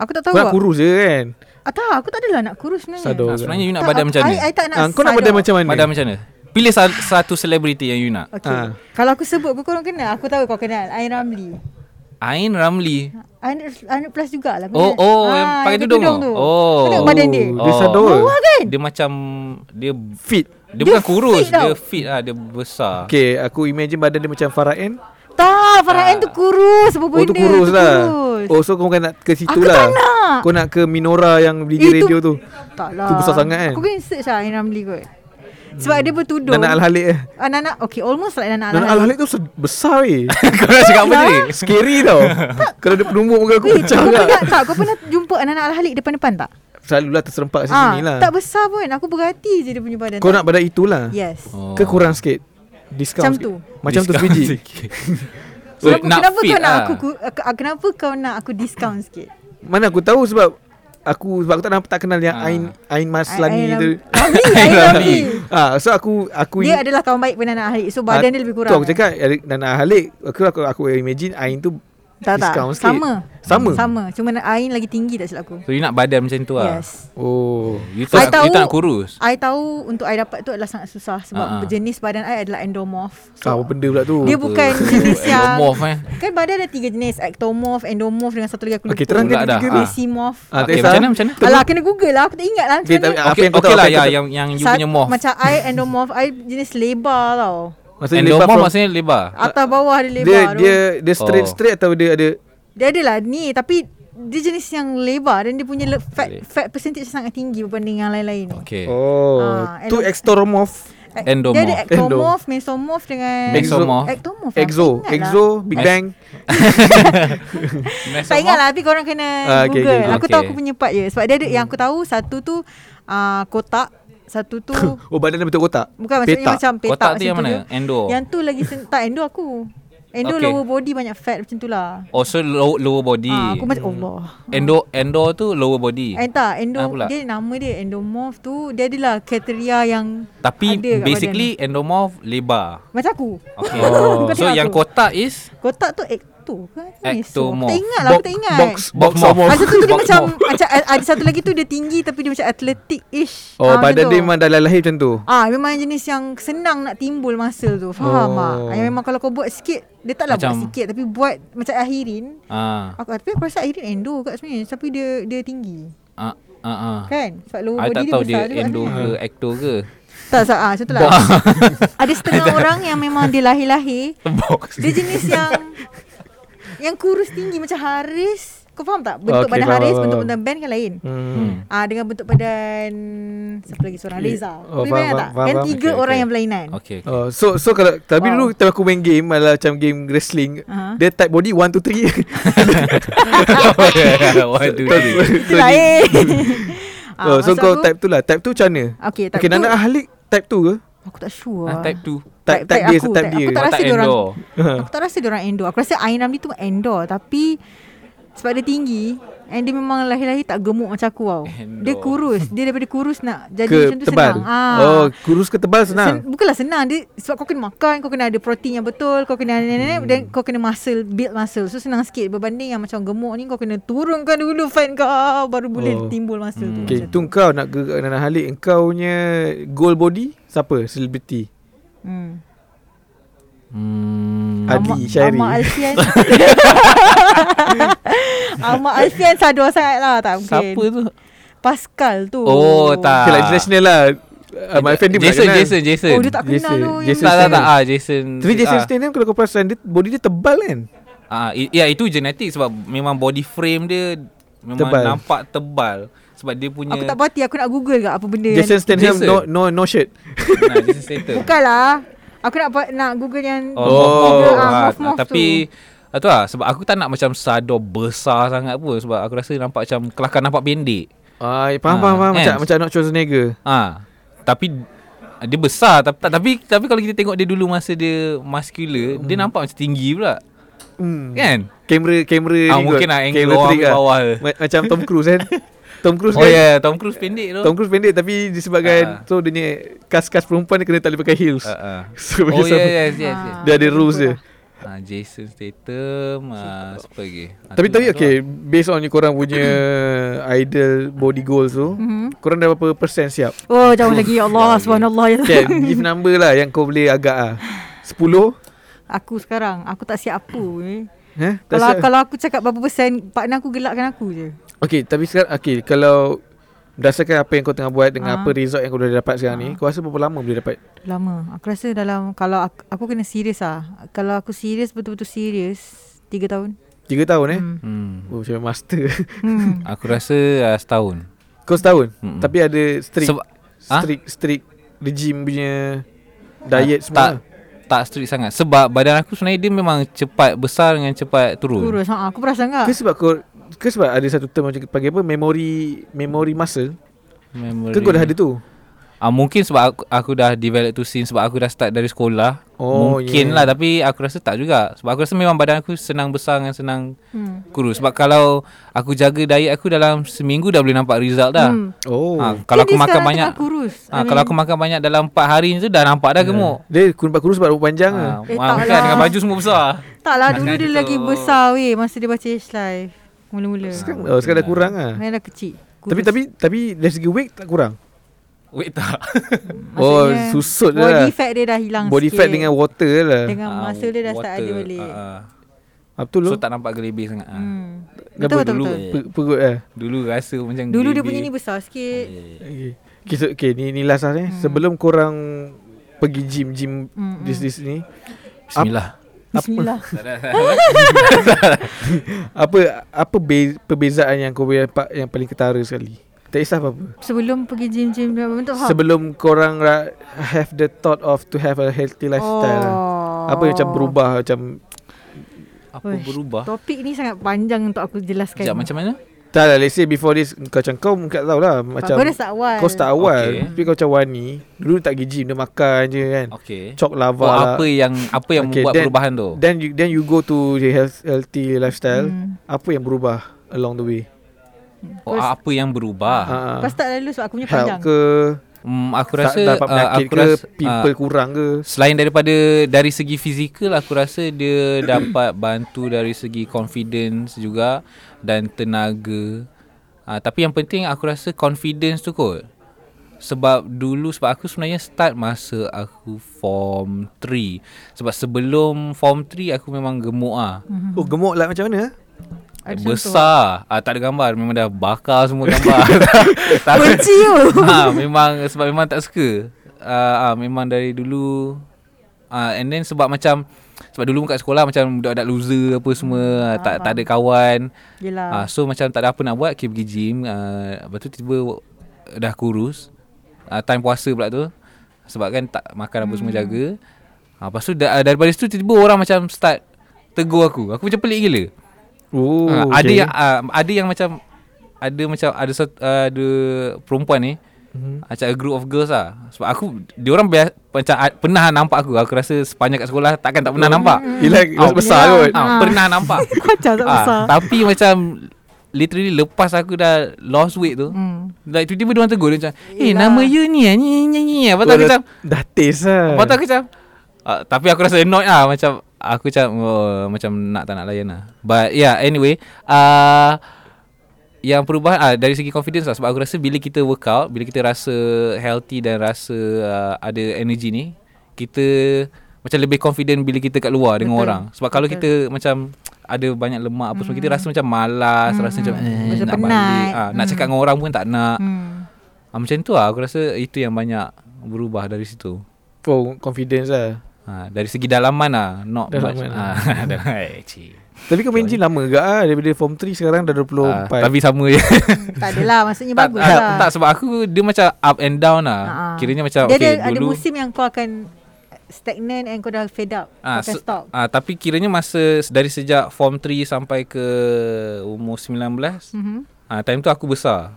Speaker 3: Aku tak tahu
Speaker 1: Kau nak
Speaker 3: lah.
Speaker 1: kurus je kan?
Speaker 3: ah, Tak aku tak adalah nak kurus sebenarnya
Speaker 1: Sado.
Speaker 2: Ha, sebenarnya you nak badan
Speaker 3: aku,
Speaker 2: macam mana?
Speaker 3: I, I tak nak
Speaker 1: Ah, kau nak badan
Speaker 3: sadar.
Speaker 1: macam mana?
Speaker 2: Badan macam mana? Pilih sa- satu selebriti yang you nak.
Speaker 3: Okay
Speaker 1: Ah.
Speaker 3: Kalau aku sebut kau korang kenal Aku tahu kau kenal Ain Ramli
Speaker 2: Ain Ramli.
Speaker 3: 100, 100 plus jugalah Ah,
Speaker 2: Oh, oh, yang pakai tudung tu? Oh.
Speaker 3: Kau tengok badan dia
Speaker 1: Oh, dia sador.
Speaker 3: Lawa kan
Speaker 2: Dia macam dia
Speaker 1: Fit.
Speaker 2: dia, dia
Speaker 3: Dia
Speaker 2: bukan kurus,
Speaker 3: fit
Speaker 2: fit
Speaker 3: tau.
Speaker 2: dia fit lah, dia besar.
Speaker 3: (laughs)
Speaker 2: Okay.
Speaker 1: Okay, aku imagine badan dia macam Farah Ann.
Speaker 3: Tak
Speaker 2: Ah.
Speaker 3: Farah Ann tu kurus Apa
Speaker 1: Oh
Speaker 3: benda
Speaker 1: tu kurus lah.
Speaker 3: kurus.
Speaker 1: Oh so kau bukan nak ke situ
Speaker 3: Aku
Speaker 1: lah.
Speaker 3: tak nak.
Speaker 1: Kau nak ke Minora yang
Speaker 3: Itu-
Speaker 1: DJ radio tu.
Speaker 3: Tak
Speaker 1: Tu
Speaker 3: lah
Speaker 1: besar sangat kan?
Speaker 3: Aku pergi search lah Ain Ramli kot Sebab dia bertudung
Speaker 1: Nana Al-Halik eh.
Speaker 3: Ah, Nana Okay almost like Nana
Speaker 1: Nana Al-Halik tu se- besar eh? weh.
Speaker 3: (laughs)
Speaker 2: Kau nak cakap apa tadi?
Speaker 1: Scary tau. Kalau dia penumbuk muka aku
Speaker 3: lah. Weh,
Speaker 1: pecah
Speaker 3: kau
Speaker 1: kan.
Speaker 3: pernah tak? Kau pernah jumpa anak-anak Al-Halik depan-depan tak?
Speaker 1: Selalulah terserempak kat
Speaker 3: Ah,
Speaker 1: sini lah.
Speaker 3: Tak besar pun. Aku berhati je dia punya badan.
Speaker 1: Kau
Speaker 3: Tak-
Speaker 1: nak badan itulah.
Speaker 3: Yes.
Speaker 2: Oh.
Speaker 1: Ke kurang sikit. Diskaun
Speaker 3: Macam
Speaker 1: sikit.
Speaker 3: tu.
Speaker 1: Macam tu
Speaker 2: Discount
Speaker 1: sebiji.
Speaker 2: sikit.
Speaker 3: So,
Speaker 2: So,
Speaker 3: kenapa,
Speaker 2: nak
Speaker 3: kenapa
Speaker 2: fit
Speaker 3: kau nak
Speaker 2: lah.
Speaker 3: aku, ku- aku kenapa kau nak aku discount sikit?
Speaker 1: Mana aku tahu sebab aku sebab aku tak nampak tak kenal yang
Speaker 2: Ah.
Speaker 1: Ain Ain Maslani
Speaker 3: Ain
Speaker 1: tu.
Speaker 3: Ram- Ramli,
Speaker 1: (laughs)
Speaker 3: Ain Ramli.
Speaker 1: Ah, so aku aku
Speaker 3: Dia adalah kawan baik pun anak Al-Halik. So
Speaker 1: Ah,
Speaker 3: badan dia lebih kurang.
Speaker 1: Tu aku cakap eh, Nana Halik aku aku, aku imagine Ain tu
Speaker 3: Tak tak.
Speaker 1: discount sikit.
Speaker 3: Sama.
Speaker 1: Sama.
Speaker 3: Sama. Cuma Ain lagi tinggi tak silap aku.
Speaker 2: So you nak badan macam tu lah.
Speaker 3: Yes.
Speaker 1: Oh.
Speaker 2: You tak,
Speaker 3: I tahu-
Speaker 2: you tak nak kurus.
Speaker 3: I tahu untuk I dapat tu adalah sangat susah sebab
Speaker 2: Ah, ah.
Speaker 3: jenis badan I adalah endomorph.
Speaker 1: So, Ah, apa benda pula tu?
Speaker 3: Dia
Speaker 2: (laughs)
Speaker 3: bukan jenis yang
Speaker 2: Endomorph eh.
Speaker 3: Kan badan ada tiga jenis Ectomorph, endomorph dengan satu lagi aku lupa
Speaker 1: Okey, terangkan
Speaker 2: Pula
Speaker 1: dia
Speaker 2: dah.
Speaker 1: tiga ni.
Speaker 2: Ah.
Speaker 3: Mesimorph
Speaker 1: Ah, tak
Speaker 2: Okey,
Speaker 1: kisah.
Speaker 2: macam mana, macam mana?
Speaker 3: Alah kena google lah Aku tak ingat lah macam
Speaker 1: Dia
Speaker 3: mana
Speaker 1: tak- apa
Speaker 2: Okay,
Speaker 1: yang kau
Speaker 2: okay
Speaker 1: tahu,
Speaker 2: lah
Speaker 1: apa ah, yang
Speaker 2: yang,
Speaker 1: kau
Speaker 2: yang, yang you
Speaker 3: Sa-
Speaker 2: punya morph.
Speaker 3: Macam I endomorph I jenis lebar tau
Speaker 1: Maksudnya lebar
Speaker 2: Endomorph
Speaker 1: from-
Speaker 2: maksudnya lebar.
Speaker 3: Atas bawah dia lebar
Speaker 1: dia
Speaker 3: tu
Speaker 1: dia dia straight
Speaker 2: Oh.
Speaker 1: straight atau dia ada
Speaker 3: Dia adalah ni Tapi Dia jenis yang lebar Dan dia punya le- fat,
Speaker 2: Boleh.
Speaker 3: fat percentage sangat tinggi Berbanding yang lain-lain ni
Speaker 2: Okay.
Speaker 1: oh
Speaker 3: Ah,
Speaker 1: tu
Speaker 3: endo-
Speaker 1: extromorph
Speaker 3: Eh, Dia ada
Speaker 2: Endomorph. (laughs)
Speaker 3: ectomorph, mesomorph dengan
Speaker 2: Mesomorph.
Speaker 3: Ectomorph lah,
Speaker 1: exo
Speaker 3: tak ingat lah.
Speaker 1: exo big
Speaker 2: Mas-
Speaker 1: bang
Speaker 3: Tak ingat lah Tapi korang kena
Speaker 1: Ah, okay, okay,
Speaker 3: Google
Speaker 1: Hmm.
Speaker 2: okay.
Speaker 3: Aku tahu
Speaker 2: Okay.
Speaker 3: aku punya part je Sebab dia ada Yang aku tahu Satu tu uh, Kotak Satu
Speaker 1: (laughs)
Speaker 3: tu
Speaker 1: oh badan dia bentuk kotak
Speaker 3: Bukan maksudnya
Speaker 1: Petak.
Speaker 3: macam petak
Speaker 2: Kotak tu
Speaker 3: macam
Speaker 2: yang mana?
Speaker 3: je.
Speaker 2: Endo.
Speaker 3: Yang tu lagi sen- Tak endo aku Endo okay.
Speaker 2: Okay.
Speaker 3: lower body banyak fat macam tu lah
Speaker 2: Oh so low, lower body.
Speaker 3: ah, Aku macam Allah
Speaker 2: Endo endo tu lower body.
Speaker 3: Eh tak endo
Speaker 2: Ah, pula.
Speaker 3: Dia nama dia endomorph tu Dia adalah kriteria yang
Speaker 2: Tapi
Speaker 3: ada kat
Speaker 2: basically endomorph lebar.
Speaker 3: badan. Macam aku (laughs)
Speaker 2: Okay.
Speaker 3: Oh.
Speaker 2: so yang kotak is
Speaker 3: Kotak tu ecto ke?
Speaker 2: Ectomorph.
Speaker 3: Aku tak ingat
Speaker 1: Box
Speaker 3: lah aku tak ingat
Speaker 1: box box
Speaker 2: Box morph.
Speaker 1: morph.
Speaker 3: Ah, satu tu dia
Speaker 2: Box
Speaker 3: macam,
Speaker 2: morph.
Speaker 3: macam Ada satu lagi tu dia tinggi Tapi dia macam athletic-ish
Speaker 1: oh
Speaker 3: Ah, macam
Speaker 1: badan
Speaker 3: tu.
Speaker 1: dia memang dah lahir macam tu
Speaker 3: Ah, memang jenis yang senang nak timbul muscle tu. Faham
Speaker 1: Oh.
Speaker 3: tak? Ah, yang memang kalau kau buat sikit, dia taklah macam, buat
Speaker 2: Macam-
Speaker 3: sikit tapi buat macam akhirin.
Speaker 2: ah
Speaker 3: Aku tapi aku rasa akhirin endo kat sebenarnya tapi dia dia tinggi.
Speaker 2: ah ah. ah.
Speaker 3: Kan? Sebab lower
Speaker 2: I
Speaker 3: body
Speaker 2: tak
Speaker 3: dia
Speaker 2: tahu
Speaker 3: besar kan?
Speaker 2: dia
Speaker 3: juga
Speaker 2: endo
Speaker 3: sebenarnya.
Speaker 1: Ah.
Speaker 2: ke ecto ke.
Speaker 3: Tak, tak, ah, macam tu lah. (laughs) Ada
Speaker 1: (laughs)
Speaker 3: setengah orang yang memang dia lahir-lahir,
Speaker 2: Box.
Speaker 3: dia jenis yang yang kurus tinggi macam Haris. Kau faham tak?
Speaker 1: Okay,
Speaker 3: Bentuk okay, badan
Speaker 1: faham,
Speaker 3: Haris,
Speaker 1: faham,
Speaker 3: bentuk
Speaker 1: faham.
Speaker 3: badan Ben kan lain.
Speaker 1: hmm.
Speaker 2: Hmm.
Speaker 3: Ah dengan bentuk badan siapa lagi seorang
Speaker 1: Eh, oh,
Speaker 3: Reza. Boleh
Speaker 1: faham,
Speaker 3: bayang
Speaker 1: faham,
Speaker 3: tak?
Speaker 1: faham,
Speaker 3: Kan
Speaker 1: faham.
Speaker 3: tiga
Speaker 2: Okay,
Speaker 3: orang
Speaker 2: okay.
Speaker 3: yang berlainan. (laughs)
Speaker 2: Okay. okay.
Speaker 1: Oh, so so kalau tapi
Speaker 3: Wow.
Speaker 1: dulu time aku main game malah macam game wrestling
Speaker 3: Ah.
Speaker 1: dia type body 1 2 3 (laughs)
Speaker 2: Waduh.
Speaker 3: Itu lain
Speaker 1: oh, so
Speaker 3: Ah, maksud
Speaker 1: kau
Speaker 3: aku-
Speaker 1: type tu lah type tu macam mana
Speaker 3: Okay type
Speaker 1: okay
Speaker 3: tu
Speaker 1: Nana Ahlik type tu ke
Speaker 3: Aku tak sure
Speaker 2: Ah, type 2.
Speaker 1: type type dia
Speaker 3: aku,
Speaker 1: type dia
Speaker 3: Aku tak
Speaker 2: Oh,
Speaker 3: rasa
Speaker 2: tak
Speaker 3: dia orang
Speaker 2: endo.
Speaker 1: Ha,
Speaker 3: Aku tak rasa dia orang endo Aku rasa Ain Ramli tu endo Tapi Sebab dia tinggi And dia memang lahir-lahir tak gemuk macam aku tau
Speaker 2: Endo.
Speaker 3: Dia kurus Dia daripada kurus nak Jadi
Speaker 1: ke
Speaker 3: macam tu
Speaker 1: tebal
Speaker 3: senang Ah.
Speaker 1: oh kurus ke tebal senang
Speaker 3: Sen- bukanlah senang dia sebab kau kena makan kau kena ada protein yang betul kau kena hmm. dan kau kena muscle build muscle so senang sikit berbanding yang macam gemuk ni kau kena turunkan dulu fat kau Ah, baru boleh
Speaker 1: Oh.
Speaker 3: timbul muscle tu
Speaker 1: Okay,
Speaker 3: macam
Speaker 1: tu kau nak gerak Nana Halik Kau punya goal body Siapa? Selebriti
Speaker 3: hmm.
Speaker 2: Hmm.
Speaker 1: Adi
Speaker 3: Ahmad-
Speaker 1: Syairi
Speaker 3: Ahmad Alfian
Speaker 1: (laughs)
Speaker 3: (laughs) Ahmad Alfian sadar sangat lah tak mungkin
Speaker 2: Siapa tu?
Speaker 3: Pascal tu
Speaker 2: Oh, tak.
Speaker 1: Okay lah international lah uh, My friend dia pun tak
Speaker 2: Jason
Speaker 1: kenal.
Speaker 2: Jason Jason.
Speaker 3: Oh dia tak kenal
Speaker 1: Jason-
Speaker 3: tu
Speaker 1: Jason
Speaker 2: tak tak
Speaker 1: Statham.
Speaker 2: tak ah Jason.
Speaker 1: Tapi Jason
Speaker 2: ah.
Speaker 1: Statham Kalau kau perasan dia, Body dia tebal kan
Speaker 2: Ah, i- ya itu genetik sebab memang body frame dia Memang
Speaker 1: Tebal.
Speaker 2: tebal. nampak tebal sebab dia punya
Speaker 3: Aku tak puas hati Aku nak google kat Apa benda yang
Speaker 1: Jason Statham
Speaker 2: Jason.
Speaker 1: no no no shirt.
Speaker 2: nah, dia settle.
Speaker 3: Bukanlah Aku nak buat- nak google yang
Speaker 2: Oh,
Speaker 1: Oh.
Speaker 2: oh.
Speaker 3: Ah,
Speaker 2: Ah,
Speaker 3: morph-morph
Speaker 2: tapi ah, tu lah sebab aku tak nak macam sador besar sangat pun sebab aku rasa nampak macam kelakar nampak pendek.
Speaker 1: Ah, faham,
Speaker 2: Ah,
Speaker 1: faham, faham. Macam,
Speaker 2: kan?
Speaker 1: macam Arnold Schwarzenegger.
Speaker 2: Ah, tapi ah, dia besar tapi tak- tapi tapi kalau kita tengok dia dulu masa dia muscular, dia nampak macam tinggi pula.
Speaker 1: Hmm.
Speaker 2: Kan?
Speaker 1: Kamera, kamera
Speaker 2: Ah,
Speaker 1: ni
Speaker 2: mungkin
Speaker 1: kot.
Speaker 2: lah angle
Speaker 1: Kamera
Speaker 2: orang
Speaker 1: trick
Speaker 2: ambil
Speaker 1: lah.
Speaker 2: bawah ke.
Speaker 1: Ma- Macam Tom Cruise
Speaker 2: (laughs)
Speaker 1: kan. Tom Cruise
Speaker 2: Oh
Speaker 1: kan.
Speaker 2: ya, yeah, Tom Cruise pendek tu.
Speaker 1: Tom Cruise pendek tapi
Speaker 2: Ah.
Speaker 1: disebabkan tu dia punya kas-kas perempuan dia kena tak boleh pakai heels.
Speaker 2: Ah, ah.
Speaker 1: (laughs) So,
Speaker 2: Oh
Speaker 1: bagi
Speaker 2: ya
Speaker 1: sama-
Speaker 2: ya ya.
Speaker 1: Dia ada rules dia.
Speaker 2: Ah Jason Statham, ah siapa lagi? Ah,
Speaker 1: Tapi
Speaker 2: tu-
Speaker 1: tadi
Speaker 2: tu lah.
Speaker 1: okay, based on korang punya
Speaker 2: (coughs)
Speaker 1: idol body goals tu,
Speaker 3: Mhm.
Speaker 1: korang dah berapa persen
Speaker 3: (laughs)
Speaker 1: siap?
Speaker 3: Oh jauh lagi Ya
Speaker 2: Jauh
Speaker 3: Allah
Speaker 2: lagi.
Speaker 3: Subhanallah ya Allah.
Speaker 1: Kan, give number lah yang kau boleh agak ah. 10?
Speaker 3: (laughs) Aku sekarang Aku tak siap apa eh.
Speaker 1: Eh? Tak
Speaker 3: Kalau
Speaker 1: siap?
Speaker 3: kalau aku cakap berapa persen Partner aku gelakkan aku je
Speaker 1: Okay, tapi sekarang okay, kalau berdasarkan apa yang kau tengah buat dengan
Speaker 3: Ah.
Speaker 1: apa result yang kau dah dapat sekarang ni,
Speaker 3: Ah.
Speaker 1: kau rasa berapa lama boleh dapat?
Speaker 3: Lama Aku rasa dalam Kalau aku, aku kena serius lah Kalau aku serius Betul-betul serius Tiga tahun
Speaker 1: 3 tahun eh?
Speaker 3: Hmm,
Speaker 2: Hmm.
Speaker 1: Oh, macam master. (laughs)
Speaker 3: hmm.
Speaker 2: (laughs) Aku rasa ah, setahun.
Speaker 1: kau setahun,
Speaker 2: Mm-mm.
Speaker 1: tapi ada strict
Speaker 2: Sebab- Ah?
Speaker 1: strict strict regime punya
Speaker 3: Ah,
Speaker 1: diet semua.
Speaker 2: tak tak strict sangat sebab badan aku sebenarnya dia memang cepat besar dengan cepat turun. turun.
Speaker 3: Kurus ha, Aku perasan tak
Speaker 1: Ke sebab kau ke sebab ada satu term macam panggil apa memory memory muscle
Speaker 2: Memory.
Speaker 1: ke kau dah ada tu
Speaker 2: Ah mungkin sebab aku, aku dah develop tu since sebab aku dah start dari sekolah.
Speaker 1: Oh,
Speaker 2: mungkin
Speaker 1: yeah.
Speaker 2: lah tapi aku rasa tak juga sebab aku rasa memang badan aku senang besar dengan senang
Speaker 3: Hmm.
Speaker 2: kurus sebab kalau aku jaga diet aku dalam seminggu dah boleh nampak result dah. Hmm.
Speaker 3: Hmm.
Speaker 1: oh
Speaker 2: Ha, kalau aku
Speaker 3: Jadi
Speaker 2: makan
Speaker 3: sekarang
Speaker 2: banyak
Speaker 3: tengah kurus.
Speaker 2: ha, kalau aku makan banyak dalam 4 hari tu dah nampak dah gemuk.
Speaker 1: dia kurus kurus sebab rambut panjang
Speaker 2: Ha,
Speaker 1: ah.
Speaker 2: eh,
Speaker 3: Eh, Ya. tak
Speaker 2: bukan
Speaker 3: lah.
Speaker 2: dengan baju semua besar.
Speaker 3: Tak lah
Speaker 2: Makan
Speaker 3: dulu dia
Speaker 2: gitu.
Speaker 3: lagi besar weh Masa dia baca H-Life Mula-mula
Speaker 1: sekarang oh, sekarang dah kurang ah
Speaker 3: Sekarang dah kecil kurus.
Speaker 1: tapi tapi tapi dari segi weight tak kurang
Speaker 2: Wait tak.
Speaker 1: oh
Speaker 3: Maksudnya,
Speaker 1: susut je lah
Speaker 3: Body fat dia dah hilang
Speaker 1: body
Speaker 3: sikit
Speaker 1: fat dengan water je lah
Speaker 3: Dengan
Speaker 2: Ah,
Speaker 3: muscle dia dah start ada
Speaker 2: water.
Speaker 3: balik
Speaker 2: Ah, ah.
Speaker 1: Ah, betul
Speaker 2: So
Speaker 1: lo
Speaker 2: tak nampak gelebih sangat. Ah.
Speaker 3: hmm.
Speaker 1: Dah
Speaker 3: Betul betul,
Speaker 2: dulu,
Speaker 3: betul.
Speaker 2: eh.
Speaker 1: Pe- perut eh
Speaker 2: Dulu rasa macam
Speaker 3: Dulu dia
Speaker 2: gelebih.
Speaker 3: punya ni
Speaker 1: Ah,
Speaker 3: besar sikit
Speaker 1: okay. Okay, so, okay ni ni last lah eh sebelum korang pergi gym gym
Speaker 3: Hmm,
Speaker 1: this this ni
Speaker 2: Bismillah.
Speaker 3: Bismillah
Speaker 1: apa apa be- perbezaan yang kau boleh nampak yang paling ketara sekali tak kisah apa-apa
Speaker 3: Sebelum pergi gym-gym dia bentuk faham?
Speaker 1: Sebelum korang ra- have the thought of to have a healthy lifestyle. Oh. Apa yang macam berubah macam
Speaker 2: Apa
Speaker 3: Uish,
Speaker 2: berubah?
Speaker 3: Topik ni sangat panjang untuk aku jelaskan
Speaker 2: Sekejap macam mana?
Speaker 1: tak lah let's say before this kau macam kau mungkin tak tahulah macam
Speaker 3: Kau dah start awal
Speaker 1: kau start awal
Speaker 2: Okay.
Speaker 1: okay. tapi kau macam wani dulu tak pergi gym dia makan je kan.
Speaker 2: Okey.
Speaker 1: Cok lava.
Speaker 2: Oh,
Speaker 1: lah.
Speaker 2: apa yang apa yang
Speaker 1: Okay,
Speaker 2: okay, membuat
Speaker 1: then-
Speaker 2: perubahan tu?
Speaker 1: Then you then you go to the health, healthy lifestyle.
Speaker 3: Hmm.
Speaker 1: Apa yang berubah along the way?
Speaker 2: Oh, apa yang berubah?
Speaker 1: Ah,
Speaker 3: Kau start lalu sebab aku punya
Speaker 1: health
Speaker 3: panjang
Speaker 1: ke
Speaker 2: Hmm, aku
Speaker 1: tak
Speaker 2: rasa
Speaker 1: dapat
Speaker 2: ah,
Speaker 1: penyakit
Speaker 2: aku
Speaker 1: ke
Speaker 2: rasa
Speaker 1: people
Speaker 2: ah,
Speaker 1: kurang ke?
Speaker 2: selain daripada dari segi fizikal aku rasa dia dapat bantu dari segi confidence juga dan tenaga. Ah, tapi yang penting aku rasa confidence tu kot. Sebab dulu sebab aku sebenarnya start masa aku form 3. Sebab sebelum form 3 aku memang gemuk ah.
Speaker 1: Oh gemuk lah macam mana?
Speaker 3: Ada
Speaker 2: besar. Ah tak ada gambar, memang dah bakar semua gambar. (laughs) Tapi
Speaker 3: Benci
Speaker 1: (laughs)
Speaker 3: (laughs) tu
Speaker 2: ha, memang sebab memang tak suka. Ah uh, memang dari dulu ah and then sebab macam sebab dulu kat sekolah macam budak-budak loser apa semua, ah, tak tak ada kawan.
Speaker 3: Yelah
Speaker 2: Ah so macam tak ada apa nak buat, okay, pergi gym. Ah lepas tu tiba dah kurus. Ah time puasa pula tu. Sebab kan tak makan apa semua jaga. Ah lepas tu da- daripada situ tiba-tiba orang macam start tegur aku. Aku macam pelik gila.
Speaker 1: Oh,
Speaker 2: Ah,
Speaker 1: okay.
Speaker 2: ada yang ah, ada yang macam ada macam ada satu, ah, ada perempuan ni
Speaker 1: Mhm.
Speaker 2: macam a group of girls lah Sebab aku Dia orang bias, macam ah, Pernah nampak aku Aku rasa sepanjang kat sekolah Takkan tak
Speaker 1: Oh.
Speaker 2: pernah nampak
Speaker 1: Yelah,
Speaker 2: Ah,
Speaker 1: besar kot.
Speaker 2: ah,
Speaker 3: Ah.
Speaker 2: Pernah
Speaker 3: (laughs)
Speaker 2: nampak
Speaker 3: Kocak tak
Speaker 2: Ah,
Speaker 3: besar
Speaker 2: Tapi macam Literally lepas aku dah Lost weight tu
Speaker 3: Hmm.
Speaker 2: Like tiba-tiba dia orang tegur Dia macam Eh
Speaker 3: Yelah.
Speaker 2: nama you ni ah, ni ni ni Lepas tu
Speaker 1: Kau
Speaker 2: aku
Speaker 1: dah-
Speaker 2: macam
Speaker 1: Dah taste lah
Speaker 2: Lepas tu aku macam ah, Tapi aku rasa annoyed lah Macam Aku macam oh, Macam nak tak nak layan lah But yeah anyway uh, Yang perubahan ah, Dari segi confidence lah Sebab aku rasa bila kita workout Bila kita rasa healthy Dan rasa uh, Ada energy ni Kita Macam lebih confident Bila kita kat luar Dengan
Speaker 3: Betul.
Speaker 2: orang Sebab kalau kita Macam ada banyak lemak apa semua kita rasa macam malas rasa macam eh,
Speaker 3: Rasa
Speaker 2: nak
Speaker 3: Hmm. penat.
Speaker 2: balik ah, nak cakap dengan orang pun tak nak
Speaker 3: Hmm.
Speaker 2: ah, macam tu lah aku rasa itu yang banyak berubah dari situ
Speaker 1: Oh confidence lah
Speaker 2: Ha, dari segi dalaman lah Not
Speaker 1: Dalaman.
Speaker 2: (laughs) much ha, Dalam eh, cik.
Speaker 1: Tapi kau main gym lama ke ah Daripada form 3 sekarang dah 24
Speaker 2: Ah, Tapi sama je
Speaker 3: Tak
Speaker 2: (laughs)
Speaker 3: adalah maksudnya
Speaker 2: tak,
Speaker 3: bagus
Speaker 2: tak,
Speaker 3: lah.
Speaker 2: tak sebab aku Dia macam up and down lah
Speaker 3: Ah.
Speaker 2: Kiranya macam
Speaker 3: Dia
Speaker 2: okay,
Speaker 3: ada, ada
Speaker 2: dulu,
Speaker 3: musim yang kau akan stagnant and kau dah fed up.
Speaker 2: Ah,
Speaker 3: kau akan
Speaker 2: se-
Speaker 3: stop.
Speaker 2: ah, Tapi kiranya masa s- Dari sejak form 3 sampai ke Umur 19
Speaker 3: Mhm.
Speaker 2: ah, Time tu aku besar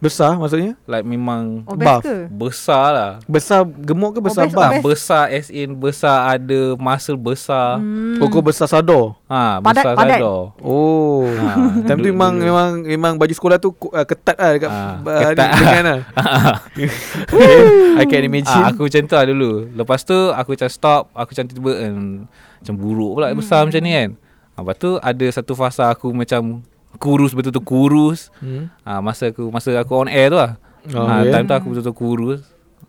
Speaker 1: Besar maksudnya
Speaker 2: Like memang
Speaker 3: Obes
Speaker 1: Buff.
Speaker 3: Oh, ke?
Speaker 2: Besar lah Ah,
Speaker 1: Besar gemuk ke Oh, besar
Speaker 3: Obes-
Speaker 1: bab
Speaker 3: obes.
Speaker 2: Besar as in Besar ada Muscle besar
Speaker 1: Oh kau besar sador
Speaker 2: ha,
Speaker 3: Hmm.
Speaker 2: Besar
Speaker 3: Padat- padat.
Speaker 2: sador
Speaker 1: Oh
Speaker 2: Ah,
Speaker 1: Time tu
Speaker 2: dulu-
Speaker 1: memang
Speaker 2: dulu.
Speaker 1: Memang memang baju sekolah tu ku- ah, Ketat lah Dekat
Speaker 2: Ah,
Speaker 1: ah,
Speaker 2: ketat.
Speaker 1: ni, Dengan (laughs) lah I can imagine
Speaker 2: Ah, aku macam tu lah dulu Lepas tu aku macam stop Aku macam tiba-tiba eh, Macam buruk
Speaker 3: Hmm.
Speaker 2: pula besar macam ni kan Ah, Lepas tu ada satu fasa aku macam Kurus betul-betul kurus
Speaker 1: hmm.
Speaker 2: ah, Masa aku masa aku on air tu lah
Speaker 1: Oh,
Speaker 2: ah,
Speaker 1: yeah.
Speaker 2: Time tu aku betul-betul kurus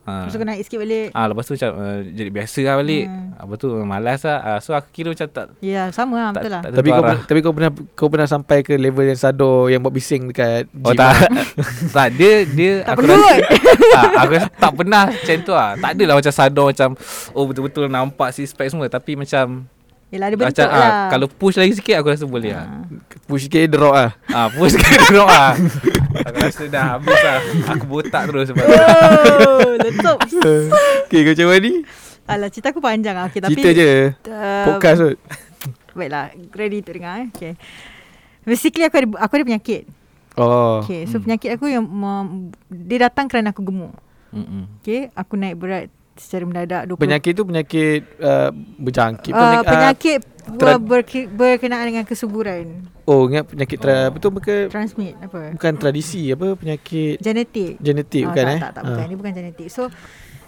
Speaker 2: ah.
Speaker 3: Lepas tu kau naik sikit balik.
Speaker 2: ah, Lepas tu macam uh, jadi biasa lah balik
Speaker 3: Hmm.
Speaker 2: ah, Lepas tu eh, malas lah ah, So aku kira macam tak
Speaker 3: Ya, yeah, sama lah,
Speaker 2: tak,
Speaker 3: betul lah.
Speaker 2: tak,
Speaker 1: Tapi
Speaker 2: tentu
Speaker 1: kau
Speaker 2: arah.
Speaker 1: pernah, tapi kau pernah kau pernah sampai ke level yang sador yang buat bising dekat gym.
Speaker 2: Oh tak (laughs) Tak dia dia
Speaker 3: Tak
Speaker 2: aku
Speaker 3: perlu eh.
Speaker 2: rasa- (laughs)
Speaker 3: kot.
Speaker 2: tak, Aku rasa tak pernah macam tu lah Tak adalah macam sadar macam Oh betul-betul nampak six pack semua Tapi macam
Speaker 3: Yelah, ada bentuk
Speaker 2: macam, ah,
Speaker 3: lah. Ah.
Speaker 2: Kalau push lagi sikit aku rasa boleh lah
Speaker 1: Push sikit drop ah.
Speaker 2: ah, Push (laughs) sikit drop
Speaker 3: (laughs)
Speaker 2: lah Aku rasa dah habis lah Aku botak terus sebab tu.
Speaker 3: Oh, (laughs) letup.
Speaker 1: (laughs) Okey kau macam mana ni?
Speaker 3: Alah, cerita aku panjang lah. Okay, tapi,
Speaker 1: Cerita je.
Speaker 3: Uh,
Speaker 1: Podcast tu.
Speaker 3: Baiklah, ready untuk dengar eh. Okay. Basically aku ada aku ada penyakit.
Speaker 1: Oh.
Speaker 3: Okay, so
Speaker 2: hmm.
Speaker 3: penyakit aku yang mem, dia datang kerana aku gemuk.
Speaker 2: Mm-mm.
Speaker 3: Okay, aku naik berat secara mendadak 20
Speaker 1: Penyakit tu penyakit uh, berjangkit
Speaker 3: uh, penyakit
Speaker 1: ah, tra-
Speaker 3: tra- berke, berkenaan dengan kesuburan.
Speaker 1: uh, Oh ingat penyakit tra, apa tu bukan,
Speaker 3: Transmit apa?
Speaker 1: bukan tradisi apa penyakit
Speaker 3: Genetik.
Speaker 1: genetik
Speaker 3: Ah,
Speaker 1: bukan
Speaker 3: tak,
Speaker 1: eh?
Speaker 3: Tak, tak, bukan. Dia bukan genetik. So,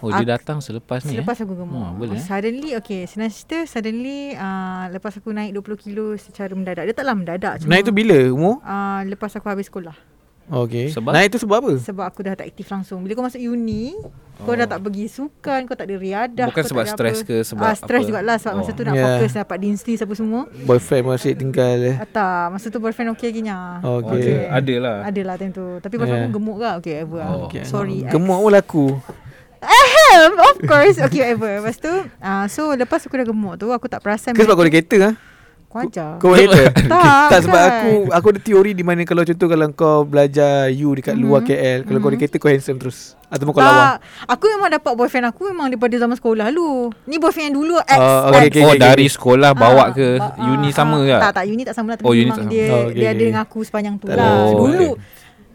Speaker 2: Oh dia
Speaker 3: Ak-
Speaker 2: datang selepas ni
Speaker 3: Ah, Selepas
Speaker 2: eh?
Speaker 3: aku gemuk
Speaker 2: Oh, boleh, eh?
Speaker 3: Suddenly Okay senang cerita Suddenly uh, Lepas aku naik 20 kilo Secara mendadak Dia taklah mendadak
Speaker 1: Naik tu bila umur?
Speaker 3: uh, Lepas aku habis sekolah
Speaker 1: Oh, Okey.
Speaker 2: Sebab?
Speaker 1: Naik tu sebab apa?
Speaker 3: Sebab aku dah tak aktif langsung Bila kau masuk uni oh. Kau dah tak pergi sukan Kau tak ada riadah
Speaker 2: Bukan
Speaker 3: kau tak
Speaker 2: sebab
Speaker 3: ada
Speaker 2: stres
Speaker 3: apa.
Speaker 2: ke, sebab
Speaker 3: Ah, Stres
Speaker 2: apa?
Speaker 3: jugalah Sebab oh. masa
Speaker 2: Oh.
Speaker 3: tu nak
Speaker 1: Yeah.
Speaker 3: yeah. fokus Dapat deansi apa semua
Speaker 1: Boyfriend masih tinggal eh.
Speaker 3: ah, Tak Masa tu boyfriend okay lagi nya
Speaker 1: Oh,
Speaker 2: Oh,
Speaker 1: Okey.
Speaker 2: dia Ada lah
Speaker 3: Ada lah time tu Tapi boyfriend
Speaker 1: Yeah.
Speaker 3: yeah. gemuk ke Okay ever lah
Speaker 2: Oh.
Speaker 3: okay. Sorry
Speaker 1: Gemuk pun laku.
Speaker 3: Ahem, Of course Okay ever Lepas tu uh, So lepas aku dah gemuk tu Aku tak perasan
Speaker 1: Ke sebab kau ada kereta ah?
Speaker 3: Kau ajar
Speaker 1: Kau
Speaker 2: (laughs)
Speaker 1: hater
Speaker 3: Tak,
Speaker 1: Tak sebab
Speaker 3: bukan.
Speaker 1: aku Aku ada teori di mana Kalau contoh Kalau kau belajar You dekat luar KL Kalau kau ada kereta Kau handsome terus Atau kau lawa
Speaker 3: Mhm. Tak. Aku memang dapat boyfriend aku memang daripada zaman sekolah dulu. Ni boyfriend yang dulu ex.
Speaker 1: Ah,
Speaker 2: Oh,
Speaker 1: okay,
Speaker 3: ex.
Speaker 1: okay, okay,
Speaker 2: dari
Speaker 1: okay.
Speaker 2: sekolah bawa ke
Speaker 3: ba- ah,
Speaker 2: uni
Speaker 3: ah.
Speaker 2: sama ke?
Speaker 3: Tak, tak, uni tak sama lah. Tapi
Speaker 2: Oh,
Speaker 3: oh,
Speaker 2: uni
Speaker 3: memang
Speaker 2: tak sama.
Speaker 3: dia,
Speaker 1: Oh,
Speaker 3: oh,
Speaker 1: okay,
Speaker 3: okay, dia
Speaker 1: okay.
Speaker 3: ada dengan aku sepanjang tu
Speaker 1: Tak
Speaker 3: lah.
Speaker 2: ada. Oh,
Speaker 3: dulu.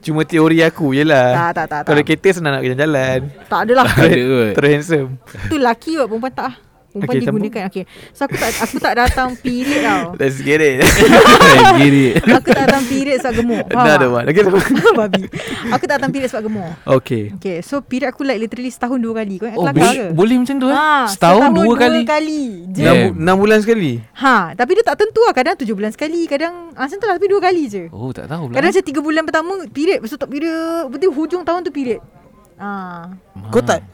Speaker 1: Cuma teori aku je lah
Speaker 3: Tak, tak, tak,
Speaker 1: Kalau ada
Speaker 3: tak.
Speaker 1: kereta Senang nak jalan-jalan
Speaker 3: Tak
Speaker 1: (laughs)
Speaker 3: adalah.
Speaker 2: (laughs) Ada kot.
Speaker 1: Terus handsome
Speaker 3: tu laki kot, perempuan tak. ah. Perempuan
Speaker 1: Okay,
Speaker 3: okay, digunakan. Okay. So aku tak aku tak datang period
Speaker 1: (laughs)
Speaker 3: tau.
Speaker 1: Let's get
Speaker 2: (laughs)
Speaker 1: it
Speaker 2: Gini.
Speaker 1: (laughs)
Speaker 3: Aku tak datang period sebab gemuk. Faham
Speaker 1: Another
Speaker 3: tak?
Speaker 1: one Okay
Speaker 3: (laughs) Babi. Aku tak datang period sebab gemuk.
Speaker 1: Okay
Speaker 3: Okay, so period aku like literally setahun dua kali. Kau ingat
Speaker 2: Oh,
Speaker 3: kelakar
Speaker 2: boleh,
Speaker 3: ke?
Speaker 2: boleh macam tu eh?
Speaker 3: Ha,
Speaker 2: setahun, dua, kali. Ya.
Speaker 3: Dua kali. Je.
Speaker 1: enam, bu-
Speaker 2: Damn.
Speaker 1: enam bulan sekali
Speaker 3: Ha, tapi dia tak tentu lah. Kadang tujuh bulan sekali, kadang ah, macam tu lah tapi dua kali je.
Speaker 2: Oh, tak tahu
Speaker 3: Kadang macam tiga bulan pertama period, lepas tu tak period, betul hujung tahun tu period. Ha.
Speaker 1: Kau tak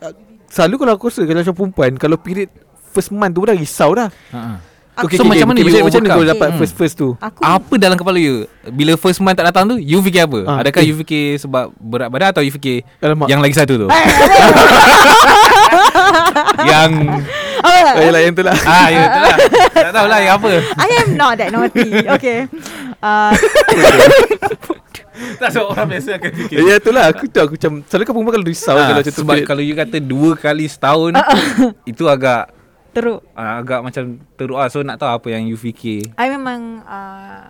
Speaker 1: Selalu kalau aku rasa Kalau macam perempuan Kalau period First month tu pun dah risau dah
Speaker 2: Ha.
Speaker 1: Okay,
Speaker 2: So,
Speaker 1: okay,
Speaker 2: macam
Speaker 1: okay.
Speaker 2: mana you
Speaker 1: Macam mana kau
Speaker 2: overcome?
Speaker 1: dapat
Speaker 2: Hmm.
Speaker 1: first-first tu
Speaker 3: Aku
Speaker 2: Apa dalam kepala you? Bila first month tak datang tu, you fikir apa?
Speaker 1: Ah,
Speaker 2: Adakah
Speaker 1: eh.
Speaker 2: you fikir sebab berat badan atau you fikir
Speaker 1: Alamak.
Speaker 2: yang lagi satu
Speaker 3: Eh,
Speaker 2: tu? (laughs) yang
Speaker 1: Oh
Speaker 3: apa?
Speaker 1: yalah yang tu
Speaker 2: (laughs)
Speaker 1: lah (laughs)
Speaker 2: ah ya itulah. tak tahulah yang apa.
Speaker 3: (laughs) I am not that naughty.
Speaker 1: (laughs)
Speaker 3: Okay. Uh,
Speaker 2: Tak sebab orang biasa akan fikir.
Speaker 1: Ya tu lah Aku tu aku macam Selalu kau perempuan kalau risau
Speaker 2: Ah,
Speaker 1: Kalau macam tu
Speaker 2: sebab
Speaker 1: period.
Speaker 2: kalau you kata dua kali
Speaker 3: Ah,
Speaker 2: setahun itu agak
Speaker 3: teruk.
Speaker 2: ah, agak macam teruk ah. So nak tahu apa yang you fikir.
Speaker 3: I memang uh,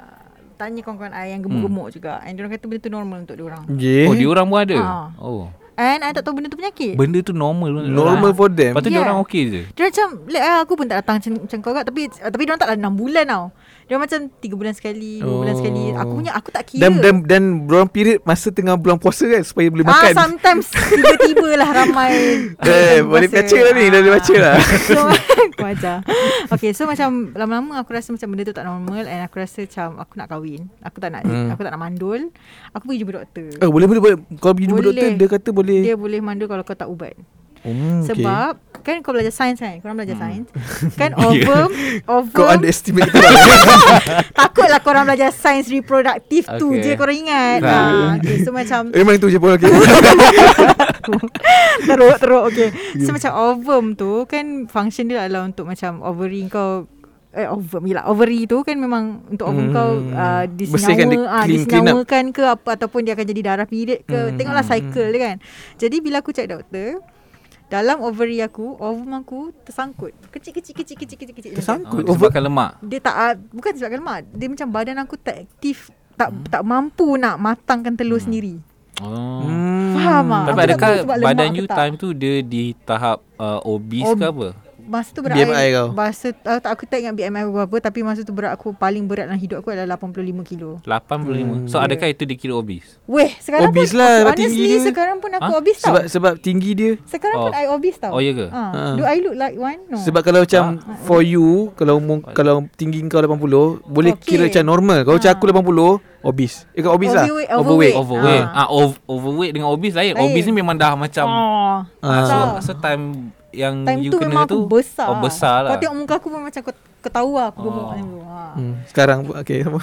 Speaker 3: tanya kawan-kawan I yang gemuk-gemuk
Speaker 2: Hmm.
Speaker 3: juga. And diorang kata benda tu normal untuk diorang.
Speaker 1: Yeah.
Speaker 2: Oh, dia orang pun ada.
Speaker 3: Ah.
Speaker 2: Oh.
Speaker 3: And I tak tahu benda tu penyakit.
Speaker 2: Benda tu normal pun.
Speaker 1: Normal for them
Speaker 2: Lepas tu
Speaker 3: Ah. Yeah.
Speaker 2: dia orang okey je.
Speaker 3: Dia macam like, ah, Aku pun tak datang macam, macam kau kat Tapi ah, tapi dia tak dalam 6 bulan tau Dia macam 3 bulan sekali 2 bulan
Speaker 1: Oh.
Speaker 3: sekali Aku punya aku tak kira
Speaker 1: Dan dan dan orang period masa tengah bulan puasa kan supaya boleh
Speaker 3: Ah,
Speaker 1: makan.
Speaker 3: sometimes tiba-tiba lah ramai
Speaker 1: (laughs) Eh, boleh baca lah ni, dah boleh baca lah.
Speaker 3: (laughs) So, aku ajar Okay, so macam lama-lama aku rasa macam benda tu tak normal And aku rasa macam aku nak kahwin Aku tak nak
Speaker 1: Hmm.
Speaker 3: aku tak nak mandul Aku pergi jumpa doktor
Speaker 1: Oh, boleh boleh boleh. Kalau pergi jumpa
Speaker 3: Boleh.
Speaker 1: doktor dia kata boleh.
Speaker 3: Dia boleh mandul kalau kau tak ubat
Speaker 1: Hmm, okay. Hmm.
Speaker 3: Sebab kan kau belajar sains kan Korang belajar
Speaker 1: (laughs)
Speaker 3: sains Kan ovum
Speaker 1: kau
Speaker 3: Ovum
Speaker 1: underestimate kita lah.
Speaker 3: Takutlah korang belajar sains reproduktif okay. tu
Speaker 2: Okay.
Speaker 3: je korang ingat.
Speaker 2: Ha.
Speaker 3: Ha. Okay, so macam (laughs)
Speaker 1: Memang Eh, tu je pun okey.
Speaker 3: teruk
Speaker 1: Ya.
Speaker 3: teruk okay. So macam ovum tu kan function dia adalah untuk macam ovary kau eh, ovum Yelah, ovary tu kan memang untuk ovum
Speaker 1: Hmm.
Speaker 3: kau uh, disenyawa
Speaker 1: Bersihkan,
Speaker 3: kan,
Speaker 1: dia
Speaker 3: ah,
Speaker 1: clean- clean up.
Speaker 3: disenyawakan ke apa, ataupun dia akan jadi darah period ke
Speaker 1: Hmm,
Speaker 3: tengoklah
Speaker 1: hmm,
Speaker 3: cycle dia kan jadi bila aku cek doktor dalam ovary aku ovum aku tersangkut kecil kecil kecil kecil kecil kecil
Speaker 1: Tersangkut?
Speaker 2: Oh, disebabkan lemak.
Speaker 3: dia tak ah, bukan sebabkan lemak dia macam badan aku tak aktif tak hmm. tak mampu nak matangkan telur hmm. sendiri
Speaker 2: Oh.
Speaker 1: Hmm.
Speaker 3: faham ah
Speaker 2: Tapi
Speaker 3: Aku tak
Speaker 2: adakah
Speaker 3: tahu sebab lemak
Speaker 2: badan
Speaker 3: ke
Speaker 2: you
Speaker 3: tak.
Speaker 2: time tu dia di tahap uh, obese
Speaker 3: Ob-
Speaker 2: ke apa?
Speaker 3: Masa tu berat
Speaker 1: BMI
Speaker 3: I-
Speaker 1: kau?
Speaker 3: Masa uh, tak, aku tak ingat BMI berapa Tapi masa tu berat aku Paling berat dalam hidup aku adalah 85 kilo
Speaker 1: Hmm, ya.
Speaker 2: 85. So adakah itu dikira obese?
Speaker 3: Weh sekarang
Speaker 1: Obese
Speaker 3: pun
Speaker 1: lah,
Speaker 3: aku,
Speaker 1: tinggi
Speaker 3: Honestly
Speaker 1: dia.
Speaker 3: sekarang pun aku
Speaker 2: Ha?
Speaker 3: obese tau
Speaker 1: Sebab sebab tinggi dia.
Speaker 3: Sekarang pun
Speaker 2: Oh.
Speaker 3: I obese tau
Speaker 2: Oh, ya ke?
Speaker 3: ha.
Speaker 1: Ha.
Speaker 3: Do I look like one? No
Speaker 1: Sebab kalau macam for you kalau umur, kalau tinggi kau 80 boleh
Speaker 3: Okey.
Speaker 1: kira macam normal. Kalau macam aku 80 obese. Eh kau obese lah.
Speaker 3: Overweight,
Speaker 1: Overweight.
Speaker 3: overweight.
Speaker 2: Overweight.
Speaker 3: Ah.
Speaker 2: Ah, ov- overweight dengan obese lain.
Speaker 3: Lain.
Speaker 2: Obese ni memang dah macam
Speaker 3: oh.
Speaker 1: Ah.
Speaker 2: so,
Speaker 3: Ah.
Speaker 2: so time yang
Speaker 3: Time
Speaker 2: you
Speaker 3: tu
Speaker 2: kena
Speaker 3: memang
Speaker 2: tu
Speaker 3: aku besar
Speaker 2: Oh, besar lah.
Speaker 3: Kau tengok muka aku pun macam Kau, kau tahu lah aku gemuk
Speaker 2: Oh.
Speaker 3: macam tu ha.
Speaker 1: Hmm, sekarang pun- okey sama.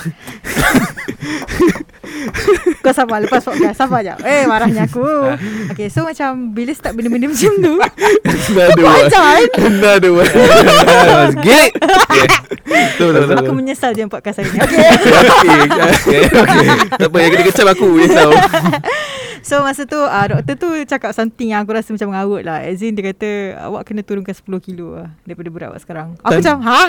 Speaker 3: Kau sabar Lepas podcast Sabar je Eh marahnya
Speaker 1: (laughs)
Speaker 3: aku Okay so macam Bila start benda-benda macam tu
Speaker 1: Another one.
Speaker 3: Panjang
Speaker 1: Another one. Get it. Ah, Betul betul, betul.
Speaker 3: Aku menyesal je podcast hari ni Okay
Speaker 1: Okey. Okey. okey. Tak apa yang kena kecam aku je tau.
Speaker 3: So masa tu uh, Doktor tu cakap something Yang aku rasa macam mengawut lah As in dia kata Awak kena turunkan 10 kilo lah Daripada berat awak sekarang Aku
Speaker 1: Time-
Speaker 3: macam Ha?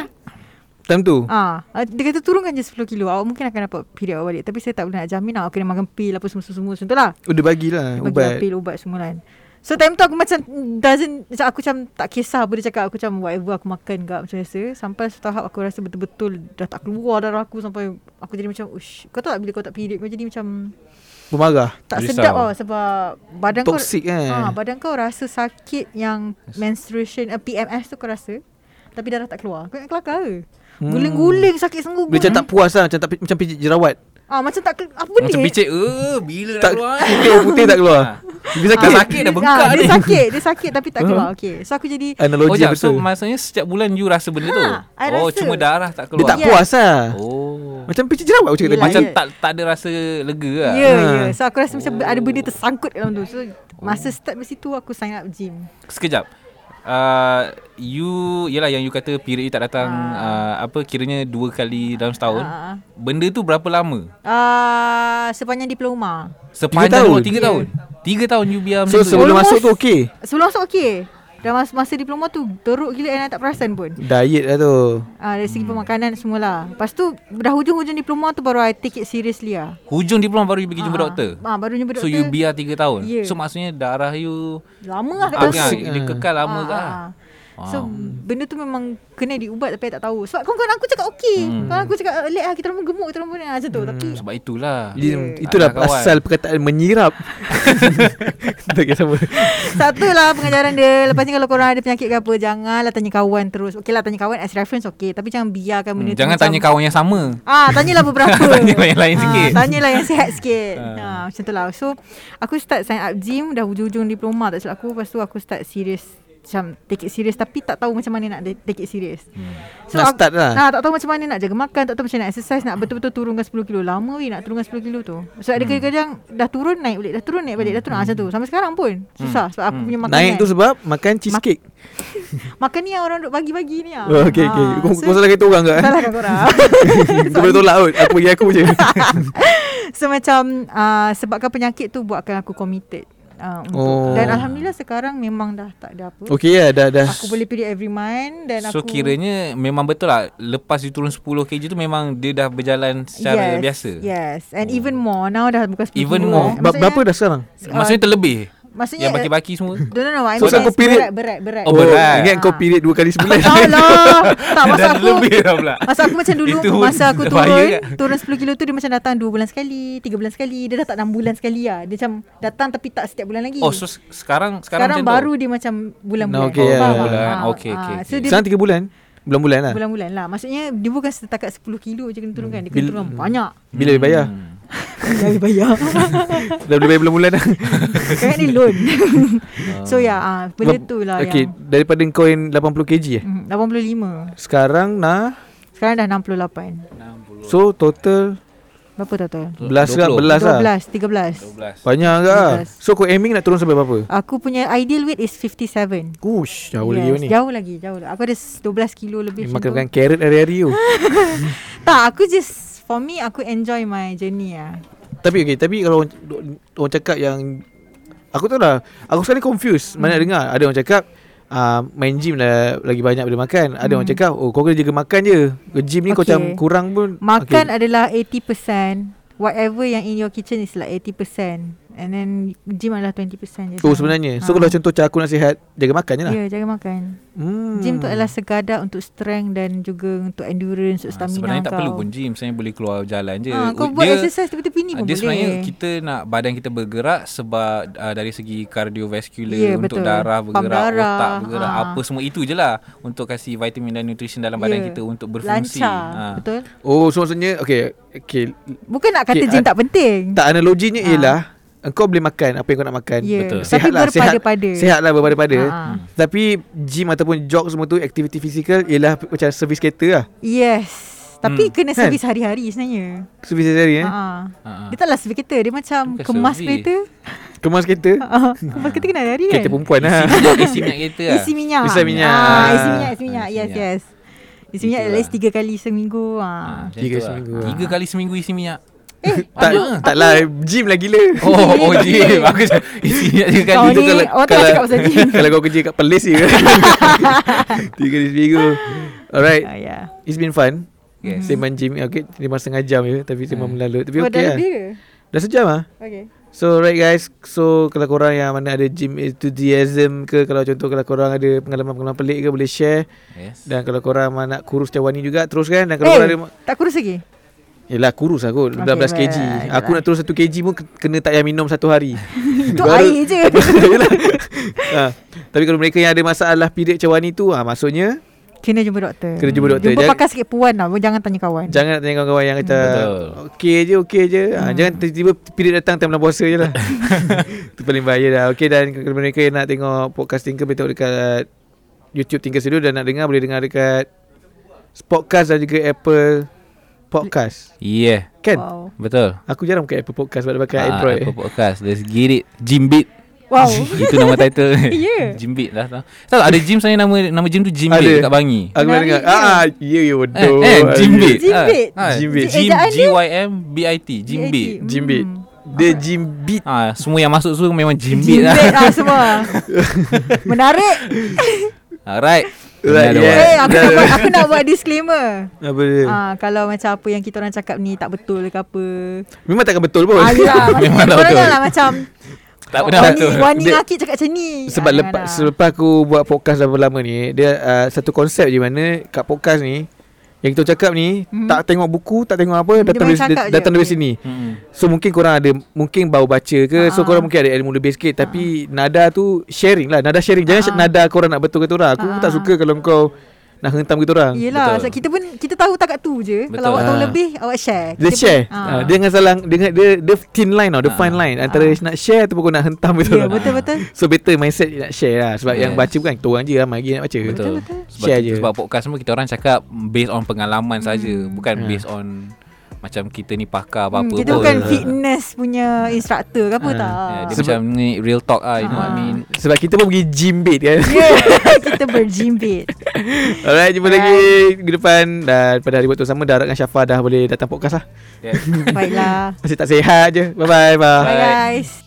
Speaker 1: Time tu.
Speaker 3: Ah, ah, Dia kata turunkan je 10 kilo Awak mungkin akan dapat period awak balik Tapi saya tak boleh nak jamin lah, Awak kena makan pil Apa semua-semua Macam tu lah
Speaker 1: Oh, dia bagilah
Speaker 3: Bagi ubat.
Speaker 1: ubat.
Speaker 3: pil ubat semua kan So time tu aku macam Doesn't macam Aku macam tak kisah apa dia cakap Aku macam whatever aku makan ke Macam biasa Sampai setahap aku rasa betul-betul Dah tak keluar darah aku Sampai aku jadi macam Ush Kau tahu tak bila kau tak period Kau jadi macam
Speaker 1: Pemarah.
Speaker 3: tak
Speaker 2: Risau.
Speaker 3: sedap tau sebab badan
Speaker 1: Toxic,
Speaker 3: kau
Speaker 1: eh.
Speaker 3: ha, badan kau rasa sakit yang menstruation uh, PMS tu kau rasa tapi darah tak keluar. Kau nak kelakar ke?
Speaker 1: Hmm.
Speaker 3: Guling-guling sakit senggugut.
Speaker 1: Dia macam tak puas lah Macam, tak, macam pijit jerawat
Speaker 3: ah macam tak ke- apa ni?
Speaker 2: Macam picit eh bila nak
Speaker 1: tak, (laughs)
Speaker 2: keluar?
Speaker 1: Putih putih tak keluar Dia
Speaker 2: Dah
Speaker 1: sakit
Speaker 2: sakit. dah bengkak
Speaker 3: ah,
Speaker 2: ni.
Speaker 3: Dia sakit, dia sakit tapi tak keluar. Okey. So aku jadi
Speaker 2: (laughs) Oh,
Speaker 1: Analogi yang
Speaker 2: jap. So
Speaker 1: betul
Speaker 2: maksudnya setiap bulan you rasa benda tu.
Speaker 3: Ha, I
Speaker 2: oh,
Speaker 3: rasa.
Speaker 2: cuma darah tak
Speaker 1: Dia
Speaker 2: keluar.
Speaker 1: tak
Speaker 3: Ya.
Speaker 1: puas lah
Speaker 2: Oh.
Speaker 1: Macam pijit jerawat Aku cakap
Speaker 3: Yelah,
Speaker 1: tadi
Speaker 2: Macam
Speaker 3: ya.
Speaker 2: tak tak ada rasa lega
Speaker 3: Ya,
Speaker 2: lah.
Speaker 3: yeah,
Speaker 1: Ah.
Speaker 3: yeah. So aku rasa macam ada benda tersangkut dalam tu. So masa start dari situ aku sign up gym.
Speaker 2: Sekejap. Uh, you Yelah yang you kata Period you tak datang uh, Apa kiranya Dua kali dalam setahun
Speaker 3: Ah.
Speaker 2: Benda tu berapa lama
Speaker 3: Ah uh, sepanjang diploma.
Speaker 2: Sepanjang
Speaker 1: tahun?
Speaker 2: dua- Tiga tahun Tiga tahun you biar
Speaker 1: So
Speaker 2: macam tu.
Speaker 1: sebelum
Speaker 3: Almost-
Speaker 1: masuk tu okey
Speaker 3: Sebelum masuk okey. Dah masa, masa diploma tu teruk gila and I tak perasan pun.
Speaker 1: Diet lah tu
Speaker 3: Ah,
Speaker 2: Hmm.
Speaker 3: dari segi pemakanan semualah. Lepas tu dah hujung-hujung diploma tu baru I take it seriously lah.
Speaker 2: Hujung diploma baru you pergi jumpa doktor
Speaker 3: Ah, baru jumpa
Speaker 2: So
Speaker 3: doktor.
Speaker 2: you biar tiga tahun
Speaker 3: Ya.
Speaker 2: So maksudnya darah you
Speaker 3: lama lah kat
Speaker 2: ah,
Speaker 3: doktor.
Speaker 2: kan, Dia kekal lama
Speaker 3: Ah,
Speaker 2: ke
Speaker 3: ah, ah. So
Speaker 2: Wow.
Speaker 3: benda tu memang kena diubat tapi I tak tahu. Sebab kawan-kawan aku cakap okey.
Speaker 2: Hmm.
Speaker 3: Kawan aku cakap late lah kita orang pun gemuk kita orang pun ah, macam tu tapi
Speaker 2: Sebab itulah
Speaker 1: Dia-
Speaker 3: Yeah.
Speaker 1: Itulah
Speaker 2: Anak kawan.
Speaker 1: asal perkataan menyirap (laughs) Tak kira sama
Speaker 3: (laughs) Satu lah pengajaran dia Lepas ni kalau korang ada penyakit ke apa Janganlah tanya kawan terus Okey lah tanya kawan as reference okey Tapi jangan biarkan
Speaker 2: Hmm,
Speaker 3: benda tu
Speaker 2: Jangan
Speaker 3: macam-
Speaker 2: tanya kawan yang sama
Speaker 3: Ah,
Speaker 2: (laughs)
Speaker 3: tanyalah beberapa.
Speaker 2: Tanya yang lain
Speaker 3: Ah,
Speaker 2: sikit. Ah.
Speaker 3: Tanyalah yang sihat sikit. ha, macam tu lah. So, aku start sign up gym dah hujung-hujung diploma tak silap aku. Lepas tu aku start serious macam take it serious tapi tak tahu macam mana nak de- take it serious. Hmm.
Speaker 1: Nak start lah.
Speaker 3: Nah, tak tahu macam mana nak jaga makan, tak tahu macam mana nak exercise, nak betul-betul turunkan 10 kilo. Lama weh nak turunkan 10 kilo tu. Sebab
Speaker 2: Hmm.
Speaker 3: ada kadang-kadang dah turun naik balik, dah turun naik balik, dah turun hmm. macam tu. Sampai sekarang pun susah
Speaker 2: Hmm.
Speaker 3: sebab aku punya makanan.
Speaker 1: Naik tu sebab Makan cheesecake
Speaker 3: makan ni yang orang duk bagi-bagi ni ah.
Speaker 1: Oh, Okay okay
Speaker 3: Ah,
Speaker 1: Kau
Speaker 3: so-
Speaker 1: kau salahkan kita orang ke eh?
Speaker 3: Salahkan korang.
Speaker 1: (laughs) Kau boleh tolak kot Aku bagi (laughs) aku je
Speaker 3: (laughs) So macam uh, sebabkan penyakit tu buatkan aku committed. Uh, untuk.
Speaker 1: Oh.
Speaker 3: Oh. Dan alhamdulillah sekarang memang dah tak ada apa.
Speaker 1: Okay lah dah dah
Speaker 3: Aku boleh period every month dan
Speaker 2: So
Speaker 3: aku
Speaker 2: kiranya memang betul lah Lepas you turun 10 kg tu memang dia dah berjalan secara
Speaker 3: yes,
Speaker 2: biasa
Speaker 3: Yes, and oh. even more now dah bukan 10
Speaker 2: Even
Speaker 3: kilo.
Speaker 2: more.
Speaker 1: Ber- Berapa dah sekarang?
Speaker 2: Maksudnya terlebih
Speaker 3: Ah, Maksudnya
Speaker 2: Yang baki-baki semua
Speaker 3: (laughs) No no no, I
Speaker 1: So,
Speaker 3: mean
Speaker 1: kau
Speaker 3: so,
Speaker 1: period-
Speaker 3: berat berat berat.
Speaker 2: Oh, berat.
Speaker 1: Ingat kau period dua kali (laughs) sebulan
Speaker 3: Allah. tak masa
Speaker 2: Dah
Speaker 3: aku
Speaker 2: lebih dah pula
Speaker 3: Masa aku macam dulu
Speaker 2: Itu pun (laughs)
Speaker 3: Masa aku turun
Speaker 2: bahaya kan?
Speaker 3: Turun 10 kilo tu Dia macam datang 2 bulan sekali 3 bulan sekali Dia dah tak 6 bulan sekali lah Dia macam datang Tapi tak setiap bulan lagi
Speaker 2: Oh so se- sekarang
Speaker 3: Sekarang,
Speaker 2: Sekarang,
Speaker 3: sekarang
Speaker 2: macam
Speaker 3: baru
Speaker 2: tu?
Speaker 3: dia macam bulan-bulan.
Speaker 1: Nah, okey, ya,
Speaker 3: Faham
Speaker 1: ya.
Speaker 3: tak?
Speaker 2: Bulan,
Speaker 3: Ah,
Speaker 2: okey,
Speaker 3: ah.
Speaker 2: okey,
Speaker 3: So
Speaker 2: okey.
Speaker 3: dia
Speaker 1: Sekarang tiga bulan Bulan-bulan lah
Speaker 3: bulan-bulan lah. Maksudnya dia bukan setakat 10 kilo je kena turunkan. Dia kena
Speaker 1: Bil-
Speaker 3: turun banyak.
Speaker 1: Bila dia Eh, bayar
Speaker 2: Hmm.
Speaker 3: Dah bayar.
Speaker 1: Dah boleh bayar bulan-bulan dah
Speaker 3: Kan ni loan. so ya, yeah, ah, (laughs) benda tu lah
Speaker 1: okay,
Speaker 3: yang
Speaker 1: Daripada kau yang 80 kg eh
Speaker 3: mm, 85.
Speaker 1: Sekarang nah
Speaker 3: Sekarang dah 68.
Speaker 1: So total
Speaker 3: Berapa total?
Speaker 1: Belas lah,
Speaker 2: 20.
Speaker 1: belas lah.
Speaker 2: 12.
Speaker 3: 12, 13.
Speaker 1: Banyak lah.
Speaker 3: Yes.
Speaker 1: So kau aiming nak turun sampai berapa?
Speaker 3: Aku punya ideal weight is 57.
Speaker 1: Ush, jauh lagi ni.
Speaker 3: Jauh lagi, jauh lagi. Aku ada s- 12 kilo lebih
Speaker 1: Makan
Speaker 3: macam
Speaker 1: makan
Speaker 3: tu.
Speaker 1: carrot hari-hari tu.
Speaker 3: Tak, aku just for me aku enjoy my journey ah.
Speaker 1: tapi okay, tapi kalau orang, orang cakap yang aku tahu lah, aku sekali confused. Mana
Speaker 3: Hmm.
Speaker 1: dengar ada orang cakap Uh, main gym dah lagi banyak daripada makan Ada orang
Speaker 3: Hmm.
Speaker 1: cakap Oh kau kena jaga makan je Ke Gym ni kau
Speaker 3: Okay.
Speaker 1: macam kurang pun
Speaker 3: Makan okay. adalah 80%. Whatever yang in your kitchen is like 80%. And then gym adalah 20% je. Ha.
Speaker 1: okay. Oh sebenarnya So kalau contoh macam aku nak sihat Jaga makan je
Speaker 3: Ya,
Speaker 1: lah
Speaker 3: yeah, jaga makan.
Speaker 1: hmm.
Speaker 3: Gym tu adalah segada untuk strength dan juga untuk endurance, untuk
Speaker 2: Ah,
Speaker 3: stamina
Speaker 2: sebenarnya
Speaker 3: kau.
Speaker 2: tak perlu pun gym Sebenarnya boleh keluar jalan je
Speaker 3: Ha,
Speaker 2: U-
Speaker 3: kau buat exercise tepi-tepi ni
Speaker 2: ah,
Speaker 3: pun
Speaker 2: Dia sebenarnya
Speaker 3: boleh.
Speaker 2: kita nak Badan kita bergerak Sebab uh, dari segi kardiovaskular
Speaker 3: Ya,
Speaker 2: Untuk
Speaker 3: betul.
Speaker 2: darah
Speaker 3: Pump
Speaker 2: bergerak
Speaker 3: darah,
Speaker 2: Otak bergerak
Speaker 3: ah.
Speaker 2: Apa semua itu je lah Untuk kasih vitamin dan nutrition Dalam badan
Speaker 3: Ya.
Speaker 2: kita Untuk berfungsi
Speaker 3: Lancar,
Speaker 2: Ah.
Speaker 3: betul?
Speaker 1: Oh so maksudnya Okay, okay.
Speaker 3: Bukan nak
Speaker 1: Okay,
Speaker 3: kata gym
Speaker 1: ad-
Speaker 3: tak penting.
Speaker 1: Tak analoginya
Speaker 3: Ah.
Speaker 1: ialah Engkau boleh makan Apa yang kau nak makan
Speaker 3: Ya,
Speaker 2: betul.
Speaker 3: Tapi berpada-pada.
Speaker 1: Sihat, sihat lah berpada-pada
Speaker 3: Ah, ah.
Speaker 1: Tapi gym ataupun jog semua tu Aktiviti fizikal Ialah p- macam servis kereta lah
Speaker 3: Yes. Tapi
Speaker 2: Hmm.
Speaker 3: kena
Speaker 1: Kan?
Speaker 3: servis hari-hari sebenarnya.
Speaker 1: Servis sehari eh
Speaker 3: Ha. ah.
Speaker 2: Ah, ah.
Speaker 3: Dia taklah servis kereta, dia macam
Speaker 2: Bukan
Speaker 3: kemas
Speaker 2: servis.
Speaker 3: kereta.
Speaker 1: Kemas kereta
Speaker 3: Ah, kemas kereta kena hari-hari kan.
Speaker 1: Kereta perempuan lah
Speaker 2: Isi minyak- Isi minyak kereta lah
Speaker 3: Isi minyak.
Speaker 1: Isi minyak.
Speaker 3: Ah, isi minyak, isi minyak.
Speaker 2: Ah, isi
Speaker 3: Yes,
Speaker 2: minyak.
Speaker 3: yes. Isi minyak at
Speaker 2: Itulah.
Speaker 3: least tiga kali seminggu. Ah.
Speaker 2: Ah, macam
Speaker 1: Tiga
Speaker 2: tu lah.
Speaker 1: seminggu.
Speaker 2: Tiga kali seminggu isi minyak
Speaker 1: (laughs) Tak,
Speaker 2: Apa?
Speaker 1: tak lah Gym lah gila
Speaker 2: Oh, oh gym. Aku cakap isi minyak kan tiga
Speaker 3: Kau
Speaker 2: kali.
Speaker 3: Oh, ni- orang tak cakap pasal gym.
Speaker 1: (laughs) Kalau kau kerja kat Perlis
Speaker 3: (laughs)
Speaker 1: je Tiga kali seminggu Alright
Speaker 3: Ah, yeah.
Speaker 1: It's been fun
Speaker 2: Yes.
Speaker 1: Sembang gym Okay Lima setengah jam je Tapi sembang melalut Tapi
Speaker 3: Oh,
Speaker 1: okay
Speaker 3: dah
Speaker 1: lah
Speaker 3: lebih ke?
Speaker 1: Dah sejam lah
Speaker 3: Okay.
Speaker 1: So right guys So kalau korang yang mana ada gym enthusiasm ke Kalau contoh kalau korang ada pengalaman-pengalaman pelik ke Boleh share
Speaker 2: Yes.
Speaker 1: Dan kalau korang memang nak kurus macam Wani juga Teruskan Dan kalau
Speaker 3: Eh,
Speaker 1: korang ada
Speaker 3: tak kurus lagi?
Speaker 1: Yelah kurus lah aku 12
Speaker 3: Okay,
Speaker 1: okay, kg
Speaker 3: baik,
Speaker 1: Aku
Speaker 3: baik.
Speaker 1: nak turun 1 kg pun ke- Kena tak payah minum satu
Speaker 3: (laughs)
Speaker 1: hari
Speaker 3: Itu
Speaker 1: Baru-
Speaker 3: air
Speaker 1: (laughs)
Speaker 3: je.
Speaker 1: Yelah. ha. Tapi kalau mereka yang ada masalah period macam Wani tu ha, Maksudnya
Speaker 3: Kena jumpa doktor.
Speaker 1: Kena jumpa doktor.
Speaker 3: Jumpa
Speaker 1: Jangan-
Speaker 3: pakar sikit puan lah. Jangan tanya kawan.
Speaker 1: Jangan nak tanya kawan-kawan yang kata
Speaker 2: Betul.
Speaker 1: Okey je, okey je ha,
Speaker 3: Hmm.
Speaker 1: Jangan tiba-tiba period datang time bulan puasa je lah (laughs) Itu paling bahaya dah Okey dan kalau mereka yang nak tengok podcast Tinker Boleh tengok dekat YouTube Tinker Studio Dan nak dengar boleh dengar dekat Podcast dan juga Apple Podcast
Speaker 2: Yeah.
Speaker 1: Kan?
Speaker 3: Wow.
Speaker 2: Betul.
Speaker 1: Aku jarang pakai Apple Podcast Sebab dia pakai
Speaker 2: Ah,
Speaker 1: Android
Speaker 2: Apple Podcast. Let's get it. Gym Beat.
Speaker 3: (laughs) Wow.
Speaker 2: (laughs) Itu nama title.
Speaker 3: Ya.
Speaker 2: Gym Beat lah. tau. Tak tahu, ada gym saya nama nama gym tu Gym
Speaker 1: Ada.
Speaker 2: Beat dekat Bangi.
Speaker 1: Aku pernah dengar
Speaker 3: Menarik
Speaker 1: Ah, ya ya
Speaker 2: Eh,
Speaker 1: bodoh
Speaker 2: eh Gym Beat.
Speaker 3: Gym
Speaker 2: Ah,
Speaker 3: Beat.
Speaker 2: ah,
Speaker 1: Gym Beat.
Speaker 2: Gym
Speaker 3: Ejaan
Speaker 2: G
Speaker 3: dia?
Speaker 2: Y M B I T. Gym Beat.
Speaker 1: Gym Beat
Speaker 3: Hmm.
Speaker 1: Dia gym beat
Speaker 2: Ah, semua yang masuk tu memang Gym
Speaker 3: Gym
Speaker 2: Beat lah.
Speaker 3: Beat lah semua. Menarik.
Speaker 2: (laughs) Alright.
Speaker 1: Alright,
Speaker 2: Another
Speaker 1: yeah.
Speaker 2: one.
Speaker 3: Eh, aku nak buat, aku nak buat disclaimer.
Speaker 1: Apa dia
Speaker 3: Ah, kalau macam apa yang kita orang cakap ni tak betul ke apa.
Speaker 1: Memang takkan betul pun (laughs)
Speaker 3: Alah,
Speaker 2: Memang tak
Speaker 3: korang
Speaker 2: betul.
Speaker 3: janganlah macam
Speaker 2: Tak pernah
Speaker 3: Wani,
Speaker 2: betul.
Speaker 3: Wani
Speaker 1: Dia-
Speaker 3: Akid cakap macam ni.
Speaker 1: Sebab
Speaker 3: Ah,
Speaker 1: lepas
Speaker 3: janganlah.
Speaker 1: selepas aku buat podcast dah berapa lama ni, dia uh, satu konsep je mana kat podcast ni yang kita cakap ni hmm.
Speaker 3: Mhm.
Speaker 1: tak tengok buku, tak tengok apa,
Speaker 3: Dia
Speaker 1: datang
Speaker 3: main
Speaker 1: dari
Speaker 3: cakap je,
Speaker 1: datang dari
Speaker 3: okay.
Speaker 1: sini.
Speaker 2: Hmm.
Speaker 1: So mungkin korang ada mungkin baru baca ke, so
Speaker 3: Ah.
Speaker 1: korang mungkin ada ilmu lebih sikit tapi nada tu sharing lah, nada sharing. Jangan
Speaker 3: Ah.
Speaker 1: nada korang nak betul kita orang. Aku
Speaker 3: Ah.
Speaker 1: tak suka kalau kau nak hentam kita orang.
Speaker 3: Yelah,
Speaker 2: Betul.
Speaker 3: sebab kita pun kita tahu takat tu je.
Speaker 2: Betul.
Speaker 3: Kalau awak tahu
Speaker 1: Ah.
Speaker 3: lebih, awak share.
Speaker 1: Dia
Speaker 3: Kita
Speaker 1: share.
Speaker 3: pun- Ya,
Speaker 1: Ah, Dia dengan salang dia dia dia thin line tau, the
Speaker 2: Ah.
Speaker 1: fine line antara
Speaker 3: Ah.
Speaker 1: nak share ataupun kau nak hentam kita
Speaker 3: Ya,
Speaker 1: orang.
Speaker 3: betul betul.
Speaker 1: So better mindset nak share lah sebab yang
Speaker 2: Yes.
Speaker 1: baca bukan kita orang je ramai lagi nak baca.
Speaker 2: Betul.
Speaker 3: Betul, betul.
Speaker 2: Sebab,
Speaker 1: Share
Speaker 2: tu-
Speaker 1: je.
Speaker 2: sebab podcast semua kita orang cakap based on pengalaman hmm. saja, bukan
Speaker 1: Ah.
Speaker 2: based on macam kita ni pakar
Speaker 3: Hmm,
Speaker 2: apa-apa.
Speaker 3: kita
Speaker 2: pun.
Speaker 3: bukan fitness punya instructor ke apa
Speaker 1: Ah.
Speaker 3: tak.
Speaker 2: Yeah, dia
Speaker 3: (laughs)
Speaker 1: Sebab-
Speaker 2: macam ni real talk ah, you know what I
Speaker 3: Ah.
Speaker 2: mean.
Speaker 1: (laughs) Sebab kita pun pergi gym bait
Speaker 2: (laughs)
Speaker 1: kan
Speaker 3: Yeah, Ya, kita berjimbit.
Speaker 1: Alright jumpa lagi Minggu depan Dan pada hari waktu sama Darat dengan Syafa dah boleh datang podcast lah
Speaker 2: Yeah.
Speaker 3: Baiklah.
Speaker 1: Masih tak sihat je Bye bye bye
Speaker 2: Bye.
Speaker 3: Bye guys.